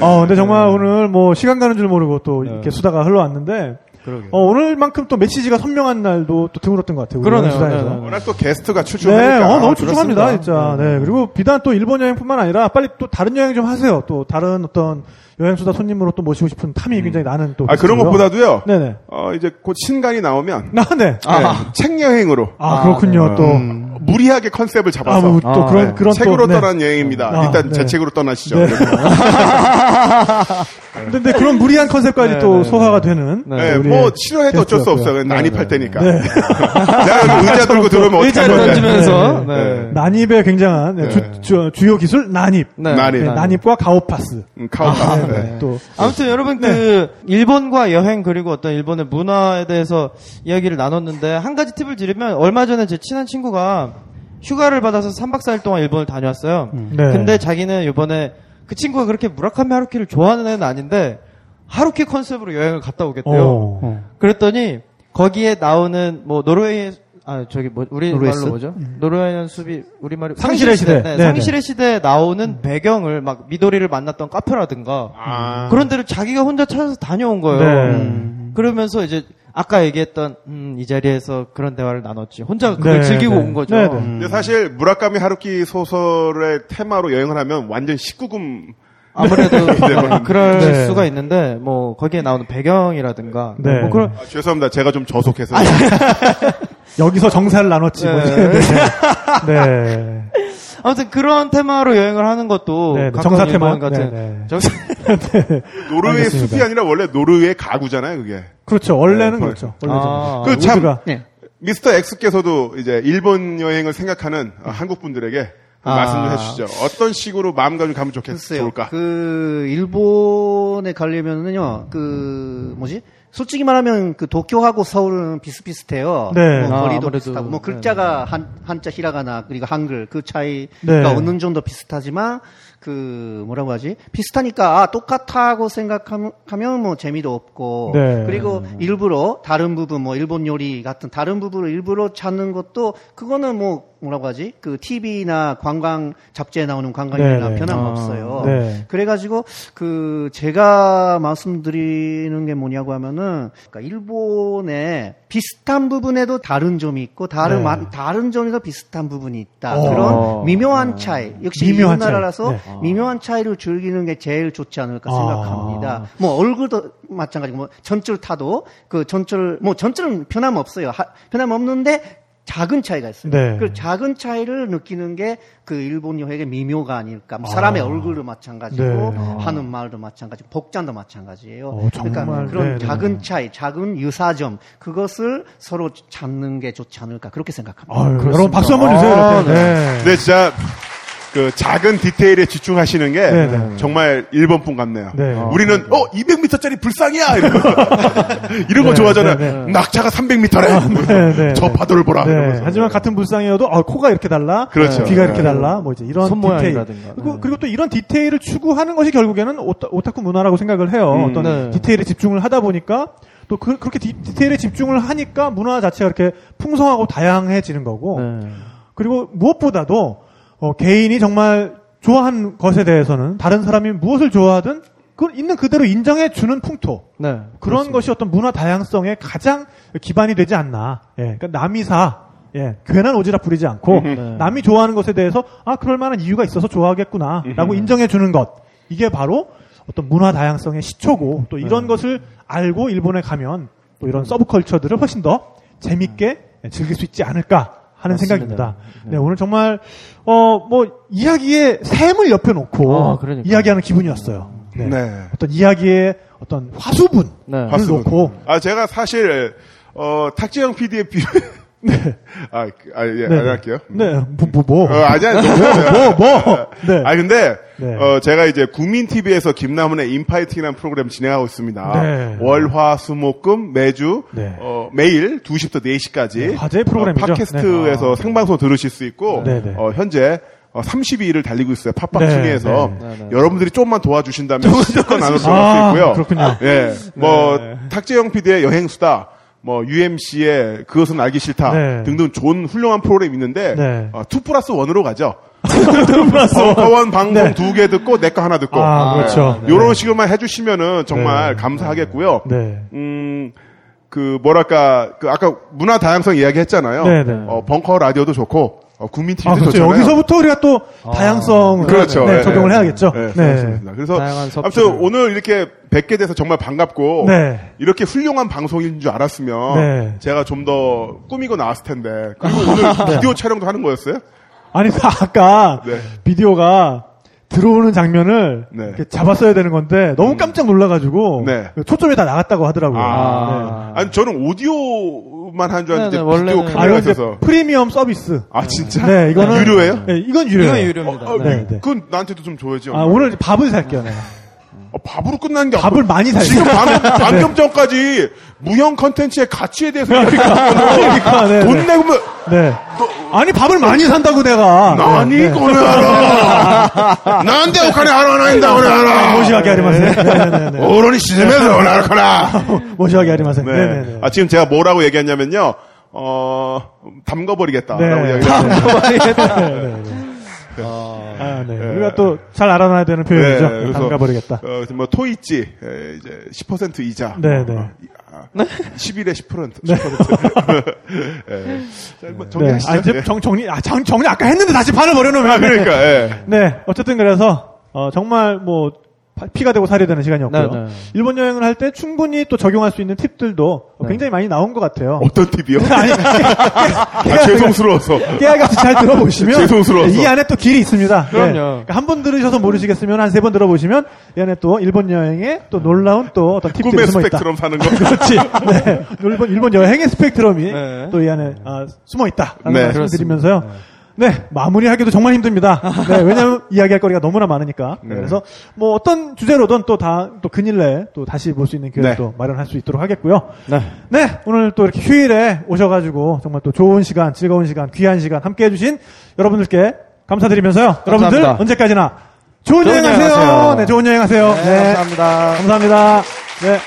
S3: 어 근데 정말 오늘 뭐 시간 가는 줄 모르고 또 이렇게 수다가 흘러왔는데
S4: 그러게요.
S3: 어, 오늘만큼 또 메시지가 선명한 날도 또 드물었던 것 같아요. 우리
S4: 그러네요.
S3: 수다에서.
S4: 네, 네.
S5: 워낙 또 게스트가
S3: 네,
S5: 출중하니까. 아,
S3: 어, 너무
S5: 그렇습니다.
S3: 추측합니다, 진짜. 네. 그리고 비단 또 일본 여행뿐만 아니라 빨리 또 다른 여행 좀 하세요. 또 다른 어떤 여행수다 손님으로 또 모시고 싶은 탐이 굉장히 나는 또.
S5: 아, 그런
S3: 있고요.
S5: 것보다도요.
S3: 네네.
S5: 어, 이제 곧 신간이 나오면
S3: 아, 네. 아,
S5: 네, 책 여행으로 어, 음.
S3: 그렇군요, 또.
S5: 무리하게 컨셉을
S3: 아,
S5: 네. 잡아서
S3: 뭐, 또
S4: 아,
S3: 그런,
S5: 네,
S3: 그런
S5: 책으로
S3: 또. 네.
S5: 떠난 여행입니다.
S3: 아,
S5: 일단
S3: 네.
S5: 제 책으로 떠나시죠.
S3: 네.
S5: 그래서.
S3: 근데, 근데 그런 무리한 컨셉까지
S4: 네,
S3: 또
S4: 네,
S3: 소화가 되는.
S5: 네,
S3: 우리의
S5: 뭐 싫어해도 어쩔 수
S3: 게스트였고요. 네.
S5: 없어요. 난입할 테니까. 내가 의자 들고 들어오면 어떻게
S4: 의자를
S5: 할 건데.
S4: 던지면서
S5: 네.
S4: 네.
S3: 난입의 굉장한 주, 요 기술 난입.
S4: 네.
S5: 난입.
S3: 네, 난입과 가오파스.
S5: 음, 카운터.
S3: 네,
S5: 네.
S3: 네, 또
S4: 아무튼 여러분 그 일본과 여행 그리고 어떤 일본의 문화에 대해서 이야기를 나눴는데 한 가지 팁을 드리면 얼마 전에 제 친한 친구가 휴가를 받아서 3박 4일 동안 일본을 다녀왔어요.
S3: 네.
S4: 근데 자기는 이번에 그 친구가 그렇게 무라카미 하루키를 좋아하는 애는 아닌데 하루키 컨셉으로 여행을 갔다 오겠대요.
S3: 어.
S4: 그랬더니 거기에 나오는 뭐 노르웨이 아 저기 뭐 우리
S6: 노르웨스?
S4: 말로 뭐죠? 노르웨이는 숲이 우리 말로
S3: 음. 상실의 시대.
S4: 네,
S3: 네네. 음.
S4: 상실의 시대에 나오는 배경을 막 미도리를 만났던 카페라든가
S5: 아.
S4: 그런 데를 자기가 혼자 찾아서 다녀온 거예요.
S3: 네.
S4: 음. 그러면서 이제 아까 얘기했던 음, 이 자리에서 그런 대화를 나눴지 혼자 그걸
S3: 네,
S4: 즐기고
S3: 네.
S4: 온 거죠. 음.
S3: 네, 네.
S5: 근데 사실 무라카미 하루키 소설의 테마로 여행을 하면 완전 19금
S4: 아무래도
S5: 네.
S4: 그럴
S3: 네.
S4: 수가 있는데 뭐 거기에 나오는 배경이라든가
S3: 네.
S4: 뭐 그런
S5: 아, 죄송합니다. 제가 좀 저속해서.
S3: 여기서 정사를 나눴지. 뭐.
S4: 네.
S3: 네. 네.
S4: 아무튼 그런 테마로 여행을 하는 것도
S3: 네, 네.
S4: 가까운
S3: 정사 테마.
S4: 일본 같은
S3: 네, 네.
S4: 정사
S5: 노르웨이
S3: 알겠습니다.
S5: 숲이 아니라 원래 노르웨이 가구잖아요, 그게.
S3: 그렇죠. 원래는
S5: 네,
S3: 그렇죠.
S4: 벌- 아,
S3: 원래
S5: 그 참-
S3: 우리가
S6: 네.
S5: 미스터 엑스께서도 이제 일본 여행을 생각하는 어, 한국 분들에게
S4: 아.
S5: 말씀 좀 해주시죠. 어떤 식으로 마음가짐 가면 좋겠,
S6: 글쎄요.
S5: 좋을까?
S6: 그 일본에 가려면은요. 그 뭐지? 솔직히 말하면 그 도쿄하고 서울은 비슷비슷해요.
S3: 네.
S6: 뭐
S4: 아,
S6: 거리도
S4: 아무래도.
S6: 비슷하고 뭐
S4: 네.
S6: 글자가 한 한자 히라가나 그리고 한글 그 차이가
S3: 네.
S6: 어느 정도 비슷하지만 그 뭐라고 하지? 비슷하니까 아, 똑같다고 생각하면 하면 뭐 재미도 없고
S3: 네.
S6: 그리고 일부러 다른 부분 뭐 일본 요리 같은 다른 부분을 일부러 찾는 것도 그거는 뭐 뭐라고 하지? 그 TV나 관광 잡지에 나오는 관광이나
S3: 네, 네.
S6: 변함없어요.
S3: 네.
S6: 그래가지고 그 제가 말씀드리는 게 뭐냐고 하면은 그러니까 일본의 비슷한 부분에도 다른 점이 있고 다른
S3: 네.
S6: 마- 다른 점에서 비슷한 부분이 있다.
S3: 어. 네.
S6: 그런 미묘한 차이 역시
S3: 미묘한
S6: 미묘한 나라라서 아.
S3: 차이. 네.
S6: 미묘한 차이를 즐기는 게 제일 좋지 않을까
S3: 아.
S6: 생각합니다. 뭐 얼굴도 마찬가지고 뭐 전철 타도 그 전철 뭐 전철은 변함없어요. 하- 변함없는데 작은 차이가 있어요.
S3: 네.
S6: 그 작은 차이를 느끼는 게 그 일본 여행의 미묘가 아닐까. 뭐 사람의 얼굴도 마찬가지고
S3: 네.
S6: 하는 말도 마찬가지고 복장도 마찬가지예요.
S3: 어, 정말.
S6: 그러니까 그런
S3: 네, 네.
S6: 작은 차이, 작은 유사점 그것을 서로 찾는 게 좋지 않을까 그렇게 생각합니다.
S3: 아유, 여러분 박수 한번 주세요.
S4: 아,
S3: 이럴 때. 네.
S5: 근데 진짜 그 작은 디테일에 집중하시는 게
S3: 네, 네.
S5: 정말 일본 분 같네요.
S3: 네.
S5: 우리는 어 200m짜리 불상이야 이런 거, 이런 거
S3: 네,
S5: 좋아하잖아요.
S3: 네, 네.
S5: 낙차가 300m래.
S3: 네, 네,
S5: 저
S3: 네.
S5: 파도를 보라.
S3: 네,
S5: 이러면서.
S3: 하지만 같은 불상이어도 아, 코가 이렇게 달라,
S5: 그렇죠.
S3: 귀가 이렇게
S5: 네.
S3: 달라, 뭐 이제 이런
S4: 손
S3: 디테일
S4: 모양이라든가.
S3: 그리고,
S4: 네.
S3: 그리고 또 이런 디테일을 추구하는 것이 결국에는 오타, 오타쿠 문화라고 생각을 해요.
S5: 음,
S3: 어떤
S4: 네.
S3: 디테일에 집중을 하다 보니까 또 그, 렇게 디, 테일에 집중을 하니까 문화 자체가 이렇게 풍성하고 다양해지는 거고
S4: 네.
S3: 그리고 무엇보다도 어, 개인이 정말 좋아하는 것에 대해서는 다른 사람이 무엇을 좋아하든 그걸 있는 그대로 인정해 주는 풍토.
S4: 네.
S3: 그런 것이 어떤 문화 다양성의 가장 기반이 되지 않나. 예. 그러니까 남이사. 예. 괜한 오지랖 부리지 않고
S4: 네.
S3: 남이 좋아하는 것에 대해서 아 그럴 만한 이유가 있어서
S4: 음.
S3: 좋아하겠구나라고 인정해 주는 것. 이게 바로 어떤 문화 다양성의 시초고
S4: 네.
S3: 또 이런 것을 알고 일본에 가면 또 이런 서브컬처들을 훨씬 더 재밌게 즐길 수 있지 않을까 하는
S4: 네. 맞습니다.
S3: 생각입니다. 네, 오늘 정말 어 뭐 이야기에 샘을 옆에 놓고
S4: 아, 그러니까요.
S3: 이야기하는 기분이었어요. 네.
S5: 네.
S3: 어떤 이야기의 어떤 화수분을
S4: 네.
S5: 화수분.
S3: 놓고
S5: 아 제가 사실 어 탁재영 PD의 비. 아, 그, 아, 예,
S3: 네.
S5: 안 할게요.
S3: 네, 뭐, 뭐, 뭐.
S5: 어, 아니야,
S3: 뭐, 뭐. 네.
S5: 아 근데
S3: 네.
S5: 어, 제가 이제 국민 TV에서 김남훈의 인파이팅이라는 프로그램 진행하고 있습니다.
S3: 네.
S5: 월화수목금 매주
S3: 네.
S5: 어, 매일 2시부터 4시까지
S3: 네, 화제의 프로그램이죠. 아,
S5: 어, 팟캐스트에서 생방송 들으실 수 있고
S3: 네, 네.
S5: 어, 현재 32일을 달리고 있어요. 팟빵
S3: 네,
S5: 순위에서
S3: 네,
S4: 네, 네.
S5: 여러분들이 조금만 도와주신다면 실컷 안으로 들어갈 수
S3: 아,
S5: 있고요.
S3: 그렇군요.
S5: 예, 뭐 탁재영 PD의 여행수다. 뭐 UMC의 그것은 알기 싫다
S3: 네.
S5: 등등 좋은 훌륭한 프로그램이 있는데
S3: 네.
S5: 어, 2 플러스 1으로 가죠.
S3: 플러스 원.
S5: 서원 방송
S3: 네.
S5: 두 개 듣고 내 거 하나 듣고
S3: 아, 그렇죠. 네.
S5: 이런 식으로만 해주시면은 정말 감사하겠고요.
S3: 네.
S5: 음. 그 뭐랄까 그 아까 문화 다양성 이야기했잖아요.
S3: 네, 네.
S5: 어, 벙커 라디오도 좋고 어, 국민 TV도
S3: 아, 그렇죠.
S5: 좋잖아요.
S3: 여기서부터 우리가 또
S4: 아.
S3: 다양성을
S5: 그렇죠.
S3: 네,
S5: 네,
S3: 적용을
S5: 네.
S3: 해야겠죠.
S5: 네,
S3: 네.
S5: 그렇습니다. 그래서
S4: 다양한 섭취를.
S5: 아무튼 오늘 이렇게 뵙게 돼서 정말 반갑고
S3: 네.
S5: 이렇게 훌륭한 방송인 줄 알았으면
S3: 네.
S5: 제가 좀 더 꾸미고 나왔을 텐데 그리고 오늘 비디오 촬영도 하는 거였어요?
S3: 아니, 나 아까
S5: 네.
S3: 비디오가 들어오는 장면을
S5: 네. 음.
S3: 이렇게 잡았어야 되는 건데 너무 깜짝 놀라가지고 그
S5: 네.
S3: 초점이 다 나갔다고 하더라고요.
S5: 아,
S4: 네.
S5: 아니 저는 오디오만 한 줄
S4: 네,
S5: 알았는데
S4: 네,
S5: 비디오
S4: 원래는-
S3: 아,
S5: 카메라
S3: 이거 이제
S5: 있어서
S3: 프리미엄 서비스.
S5: 아 진짜?
S3: 네, 이거는
S5: 유료예요?
S3: 네, 이건
S4: 이건
S3: 유료예요.
S4: 유료입니다.
S5: 어, 어,
S4: 네.
S3: 네, 네.
S5: 그건 나한테도 좀 줘야지.
S3: 아, 오늘 이제 밥을 살게요. 내가.
S5: 아, 밥으로 끝난 게
S3: 밥을
S5: 아니고
S3: 많이 살게요.
S5: 뭐
S3: 네.
S5: 지금 방금, 방금 전까지 무형 컨텐츠의 가치에 대해서
S3: 그러니까, 네,
S5: 돈
S3: 네.
S5: 내고 뭐,
S3: 네. 아니 밥을 많이 산다고 내가.
S5: 아니 거네 알아. 나한테 오카네 하나 하나 인다 오네
S3: 네.
S5: 하나.
S3: 모시하게 하리마세요. 네, 네, 네.
S5: 오로니 시즌에서 오네 하나.
S3: 모시하게 하리마세요. 네, 네, 네.
S5: 아, 지금 제가 뭐라고 얘기했냐면요. 어, 담가버리겠다라고
S3: 네.
S5: 이야기를 했어요.
S3: 네, 네. 아, 네. 우리가 또 잘 알아놔야 되는 표현이죠.
S5: 네, 그래서-
S3: 담가버리겠다.
S5: 어, 그래서 뭐 토이찌 예, 이제 10% 이자.
S3: 네, 네.
S5: 어, 이- 아, 10일에 10%. 10%. 예. 자, 뭐
S3: 네.
S5: 정리하시죠.
S3: 아, 이제
S5: 예.
S3: 정, 정리, 아, 정, 정리 아까 했는데 다시 판을 버려놓으면.
S5: 그러니까. 예.
S3: 네. 어쨌든 그래서, 어, 정말 뭐, 파- 피가 되고 살이 되는 시간이었고요.
S4: 네, 네.
S3: 일본 여행을 할 때 충분히 또 적용할 수 있는 팁들도
S4: 네.
S3: 굉장히 많이 나온 것 같아요.
S5: 어떤 팁이요?
S3: 아니,
S5: 아, 죄송스러워서.
S3: 깨알같이 잘 들어보시면
S5: 죄송스러워서.
S3: 이 안에 또 길이 있습니다. 네. 그러니까
S4: 그럼요.
S3: 한 번 들으셔서 모르시겠으면 한 세 번 들어보시면 이 안에 또 일본 여행에 또 놀라운 또 어떤 팁들이
S5: 꿈의
S3: 숨어 있다.
S5: 스펙트럼 사는 거.
S3: 그렇지. 네. 일본, 일본 여행의 스펙트럼이
S4: 네.
S3: 또 이 안에 아, 숨어 있다. 라는
S5: 네.
S3: 말씀을 드리면서요. 네. 마무리하기도 정말 힘듭니다. 네, 왜냐하면 이야기할 거리가 너무나 많으니까.
S5: 네.
S3: 그래서 뭐 어떤 주제로든 또 다 또 근일 내에 또 다시 볼 수 있는 기회를
S5: 네.
S3: 또 마련할 수 있도록 하겠고요.
S4: 네.
S3: 네, 오늘 또 이렇게 휴일에 오셔가지고 정말 또 좋은 시간, 즐거운 시간, 귀한 시간 함께 해주신 여러분들께 감사드리면서요. 여러분들
S4: 감사합니다.
S3: 언제까지나 좋은,
S4: 좋은
S3: 여행하세요.
S4: 여행하세요.
S3: 네, 좋은 여행하세요.
S4: 네,
S3: 네,
S4: 감사합니다.
S3: 감사합니다. 네.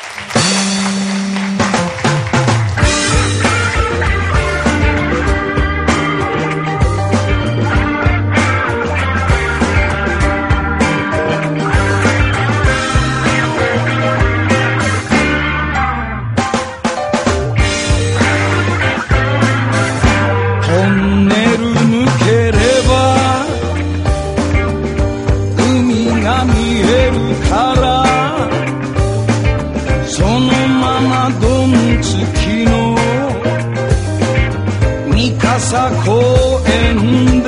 S2: 本音る向ければ海が見えるからそのままドンつきの三笠公園で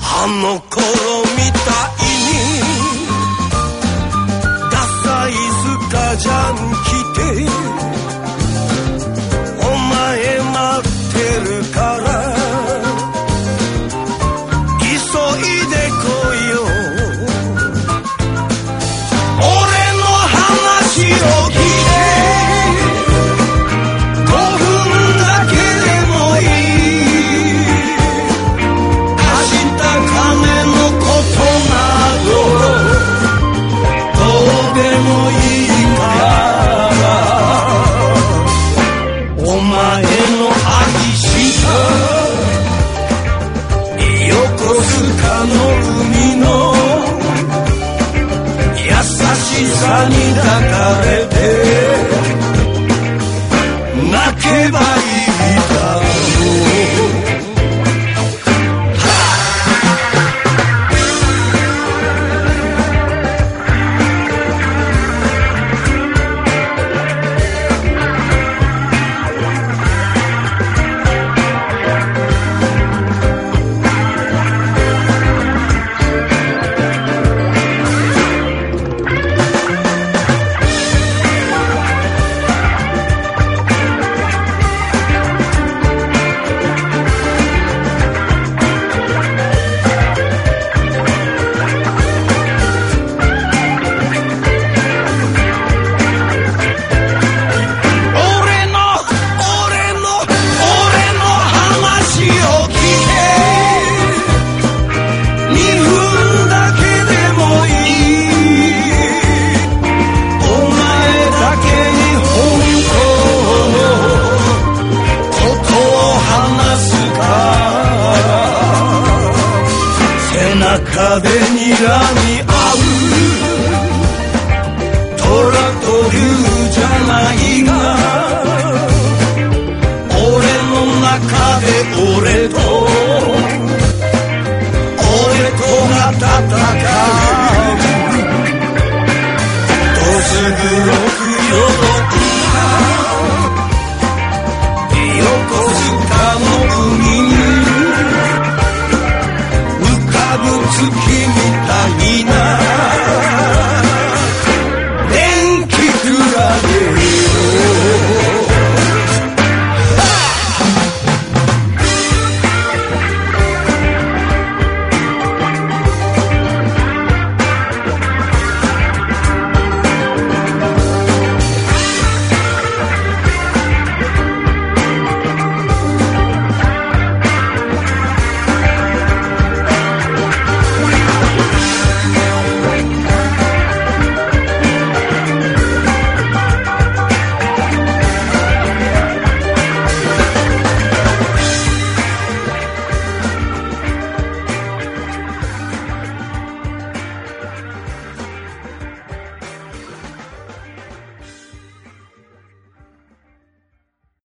S2: あの頃みたいにダサいスカジャン着てお前待ってるから急いで来いよ俺の話を聞いて5分だけでもいい明日金のことなどどうでもいいからお前の愛した横須賀の海の優しさに抱かれて泣けばいいだろう俺の俺の俺の話を聞け5分だけでもいい明日金のことなどお前だけに本当のことを話すから背中で睨み合う「トラと竜じゃないが」「俺の中で俺と俺とが戦う」「どうすぐろくよどきが」